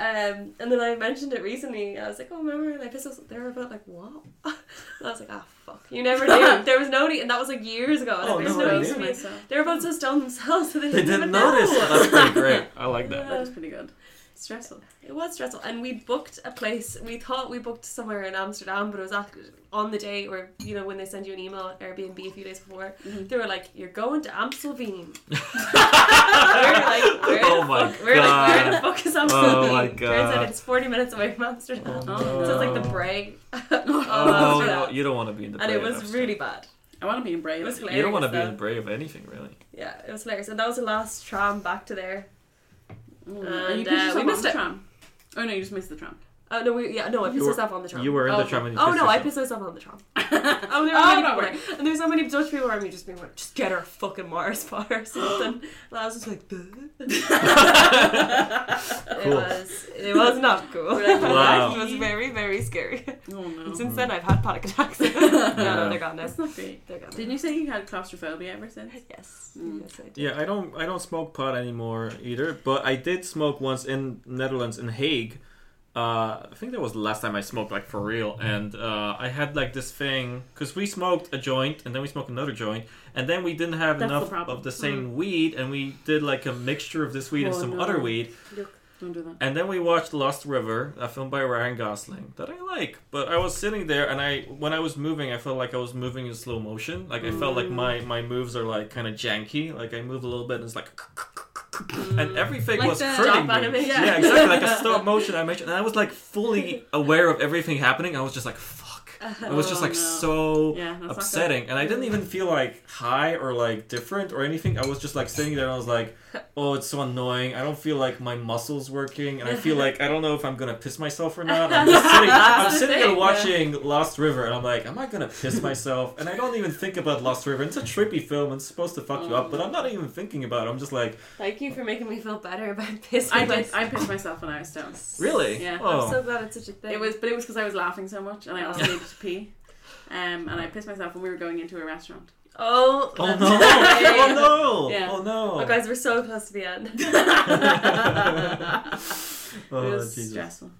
Speaker 1: um, and then I mentioned it recently. I was like, oh, remember? And I pissed off. They were about like, what? (laughs) And I was like, ah, fuck. You never
Speaker 3: (laughs)
Speaker 1: knew. There was no need, and that was like years ago. and I
Speaker 2: Oh,
Speaker 1: pissed
Speaker 2: no
Speaker 1: it off
Speaker 2: idea.
Speaker 1: to me.
Speaker 3: myself.
Speaker 1: They were both so stoned themselves, so they,
Speaker 2: They
Speaker 1: didn't (laughs) even know.
Speaker 2: didn't notice. That's pretty great. I like
Speaker 1: (laughs) that.
Speaker 2: that.
Speaker 3: That is pretty good. stressful.
Speaker 1: It was stressful, and we booked a place. We thought we booked somewhere in Amsterdam, but it was actually on the day, or you know, when they send you an email at Airbnb a few days before,
Speaker 3: Mhm.
Speaker 1: they were like, "You're going to Amstelveen." we're like, where
Speaker 2: Oh
Speaker 1: the
Speaker 2: my
Speaker 1: fuck, we're like, where the
Speaker 2: God.
Speaker 1: fuck is
Speaker 2: Oh
Speaker 1: Amstelveen?
Speaker 2: my
Speaker 1: Turns
Speaker 2: God.
Speaker 1: out it's forty minutes away from Amsterdam,
Speaker 2: Oh
Speaker 1: so it's like the
Speaker 2: no.
Speaker 1: Bray.
Speaker 2: (laughs)
Speaker 1: of
Speaker 2: (laughs) Oh,
Speaker 1: Amsterdam.
Speaker 2: no, you don't want to be in the
Speaker 1: and
Speaker 2: brave.
Speaker 1: it was really bad.
Speaker 3: I want to be in
Speaker 1: It
Speaker 3: Brave.
Speaker 1: was
Speaker 2: You don't want to be in the
Speaker 1: hilarious,
Speaker 2: brave of anything, really.
Speaker 1: Yeah, it was hilarious, and that was the last tram back to there.
Speaker 3: Mm.
Speaker 1: And,
Speaker 3: you
Speaker 1: uh,
Speaker 3: pissed yourself
Speaker 1: we
Speaker 3: on
Speaker 1: missed
Speaker 3: the
Speaker 1: it.
Speaker 3: tram. Oh no, you just missed the tram.
Speaker 1: Oh no, we, yeah, no, I
Speaker 2: You
Speaker 1: pissed
Speaker 2: were-
Speaker 1: myself on the tram.
Speaker 2: You were in
Speaker 3: Oh.
Speaker 2: the tram and you
Speaker 1: Oh
Speaker 2: pissed
Speaker 1: no, I
Speaker 2: yourself.
Speaker 1: pissed myself on the tram.
Speaker 3: oh,
Speaker 1: Oh, there were
Speaker 3: Oh,
Speaker 1: many
Speaker 3: no
Speaker 1: people
Speaker 3: way.
Speaker 1: there. And there's so many Dutch people around me just being like, just get her fucking Mars (laughs) bar or something. and I was just like, "Bleh." it (laughs)
Speaker 2: Cool.
Speaker 1: was it was not cool.
Speaker 2: Wow.
Speaker 1: (laughs) it was very, very (laughs) scary.
Speaker 3: Oh, no.
Speaker 1: And since then I've had panic attacks. (laughs) no, no, they're gone now.
Speaker 3: That's not great.
Speaker 1: They're gone.
Speaker 3: Didn't you say you had claustrophobia ever since?
Speaker 1: Yes.
Speaker 3: Mm.
Speaker 1: Yes, I did.
Speaker 2: Yeah, I don't I don't smoke pot anymore either, but I did smoke once in Netherlands in Hague. Uh, I think that was the last time I smoked like for real, and uh, I had like this thing because we smoked a joint and then we smoked another joint, and then we didn't have
Speaker 3: That's the
Speaker 2: enough
Speaker 3: problem.
Speaker 2: of
Speaker 1: Hmm.
Speaker 2: the same weed, and we did like a mixture of this weed and
Speaker 3: Oh,
Speaker 2: some
Speaker 3: no.
Speaker 2: other weed,
Speaker 3: Don't do that.
Speaker 2: and then we watched Lost River, a film by Ryan Gosling that I like. But I was sitting there, and I when I was moving, I felt like I was moving in slow motion. Like I felt like my my moves are like kind of janky. Like I move a little bit, and it's like. And everything
Speaker 3: Like
Speaker 2: was
Speaker 3: the
Speaker 2: hurting
Speaker 1: stop
Speaker 2: me.
Speaker 1: animation.
Speaker 2: Yeah. exactly. Like
Speaker 3: (laughs)
Speaker 2: a stop motion animation, and I was like fully aware of everything happening. I was just like, "Fuck!" It was just
Speaker 3: Oh,
Speaker 2: like
Speaker 3: no.
Speaker 2: so
Speaker 3: Yeah, that's not good.
Speaker 2: upsetting, and I didn't even feel like high or like different or anything. I was just like sitting there, and I was like, "Oh, it's so annoying. I don't feel like my muscles working, and I feel like I don't know if I'm gonna piss myself or not." I'm just sitting, I'm
Speaker 1: That's the
Speaker 2: sitting
Speaker 1: thing,
Speaker 2: there
Speaker 1: yeah.
Speaker 2: watching Lost River, and I'm like, "Am I gonna piss myself?" And I don't even think about Lost River. It's a trippy film. It's supposed to fuck you up, but I'm not even thinking about it. I'm just like,
Speaker 1: Thank you for making me feel better about pissing
Speaker 3: I did.
Speaker 1: myself.
Speaker 3: I pissed myself when I was stoned.
Speaker 2: "Really?
Speaker 3: Yeah.
Speaker 1: I'm
Speaker 2: Oh,
Speaker 1: so glad it's such a thing.
Speaker 3: It was, but it was because I was laughing so much, and I also
Speaker 1: Oh.
Speaker 3: needed to pee. Um, and I pissed myself when we were going into a restaurant.
Speaker 1: Oh,
Speaker 2: oh
Speaker 1: that's (laughs)
Speaker 2: no! (laughs)
Speaker 1: okay.
Speaker 2: oh no!
Speaker 3: Yeah.
Speaker 2: Oh no!"
Speaker 1: Oh, guys, (laughs) we're so close to the end.
Speaker 2: (laughs) Oh,
Speaker 3: it was
Speaker 2: Jesus.
Speaker 3: stressful.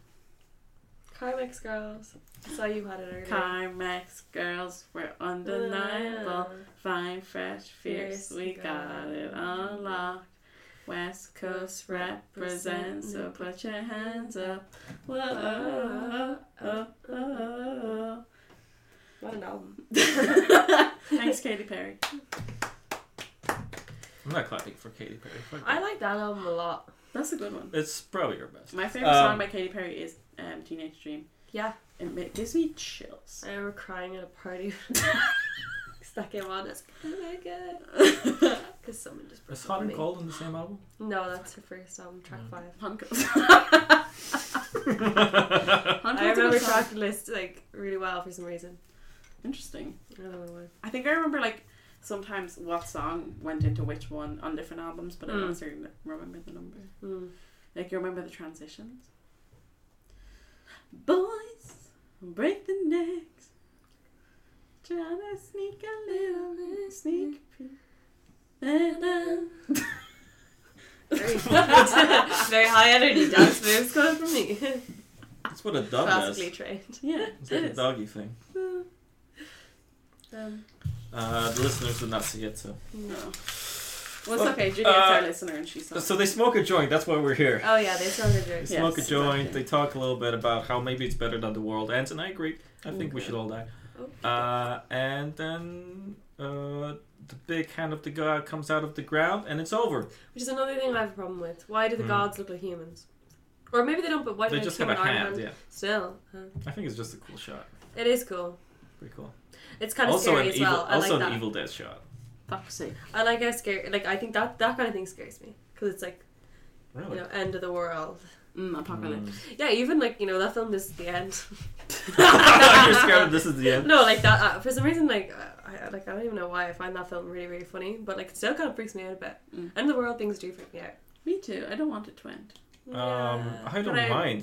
Speaker 1: Carmex girls. I saw you had it earlier.
Speaker 3: Carmex girls were undeniable. Fine, fresh, fierce.
Speaker 1: Fierce,
Speaker 3: We got
Speaker 1: got
Speaker 3: it
Speaker 1: it.
Speaker 3: unlocked. West Coast represent, so put your hands up. Whoa, oh, oh, oh, oh,
Speaker 1: What an album.
Speaker 3: oh. Thanks, Katy Perry.
Speaker 2: I'm not clapping for Katy Perry. Fuck
Speaker 1: I
Speaker 2: that.
Speaker 1: like that album a lot.
Speaker 3: That's a good one.
Speaker 2: It's probably your best.
Speaker 3: My favorite
Speaker 2: Um,
Speaker 3: song by Katy Perry is um, "Teenage Dream."
Speaker 1: Yeah.
Speaker 3: It ma- gives me chills.
Speaker 1: I remember crying at a (laughs) party. Cause that came on. It's oh my god. (laughs) Because someone just broke
Speaker 2: Is Hot
Speaker 1: up with
Speaker 2: and
Speaker 1: me.
Speaker 2: Cold on the same album?
Speaker 1: No, that's her first album, track
Speaker 2: Mm.
Speaker 1: five.
Speaker 3: (laughs) Hunk.
Speaker 1: I remember track list like really well for some reason.
Speaker 3: Interesting.
Speaker 1: I don't know why.
Speaker 3: I think I remember like sometimes what song went into which one on different albums, but I
Speaker 1: Mm.
Speaker 3: don't necessarily remember the number.
Speaker 2: (laughs)
Speaker 1: Mm.
Speaker 3: Like you remember the transitions. Boys, break the necks. Tryna sneak a little bit, sneak a peek. (laughs)
Speaker 1: Very, very high energy dance moves coming from me.
Speaker 2: (laughs)
Speaker 1: (laughs)
Speaker 2: That's what a dog
Speaker 1: Ah, Classically
Speaker 2: does.
Speaker 1: trained. (laughs)
Speaker 3: Yeah,
Speaker 2: It's
Speaker 3: it
Speaker 2: like a
Speaker 3: is.
Speaker 2: doggy thing.
Speaker 1: Um,
Speaker 2: Uh, the listeners did not see it, so.
Speaker 3: No. Well, it's
Speaker 2: Well,
Speaker 3: okay. Juliet's
Speaker 2: uh,
Speaker 3: our listener, and she saw.
Speaker 2: So they smoke a joint. That's why we're here.
Speaker 1: oh yeah, they sounded
Speaker 2: They
Speaker 1: very.
Speaker 3: Yeah.
Speaker 2: smoke a
Speaker 3: Yes,
Speaker 2: joint.
Speaker 3: exactly.
Speaker 2: They talk a little bit about how maybe it's better than the world ends, and I agree. I think we
Speaker 3: Okay.
Speaker 2: should all die.
Speaker 1: Oh.
Speaker 2: Uh, and then uh, the big hand of the god comes out of the ground, and it's over.
Speaker 1: Which is another thing I have a problem with. Why do the
Speaker 2: Hmm.
Speaker 1: gods look like humans? Or maybe they don't, but why do
Speaker 2: they
Speaker 1: they
Speaker 2: just have
Speaker 1: human
Speaker 2: a
Speaker 1: arm
Speaker 2: hand.
Speaker 1: hand?
Speaker 2: Yeah,
Speaker 1: Still, huh?
Speaker 2: I think it's just a cool shot.
Speaker 1: it is cool.
Speaker 2: Pretty cool.
Speaker 1: It's kind of
Speaker 2: also
Speaker 1: scary
Speaker 2: an
Speaker 1: as
Speaker 2: evil.
Speaker 1: well. I
Speaker 2: also
Speaker 1: like
Speaker 2: an
Speaker 1: that.
Speaker 2: evil death shot.
Speaker 3: Fuck's sake.
Speaker 1: I like how scary. Like I think that that kind of thing scares me because it's like you
Speaker 2: Really. Hmm.
Speaker 1: know end of the world.
Speaker 3: Mm,
Speaker 1: (laughs)
Speaker 3: apocalypse.
Speaker 1: Yeah, even like you know that film. This is the end.
Speaker 2: (laughs)
Speaker 1: (laughs)
Speaker 2: You're scared. This is the end.
Speaker 1: No, like that. Uh, for some reason, like uh, I like I don't even know why I find that film really really funny, but like it still kind of freaks me out a bit.
Speaker 3: Mm.
Speaker 1: End of the world things do freak me out.
Speaker 3: Me too. I don't want it to (laughs) end.
Speaker 2: Um,
Speaker 1: Yeah.
Speaker 2: I don't
Speaker 3: But I-
Speaker 2: mind.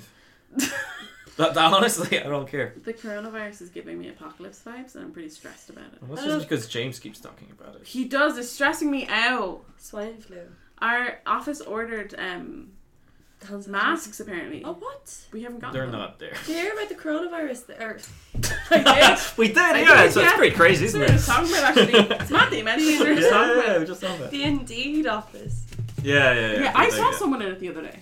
Speaker 2: That, that- honestly, I don't care.
Speaker 3: The coronavirus is giving me apocalypse vibes, and I'm pretty stressed about it.
Speaker 2: That's
Speaker 1: I
Speaker 2: just
Speaker 1: don't-
Speaker 2: because James keeps talking about it.
Speaker 3: He does. It's stressing me out.
Speaker 1: Swine flu.
Speaker 3: Our office ordered um,
Speaker 1: Hands
Speaker 3: masks. Apparently,
Speaker 1: Oh what?
Speaker 3: we haven't gotten.
Speaker 2: They're
Speaker 3: them.
Speaker 2: not there.
Speaker 1: Do you hear about the coronavirus? Th- or
Speaker 2: (laughs) we did,
Speaker 3: (laughs) I
Speaker 2: yeah.
Speaker 3: did,
Speaker 2: so it's
Speaker 3: yeah.
Speaker 2: pretty crazy,
Speaker 3: That's
Speaker 2: isn't
Speaker 3: what we were
Speaker 2: it?
Speaker 3: talking about actually.
Speaker 2: (laughs)
Speaker 3: It's mad the amount of things we were
Speaker 2: Yeah,
Speaker 3: just talking
Speaker 2: yeah,
Speaker 3: about.
Speaker 2: we just saw that.
Speaker 1: the Indeed office.
Speaker 2: Yeah, yeah, yeah.
Speaker 3: Yeah, I
Speaker 2: think
Speaker 3: saw
Speaker 2: did.
Speaker 3: someone in it the other day.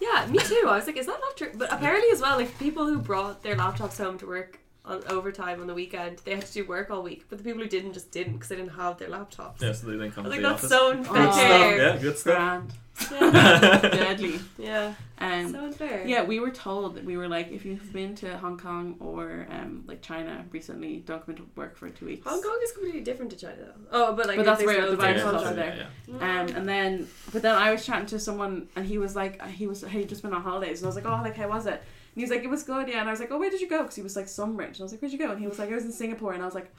Speaker 1: Yeah, me too. I was like, is that not true? But apparently, as well, like people who brought their laptops home to work on overtime on the weekend, they had to do work all week. But the people who didn't just didn't because they didn't have their
Speaker 2: (laughs)
Speaker 1: laptops.
Speaker 2: Yeah, so they then come
Speaker 1: I was like,
Speaker 2: to the
Speaker 1: that's
Speaker 2: office.
Speaker 1: so
Speaker 2: Good stuff.
Speaker 1: unfair.
Speaker 2: Yeah, good stuff. (laughs)
Speaker 3: Grand.
Speaker 1: yeah.
Speaker 3: Deadly.
Speaker 1: yeah,
Speaker 3: Um,
Speaker 1: so unfair.
Speaker 3: Yeah, we were told that we were like, if you've been to Hong Kong or um, like China recently, don't come into work for two weeks.
Speaker 1: Hong Kong is completely different to China, though. Oh, but like,
Speaker 3: But that's
Speaker 1: there's
Speaker 3: where
Speaker 1: no
Speaker 3: the
Speaker 1: direct
Speaker 3: virus
Speaker 2: yeah,
Speaker 3: is
Speaker 1: contact.
Speaker 3: also
Speaker 2: yeah,
Speaker 3: there.
Speaker 2: yeah.
Speaker 3: Um, and then, but then I was chatting to someone, and he was like, he was he just been on holidays, and I was like, oh, like how was it? And he was like, it was good, yeah. And I was like, oh, where did you go? Because he was like sunburned, and I was like, where'd you go? And he was like, I was in Singapore, and I was like,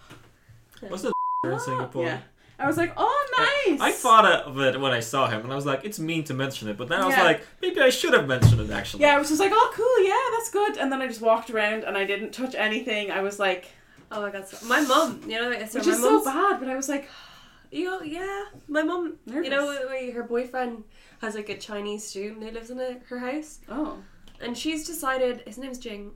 Speaker 2: What's the (laughs) in Singapore?
Speaker 3: Oh, yeah. I was like, oh, nice.
Speaker 2: I thought of it when I saw him, and I was like, "It's mean to mention it," but then I was
Speaker 3: Yeah.
Speaker 2: like, "Maybe I should have mentioned it." Actually,
Speaker 3: Yeah, I was just like, oh, cool, yeah, that's good. And then I just walked around, and I didn't touch anything. I was like,
Speaker 1: Oh my god, so my mum, you know, so
Speaker 3: which
Speaker 1: my
Speaker 3: is so
Speaker 1: mum's-
Speaker 3: bad, but I was like,
Speaker 1: You know, yeah, my mum, you know,
Speaker 3: Nervous.
Speaker 1: like, her boyfriend has like a Chinese student who lives in a, her house,
Speaker 3: oh,
Speaker 1: and she's decided his name's Jing.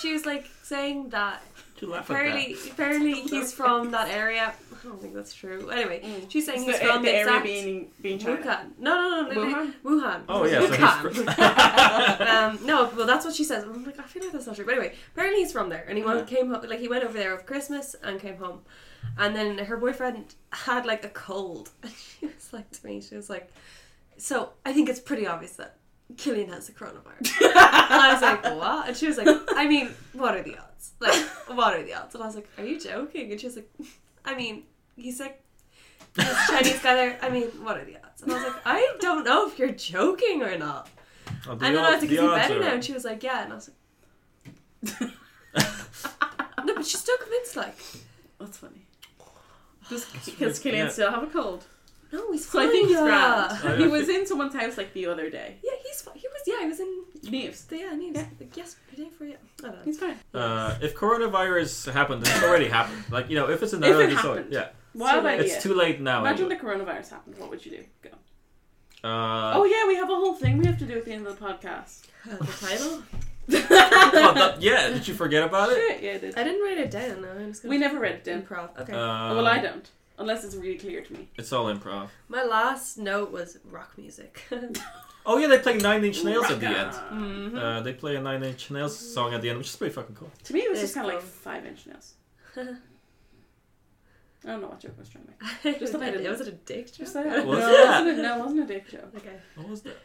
Speaker 1: She was like saying
Speaker 2: (laughs)
Speaker 1: that
Speaker 2: Did you laugh at
Speaker 1: apparently, apparently
Speaker 3: (laughs)
Speaker 1: he's from that area. I don't think that's true. Anyway,
Speaker 3: Mm.
Speaker 1: she's saying he's from the, exact
Speaker 3: being being China.
Speaker 1: Wuhan. No, no, no, literally-
Speaker 3: Wuhan?
Speaker 1: Wuhan.
Speaker 2: Oh yeah, so
Speaker 1: Wuhan.
Speaker 2: he's fr-
Speaker 1: (laughs)
Speaker 3: (laughs)
Speaker 2: (laughs)
Speaker 1: um, no, well, that's what she says. I'm like, I feel like that's not true. But anyway, apparently he's from there, and he
Speaker 3: Uh-huh.
Speaker 1: went, came home, like he went over there over Christmas and came home, and then her boyfriend had like a cold, (laughs) and she was like to me, she was like, so I think it's pretty obvious that Killian has the coronavirus.
Speaker 3: (laughs)
Speaker 1: and I was like, what? And she was like, I mean, what are the odds? Like, what are the odds? And I was like, are you joking? And she was like, I mean, he's like. This Chinese guy there. I mean, what are the odds? And I was like, I don't know if you're joking or not.
Speaker 2: Oh, the
Speaker 1: And then I was
Speaker 2: odds-
Speaker 1: like,
Speaker 2: the
Speaker 1: is he
Speaker 2: odds
Speaker 1: better
Speaker 2: are-
Speaker 1: now? And she was like, yeah. And I was like, no, but she's still convinced, like,
Speaker 3: That's funny. Because Killian
Speaker 2: yeah.
Speaker 3: still have a cold.
Speaker 1: no, he's
Speaker 3: So
Speaker 1: fine.
Speaker 3: I think he's
Speaker 1: yeah.
Speaker 2: Oh, yeah.
Speaker 3: grand. He was in someone's house like the other day.
Speaker 1: Yeah, he's fine. He was, yeah, he was in,
Speaker 3: Neves.
Speaker 1: yeah, and he was, like, yesterday for, yeah. I don't know.
Speaker 3: He's fine.
Speaker 2: (laughs) Uh, if coronavirus happened, it's already happened. Like you know, if it's in the
Speaker 3: (laughs) If it
Speaker 2: early soil-
Speaker 3: happened.
Speaker 2: yeah,
Speaker 3: Wild
Speaker 1: late.
Speaker 3: idea.
Speaker 2: it's too late now.
Speaker 3: Imagine
Speaker 2: Anyway.
Speaker 3: the coronavirus happened. What would you do? Go.
Speaker 2: Uh,
Speaker 3: oh yeah, we have a whole thing we have to do at the end of the podcast.
Speaker 1: Uh, the title?
Speaker 2: (laughs) oh, that- yeah, did you forget about it?
Speaker 3: (laughs) Shit, yeah, it is.
Speaker 1: I didn't write it down, no. I'm just gonna
Speaker 3: We never read it down.
Speaker 1: improv. Okay.
Speaker 2: Uh,
Speaker 3: Oh, well, I don't, unless it's really clear to me.
Speaker 2: It's all improv.
Speaker 1: My last note was rock music. (laughs)
Speaker 2: Oh yeah, they play Nine Inch Nails at the end.
Speaker 3: Raka.
Speaker 1: mm-hmm.
Speaker 2: Uh, they play a Nine Inch Nails song at the end, which is pretty fucking cool.
Speaker 3: To me, it was
Speaker 1: It's
Speaker 3: just kind of like
Speaker 1: cool.
Speaker 3: five inch (laughs) nails. I don't know what joke I was trying to
Speaker 1: (laughs)
Speaker 3: make. Just that I didn't-
Speaker 1: it was it a dick joke?
Speaker 3: Just that.
Speaker 2: Was
Speaker 3: no,
Speaker 2: that?
Speaker 3: (laughs) wasn't it? No, it wasn't a dick joke.
Speaker 1: Okay.
Speaker 2: What was that?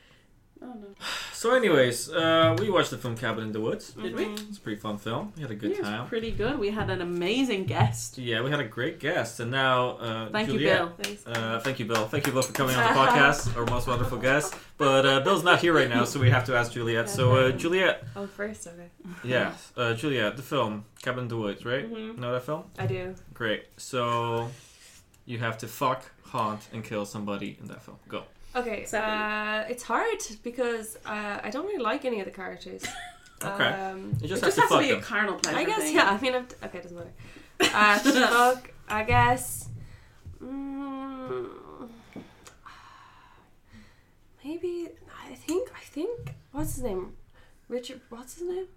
Speaker 3: Oh no.
Speaker 2: So, anyways, uh, we watched the film Cabin in the Woods.
Speaker 3: Did we?
Speaker 2: It's a pretty fun film. We had a good
Speaker 3: Yeah, it was
Speaker 2: time.
Speaker 3: pretty good. We had an amazing guest.
Speaker 2: Yeah, we had a great guest, and now uh,
Speaker 3: Thank
Speaker 2: Juliet.
Speaker 3: you, Bill.
Speaker 1: Thanks.
Speaker 2: Uh, thank you, Bill. Thank you, Bill, for coming
Speaker 1: (laughs)
Speaker 2: on the podcast, our most wonderful guest. But uh, Bill's not here right now, so we have to ask Juliet. So, uh, Juliet,
Speaker 1: oh, first, okay.
Speaker 2: yeah, uh, Juliet, the film Cabin in the Woods, right?
Speaker 3: Mm-hmm.
Speaker 1: Mhm.
Speaker 2: Know that film?
Speaker 1: I do.
Speaker 2: Great. So, you have to fuck, haunt, and kill somebody in that film. Go.
Speaker 1: Okay,
Speaker 3: Seven.
Speaker 1: uh, it's hard because uh, I don't really like any of the characters.
Speaker 2: (laughs) Okay.
Speaker 1: Um,
Speaker 2: You
Speaker 3: It
Speaker 2: just have
Speaker 3: just
Speaker 2: to
Speaker 3: has to
Speaker 2: fuck
Speaker 3: be a
Speaker 2: them.
Speaker 3: carnal pleasure.
Speaker 1: I guess
Speaker 3: thing.
Speaker 1: yeah. I mean, I've t- okay, doesn't matter.
Speaker 2: (laughs)
Speaker 1: Uh, fuck. I guess. Mm, maybe I think I think what's his name, Richard. What's his name?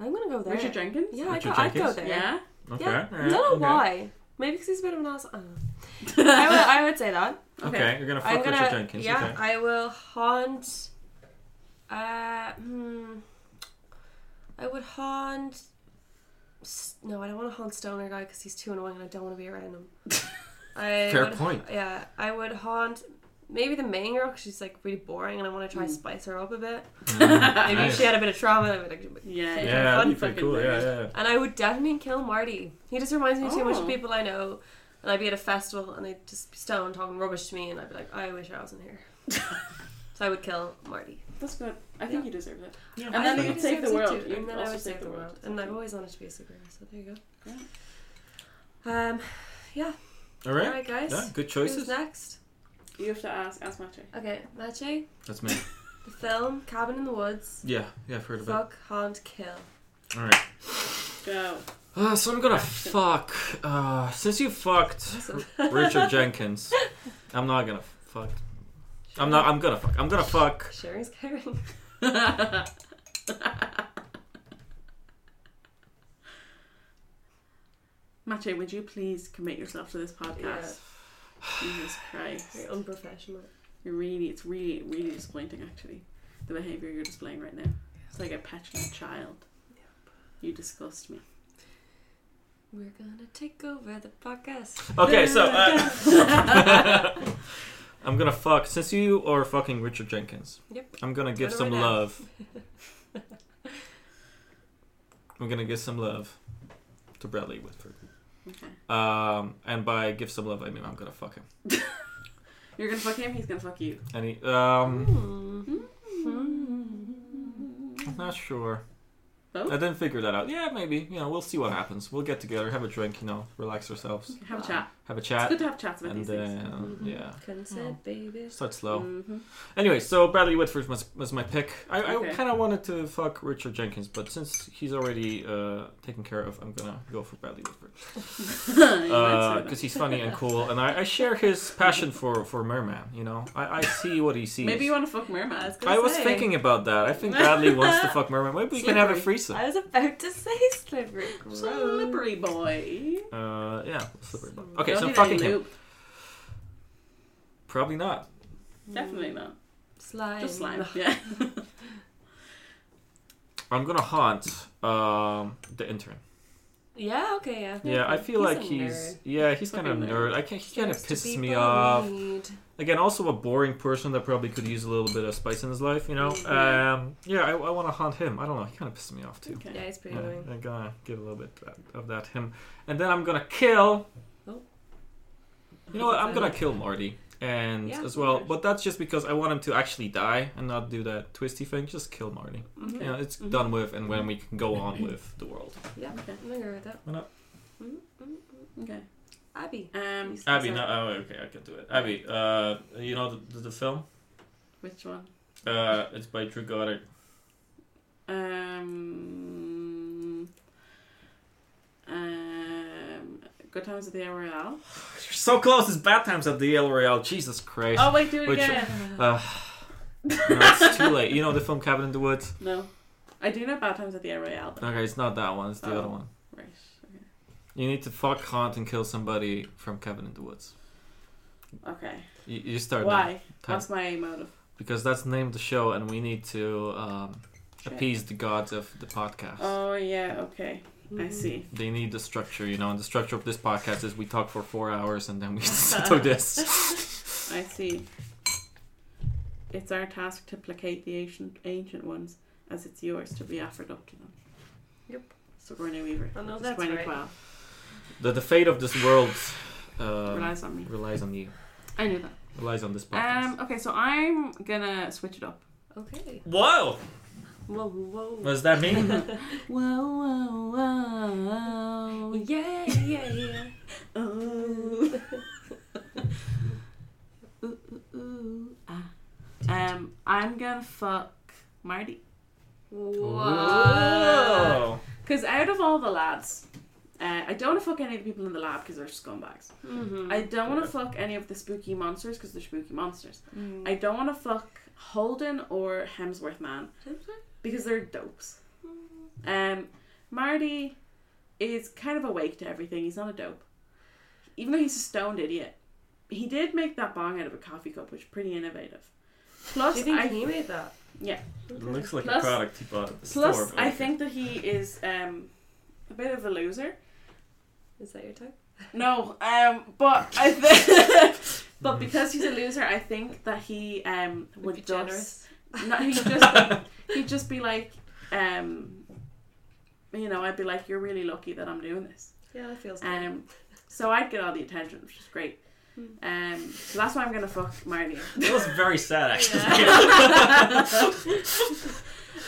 Speaker 1: I'm gonna go there.
Speaker 3: Richard Jenkins?
Speaker 1: Yeah, I'd
Speaker 2: Richard
Speaker 1: go, I'd go
Speaker 2: Jenkins?
Speaker 1: there.
Speaker 3: Yeah. (laughs)
Speaker 2: Okay.
Speaker 1: Yeah.
Speaker 2: all
Speaker 1: I
Speaker 2: right,
Speaker 1: don't know
Speaker 2: okay.
Speaker 1: why. Maybe because he's a bit of an
Speaker 2: (laughs)
Speaker 1: ass. I, don't know. I would. I would say that.
Speaker 2: Okay. you're gonna
Speaker 1: I'm
Speaker 2: fuck
Speaker 1: gonna,
Speaker 2: Richard Jenkins.
Speaker 1: yeah,
Speaker 2: Okay.
Speaker 1: I will haunt. Uh, hmm, I would haunt. S- No, I don't want to haunt Stoner guy because he's too annoying and I don't want to be around
Speaker 2: (laughs)
Speaker 1: him. I
Speaker 2: Fair
Speaker 1: would-
Speaker 2: (laughs) point.
Speaker 1: Yeah, I would haunt maybe the main girl because she's like really boring and I want to try to spice her up a bit. (laughs) Maybe if
Speaker 2: Hmm. Mm-hmm. Nice.
Speaker 1: she had a bit of trauma. I would like,
Speaker 3: Yeah.
Speaker 1: Yeah,
Speaker 2: Yeah, that'd be pretty
Speaker 3: fucking
Speaker 2: cool. Yeah,
Speaker 3: weird.
Speaker 2: yeah. yeah.
Speaker 1: and I would definitely kill Marty. He just reminds me too much of
Speaker 3: Oh.
Speaker 1: people I know. And I'd be at a festival and they'd just be stoned talking rubbish to me and I'd be like, I wish I wasn't
Speaker 3: (laughs)
Speaker 1: here. so I would kill Marty.
Speaker 3: That's good. I think you deserve that.
Speaker 2: Yeah.
Speaker 3: And then
Speaker 1: I
Speaker 3: you
Speaker 1: would
Speaker 3: could save the
Speaker 1: deserve
Speaker 3: world.
Speaker 1: to,
Speaker 3: You
Speaker 1: And
Speaker 3: could
Speaker 1: then I
Speaker 3: also
Speaker 1: would save the world. And I've always wanted to be a superhero, so there you go. Yeah. Um,
Speaker 2: All right.
Speaker 1: Alright guys.
Speaker 2: Yeah, good
Speaker 1: Who's
Speaker 2: choices.
Speaker 1: next?
Speaker 3: You have to ask. Ask Macho.
Speaker 1: Okay, Mache,
Speaker 2: That's me.
Speaker 1: the film Cabin in the Woods,
Speaker 2: Yeah, yeah, I've heard of
Speaker 1: Fuck, Hunt, Kill. (laughs)
Speaker 2: it. All right.
Speaker 3: Go.
Speaker 2: Uh, so I'm gonna fuck. Uh, since you fucked
Speaker 1: Awesome. (laughs)
Speaker 2: R- Richard Jenkins, I'm not gonna fuck. I'm not. I'm gonna fuck. I'm
Speaker 1: (laughs)
Speaker 2: gonna fuck.
Speaker 1: Sharing's caring.
Speaker 3: (laughs) Macho, would you please commit yourself to this podcast?
Speaker 1: Yeah.
Speaker 3: Jesus Christ.
Speaker 1: Very unprofessional.
Speaker 3: You're really, it's really, really disappointing actually. the behavior you're displaying right now. It's like a petulant child. You disgust me.
Speaker 1: We're gonna take over the podcast.
Speaker 2: Okay, so
Speaker 1: (laughs)
Speaker 2: uh, I'm gonna fuck since you are fucking Richard Jenkins.
Speaker 1: Yep.
Speaker 2: I'm gonna give
Speaker 1: What do
Speaker 2: some
Speaker 1: I know?
Speaker 2: love.
Speaker 1: (laughs)
Speaker 2: I'm gonna give some love to Bradley Whitford.
Speaker 3: Okay.
Speaker 2: Um, and by give some love, I mean I'm gonna fuck him.
Speaker 3: You're gonna fuck him. He's gonna fuck you.
Speaker 2: And he, um,
Speaker 1: Hmm.
Speaker 2: I'm not sure.
Speaker 3: Both?
Speaker 2: I didn't figure that out. Yeah, maybe. You know, we'll see what happens. We'll get together, have a drink, you know, relax ourselves,
Speaker 3: Have a
Speaker 1: Wow.
Speaker 3: chat.
Speaker 2: have a
Speaker 3: It's
Speaker 2: chat,
Speaker 3: good to have chats about
Speaker 2: and
Speaker 3: these
Speaker 2: uh,
Speaker 3: things. Mm-hmm.
Speaker 2: yeah, Oh.
Speaker 1: Consent, Mm-hmm. baby.
Speaker 2: start slow.
Speaker 3: Mhm.
Speaker 2: Anyway, so Bradley Whitford was, was my pick. I, I
Speaker 3: Okay.
Speaker 2: kind of wanted to fuck Richard Jenkins, but since he's already uh, taken care of, I'm gonna go for Bradley Whitford
Speaker 3: (laughs) You
Speaker 2: Uh,
Speaker 3: might say that.
Speaker 2: because he's funny and cool, and I, I share his passion for for Merman. You know, I, I see what he sees.
Speaker 3: Maybe you want to fuck mermaids.
Speaker 2: I was thinking about that. I think Bradley wants to fuck Merman. Maybe we
Speaker 3: (laughs)
Speaker 2: can have a
Speaker 3: Slippery.
Speaker 2: threesome.
Speaker 1: I was about to say slippery. Gross.
Speaker 3: Slippery boy.
Speaker 2: Uh, yeah, slippery bum. Okay,
Speaker 3: Don't
Speaker 2: so
Speaker 3: need
Speaker 2: fucking
Speaker 3: any
Speaker 2: him.
Speaker 3: lube.
Speaker 2: Probably not.
Speaker 3: (laughs) Definitely not.
Speaker 1: Mm. Slime.
Speaker 3: Just slime. Yeah.
Speaker 2: I'm gonna haunt um the intern.
Speaker 1: Yeah. Okay. Yeah.
Speaker 2: Yeah, I feel
Speaker 1: He's a
Speaker 2: like he's
Speaker 1: nerd.
Speaker 2: yeah, he's kind of
Speaker 3: Fucking
Speaker 2: nerd.
Speaker 3: nerd.
Speaker 2: I can he kind of
Speaker 1: Likes to
Speaker 2: pisses
Speaker 1: be
Speaker 2: me off.
Speaker 1: bullied.
Speaker 2: Again, also a boring person that probably could use a little bit of spice in his life, you know.
Speaker 3: Yeah.
Speaker 1: Mm-hmm.
Speaker 2: Um, yeah, I, I want to haunt him. I don't know. He kind of pisses me off too.
Speaker 3: okay.
Speaker 1: Yeah, he's pretty
Speaker 2: Yeah,
Speaker 1: annoying.
Speaker 2: I'm gonna give a little bit of that- of that him, and then I'm gonna kill.
Speaker 1: Oh.
Speaker 2: You know what? I'm gonna kill Marty, and
Speaker 1: Yeah,
Speaker 2: as well,
Speaker 1: okay.
Speaker 2: but that's just because I want him to actually die and not do that twisty thing. Just kill Marty.
Speaker 3: Okay.
Speaker 1: Mm-hmm.
Speaker 2: You know, it's
Speaker 3: Mhm.
Speaker 2: done with, and when we can go on with the world.
Speaker 1: Yeah.
Speaker 3: Okay.
Speaker 1: I'm gonna go with that.
Speaker 2: Why not?
Speaker 1: Mm, mm, mm.
Speaker 3: Okay.
Speaker 1: Abby.
Speaker 3: Um,
Speaker 2: Abby,
Speaker 1: Sorry.
Speaker 2: no, oh, okay, I can do it. Abby, uh, you know the, the, the film?
Speaker 3: which one?
Speaker 2: Uh, it's by Drew Goddard.
Speaker 3: Um, um, Good Times at the El
Speaker 2: (laughs)
Speaker 3: Royale.
Speaker 2: You're so close. It's Bad Times at the El Royale. Jesus Christ.
Speaker 3: Oh wait, do it
Speaker 2: Which-
Speaker 3: again.
Speaker 2: Uh, no, it's too late. You know the film Cabin in the Woods?
Speaker 3: No, I do know Bad Times at the El Royale. Though.
Speaker 2: Okay, it's not that one. It's the
Speaker 3: Oh.
Speaker 2: other one.
Speaker 3: Right. Okay.
Speaker 2: You need to fuck, haunt, and kill somebody from Cabin in the Woods.
Speaker 3: Okay.
Speaker 2: You, you start now.
Speaker 3: Why?
Speaker 2: Time.
Speaker 3: What's my motive?
Speaker 2: because that's the name of the show, and we need to um,
Speaker 3: Shit.
Speaker 2: appease the gods of the podcast.
Speaker 3: Oh yeah. Okay. (laughs)
Speaker 1: Mm-hmm.
Speaker 3: I see.
Speaker 2: They need the structure, you know. And the structure of this podcast is we talk for four hours and
Speaker 3: (laughs)
Speaker 2: then we (laughs) do this.
Speaker 3: I see. It's our task to placate the ancient ancient ones, as it's yours to be offered up to them.
Speaker 1: Yep.
Speaker 3: Sigourney Weaver.
Speaker 1: Oh, no,
Speaker 3: which is
Speaker 1: that's
Speaker 3: 2012.
Speaker 2: the, the fate of this world um,
Speaker 3: Relies on me.
Speaker 2: relies on you.
Speaker 3: I knew that.
Speaker 2: Relies on this podcast.
Speaker 3: Um. Okay. So I'm gonna switch it up. (laughs)
Speaker 1: Mm-hmm. Okay.
Speaker 2: Whoa!
Speaker 1: Whoa, whoa.
Speaker 2: What does that
Speaker 3: (laughs)
Speaker 2: mean?
Speaker 3: Whoa, whoa,
Speaker 1: Oh, yeah, yeah,
Speaker 3: (laughs)
Speaker 1: yeah.
Speaker 2: (laughs)
Speaker 3: Oh. ooh, ooh, ooh, ah. Um, I'm gonna fuck Marty.
Speaker 1: Whoa.
Speaker 3: Because out of all the lads, uh, I don't want to fuck any of the people in the lab because they're scumbags.
Speaker 1: Mm-hmm.
Speaker 3: I don't want to fuck any of the spooky monsters because they're spooky monsters.
Speaker 1: Mm.
Speaker 3: I don't want to fuck Holden or Hemsworth Man because they're dopes. Um, Marty is kind of awake to everything. He's not a dope, even though he's a stoned idiot. He did make that bong out of a coffee cup, which is pretty innovative.
Speaker 1: Do you
Speaker 3: Plus,
Speaker 1: think
Speaker 3: I,
Speaker 1: he made that?
Speaker 3: Yeah.
Speaker 2: It looks like
Speaker 3: Plus-
Speaker 2: a product he bought at the
Speaker 3: plus
Speaker 2: store. but
Speaker 3: I
Speaker 2: okay.
Speaker 3: think that he is um, a bit of a loser.
Speaker 1: Is that your type?
Speaker 3: No, um, but I think, (laughs) but because he's a loser, I think that he um would
Speaker 1: Would be
Speaker 3: just
Speaker 1: generous. (laughs)
Speaker 3: no, he'd
Speaker 2: (laughs)
Speaker 3: just be, he'd just be like um, you know, I'd be like, you're really lucky that I'm doing this.
Speaker 1: Yeah, that feels good.
Speaker 3: Um, so I'd get all the attention, which is great.
Speaker 2: Hmm.
Speaker 3: Um, so that's why I'm gonna fuck
Speaker 2: (laughs)
Speaker 3: Marty.
Speaker 2: That was very sad, actually. (laughs)
Speaker 3: (laughs)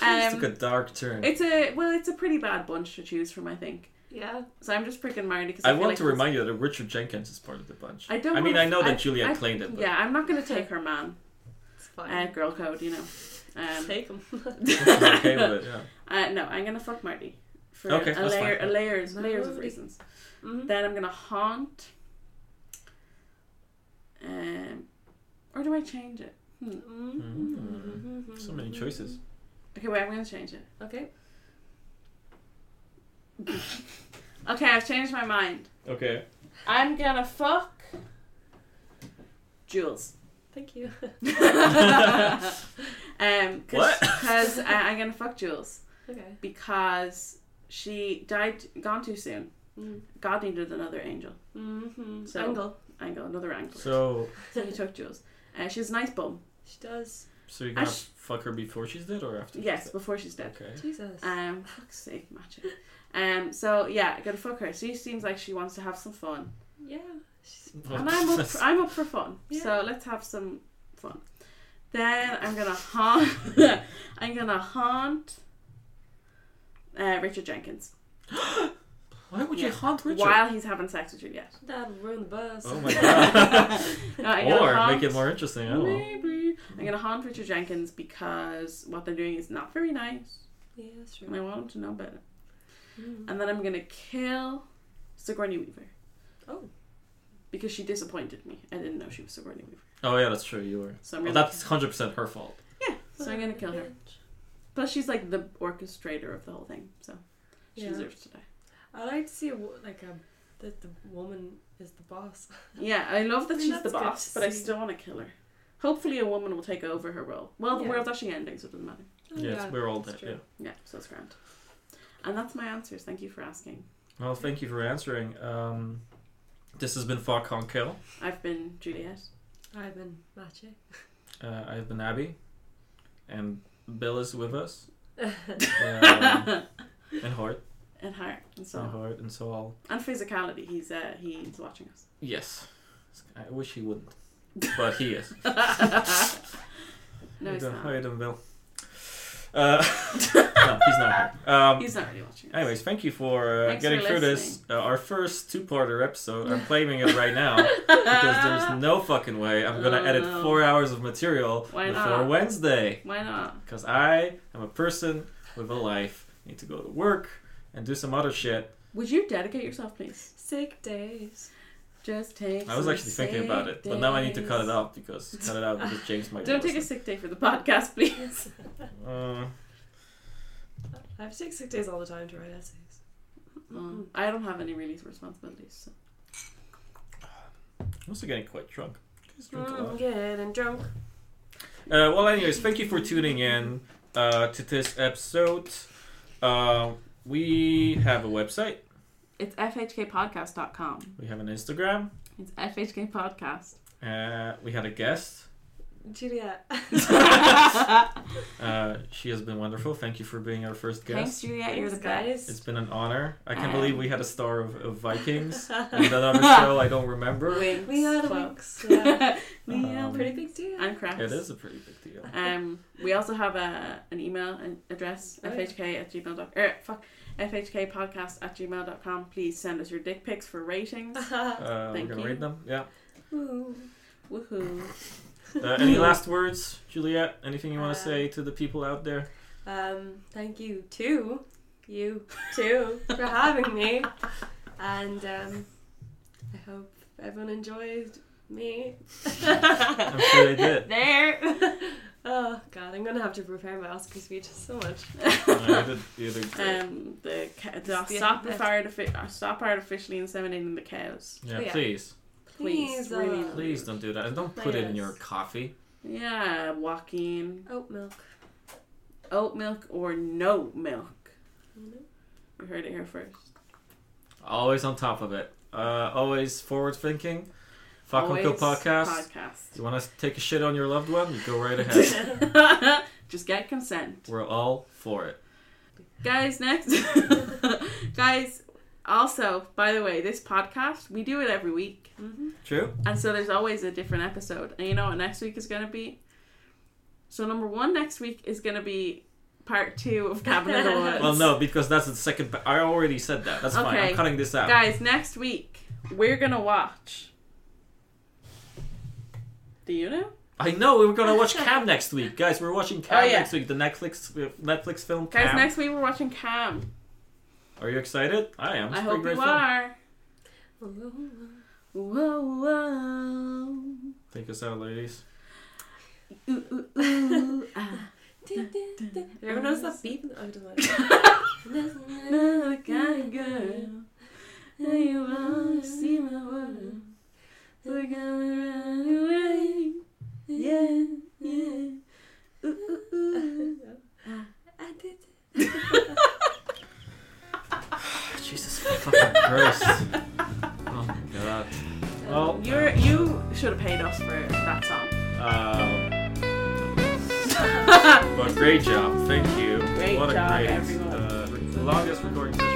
Speaker 2: It took
Speaker 3: um,
Speaker 2: a dark turn.
Speaker 3: it's a well, it's a pretty bad bunch to choose from, I think.
Speaker 1: yeah.
Speaker 3: So I'm just picking Marty because
Speaker 2: I,
Speaker 3: I, feel
Speaker 2: want
Speaker 3: like
Speaker 2: to remind you that Richard Jenkins is part of the bunch.
Speaker 3: I don't
Speaker 2: I mean,
Speaker 3: wanna-
Speaker 2: I know that
Speaker 3: I-
Speaker 2: Juliet
Speaker 3: I-
Speaker 2: claimed it,
Speaker 3: he's-
Speaker 2: but
Speaker 3: Yeah, I'm not gonna take her man,
Speaker 1: It's fine.
Speaker 3: uh, girl code, you know. Um, (laughs)
Speaker 1: Take (laughs) him.
Speaker 2: I'm (laughs) okay with it. Yeah.
Speaker 3: uh, no, I'm gonna fuck Marty for
Speaker 2: Okay,
Speaker 3: a
Speaker 2: that's
Speaker 3: layer,
Speaker 2: fine.
Speaker 3: a layers, layers of
Speaker 1: Marty.
Speaker 3: reasons.
Speaker 1: Mhm.
Speaker 3: Then I'm gonna haunt. Um, or do I change it? Hmm.
Speaker 2: Mm. So many choices.
Speaker 3: Okay, wait, I'm gonna change it.
Speaker 1: Okay.
Speaker 3: Okay, I've changed my mind.
Speaker 2: Okay.
Speaker 3: I'm gonna fuck Jules. (laughs)
Speaker 1: Thank you.
Speaker 3: um, Um,
Speaker 2: What?
Speaker 3: Because I'm gonna fuck Jules
Speaker 1: Okay.
Speaker 3: because she died, gone too soon.
Speaker 1: Mm.
Speaker 3: God needed another angel
Speaker 1: Mm-hmm.
Speaker 3: So-
Speaker 1: Angle.
Speaker 3: angle, another angle. So,
Speaker 2: So,
Speaker 3: he took Jules. Uh, she's a nice bum.
Speaker 1: She does.
Speaker 2: so you're gonna
Speaker 3: I sh-
Speaker 2: fuck her before she's dead or after? she's
Speaker 3: Yes,
Speaker 2: dead?
Speaker 3: before she's dead.
Speaker 2: Okay.
Speaker 1: Jesus.
Speaker 3: Um, fuck's sake, magic. Um, so yeah, gonna fuck her. She seems like she wants to have some fun,
Speaker 1: yeah. She's, (laughs)
Speaker 2: Oh,
Speaker 3: and (laughs) I'm up. (laughs) For, I'm up for fun.
Speaker 1: Yeah.
Speaker 3: So let's have some fun. Then I'm gonna haunt. (laughs) I'm gonna haunt. Uh, Richard Jenkins
Speaker 2: Why would you
Speaker 3: Yeah.
Speaker 2: haunt Richard?
Speaker 3: while he's having sex with Juliet.
Speaker 1: (laughs) that'll ruin the bus.
Speaker 2: Oh my god.
Speaker 3: No, I'm gonna
Speaker 2: or
Speaker 3: haunt-
Speaker 2: make it more interesting. I don't know.
Speaker 3: Maybe I'm gonna haunt Richard Jenkins because what they're doing is not very nice,
Speaker 1: (laughs) Yeah, that's
Speaker 3: (laughs) and
Speaker 1: true.
Speaker 3: I want him to know better.
Speaker 1: Mm.
Speaker 3: And then I'm gonna kill Sigourney Weaver.
Speaker 1: Oh.
Speaker 3: Because she disappointed me. I didn't know she was Sigourney Weaver.
Speaker 2: Oh yeah, that's true. You were.
Speaker 3: So I'm
Speaker 2: Well,
Speaker 3: gonna
Speaker 2: that's hundred percent her fault.
Speaker 3: Yeah. So I'm gonna kill her.
Speaker 1: Bitch.
Speaker 3: Plus she's like the orchestrator of the whole thing, so she
Speaker 1: Yeah.
Speaker 3: deserves to die.
Speaker 1: I like to see a, wo- like a that the woman is the boss.
Speaker 3: Yeah, I love that
Speaker 1: I mean,
Speaker 3: she's the
Speaker 1: that's good
Speaker 3: boss,
Speaker 1: to
Speaker 3: but I
Speaker 1: see.
Speaker 3: still wanna kill her. Hopefully a woman will take over her role. Well the
Speaker 1: Yeah.
Speaker 3: world's actually ending, so it doesn't matter.
Speaker 1: Oh,
Speaker 2: yes,
Speaker 1: yeah.
Speaker 2: we're all
Speaker 1: that's
Speaker 2: dead.
Speaker 1: true.
Speaker 2: Yeah.
Speaker 3: Yeah, so it's grand. And that's my answers. Thank you for asking.
Speaker 2: Well, thank you for answering. Um, this has been Fuck Hong Kill.
Speaker 3: I've been
Speaker 2: (laughs)
Speaker 3: Juliet.
Speaker 1: I've been matching.
Speaker 2: Uh, I've been Abby, and Bill is with
Speaker 3: (laughs)
Speaker 2: us, um,
Speaker 3: and
Speaker 2: and Hort,
Speaker 3: heart and
Speaker 2: and
Speaker 3: so
Speaker 2: Hort, and so all.
Speaker 3: and physicality. He's uh he's watching
Speaker 2: (laughs)
Speaker 3: us.
Speaker 2: Yes, I wish he wouldn't, but he is.
Speaker 3: no,
Speaker 2: How you
Speaker 3: he's
Speaker 2: doing- How
Speaker 3: not.
Speaker 2: you doing, Bill? Uh, (laughs) no, he's not here.
Speaker 3: (laughs)
Speaker 2: Um,
Speaker 3: He's not really watching us.
Speaker 2: Anyways, thank you for uh,
Speaker 3: Thanks
Speaker 2: getting
Speaker 3: for
Speaker 2: through this. Uh, our first two-parter episode. I'm claiming it right
Speaker 3: (laughs)
Speaker 2: now because there's no fucking way I'm gonna
Speaker 3: Oh,
Speaker 2: edit
Speaker 3: no.
Speaker 2: four hours of material
Speaker 3: Why
Speaker 2: before
Speaker 3: not?
Speaker 2: Wednesday
Speaker 3: Why not?
Speaker 2: because I am a person with a life. need to go to work and do some other shit.
Speaker 3: Would you dedicate yourself, please?
Speaker 1: (laughs) Sick days.
Speaker 3: Just take.
Speaker 2: I was
Speaker 3: some
Speaker 2: actually thinking
Speaker 3: sick
Speaker 2: about it, but now I need to cut it
Speaker 3: days.
Speaker 2: out because cut it out because James might. be
Speaker 3: Don't take a
Speaker 2: listening.
Speaker 3: sick day for the podcast, (laughs) please.
Speaker 2: Uh,
Speaker 1: I have to take sick days all the time to write essays.
Speaker 3: Mm. I don't have any really responsibilities. So.
Speaker 2: I'm also getting quite drunk. You guys drink a
Speaker 3: Oh.
Speaker 2: lot.
Speaker 1: Mm, good and drunk.
Speaker 2: Uh, well, anyways, thank you for tuning in uh, to this episode. Uh, we have a website.
Speaker 3: It's fhkpodcast.com.
Speaker 2: We have an Instagram.
Speaker 3: It's (laughs) fhkpodcast.
Speaker 2: Uh, we had a guest.
Speaker 1: (laughs) Juliet.
Speaker 2: Uh, she has been wonderful. Thank you for being our first
Speaker 3: Thanks,
Speaker 2: guest.
Speaker 3: Juliet. You're the best.
Speaker 1: guys.
Speaker 2: It's been an honor. I can't
Speaker 3: Um,
Speaker 2: believe we had a star of, of
Speaker 1: (laughs)
Speaker 3: (laughs)
Speaker 2: Vikings. and that other show I don't remember. It
Speaker 3: Winks.
Speaker 1: We are the
Speaker 3: Well, (laughs)
Speaker 1: winks. Yeah.
Speaker 3: we
Speaker 2: Um,
Speaker 3: are
Speaker 1: Pretty
Speaker 3: pretty.
Speaker 1: big deal.
Speaker 3: And cracks.
Speaker 2: is a pretty big
Speaker 3: (laughs)
Speaker 2: deal. Uh,
Speaker 3: Um, we also have a, an email an address,
Speaker 1: Oh, yeah.
Speaker 3: fhk at gmail dot er, fuck, fhkpodcast at gmail dot com. Please send us your dick pics for ratings.
Speaker 2: Uh, we're
Speaker 3: Thank
Speaker 2: gonna
Speaker 3: you.
Speaker 2: read them. Yeah.
Speaker 1: (laughs) Ooh.
Speaker 3: (laughs) Woohoo.
Speaker 2: Uh, any last words, Juliet? Anything you want
Speaker 1: Uh,
Speaker 2: to say to the people out there?
Speaker 1: Um, thank you too, you too, for having me. And um, I hope everyone enjoyed me.
Speaker 2: I'm sure they
Speaker 3: (laughs)
Speaker 2: did.
Speaker 1: there. oh God, I'm gonna have to prepare my Oscar speech so much.
Speaker 2: Uh, you did- you did great.
Speaker 3: Um, the, ca- the
Speaker 1: Just the
Speaker 3: stop,
Speaker 1: internet.
Speaker 3: artifi- uh, stop artificially inseminating the cows.
Speaker 2: Yeah,
Speaker 1: yeah.
Speaker 2: please.
Speaker 3: Please, really.
Speaker 1: uh,
Speaker 2: Please don't do that. And don't put it in your
Speaker 1: Yes.
Speaker 2: coffee.
Speaker 3: Yeah, walking
Speaker 1: oat milk.
Speaker 3: oat milk or no milk. You heard it here first.
Speaker 2: Always on top of it. Uh, always forward thinking. Fuck Uncle
Speaker 3: Always
Speaker 2: Podcast. you want to take a shit on your loved one? You go right
Speaker 3: (laughs)
Speaker 2: ahead.
Speaker 3: Podcast.
Speaker 1: (laughs)
Speaker 3: Just get consent,
Speaker 2: We're all for it.
Speaker 3: guys. Next, (laughs) guys. Also, by the way, this podcast we do it every week,
Speaker 1: Mm-hmm.
Speaker 2: True?
Speaker 3: and so there's always a different episode. And you know what next week is gonna be? So number one next week is gonna be part two of Cabin in the Woods.
Speaker 2: Well, no, because that's the second. pa- I already said that. That's fine. I'm
Speaker 3: Okay.
Speaker 2: cutting this out.
Speaker 3: Guys, next week we're gonna watch. Do you know?
Speaker 2: I know we were going to
Speaker 3: (laughs)
Speaker 2: watch Cam next week. Guys, we're watching Cam
Speaker 3: Oh, yeah.
Speaker 2: next week. The Netflix Netflix film Cam.
Speaker 3: Guys, next week we're watching Cam.
Speaker 2: Are you excited? I am. It's
Speaker 3: I
Speaker 2: a
Speaker 3: hope
Speaker 2: pretty
Speaker 3: you
Speaker 2: great film.
Speaker 3: are. Whoa, whoa.
Speaker 2: Take us out, ladies.
Speaker 3: Ooh, ooh, ooh. ah.
Speaker 1: Everyone knows that beep. Oh, I don't know.
Speaker 3: (laughs) Another kind of girl. Now you wanna see my world. We're gonna run away. Yeah, yeah. Ooh, ooh, ooh.
Speaker 2: (laughs) fucking cursed. Oh my
Speaker 3: (laughs)
Speaker 2: god. Well,
Speaker 3: You're you should have paid us for that song.
Speaker 2: um, (laughs) but great job. Thank you.
Speaker 3: Great
Speaker 2: what a
Speaker 3: job,
Speaker 2: great,
Speaker 3: everyone.
Speaker 2: uh, longest recording session. uh,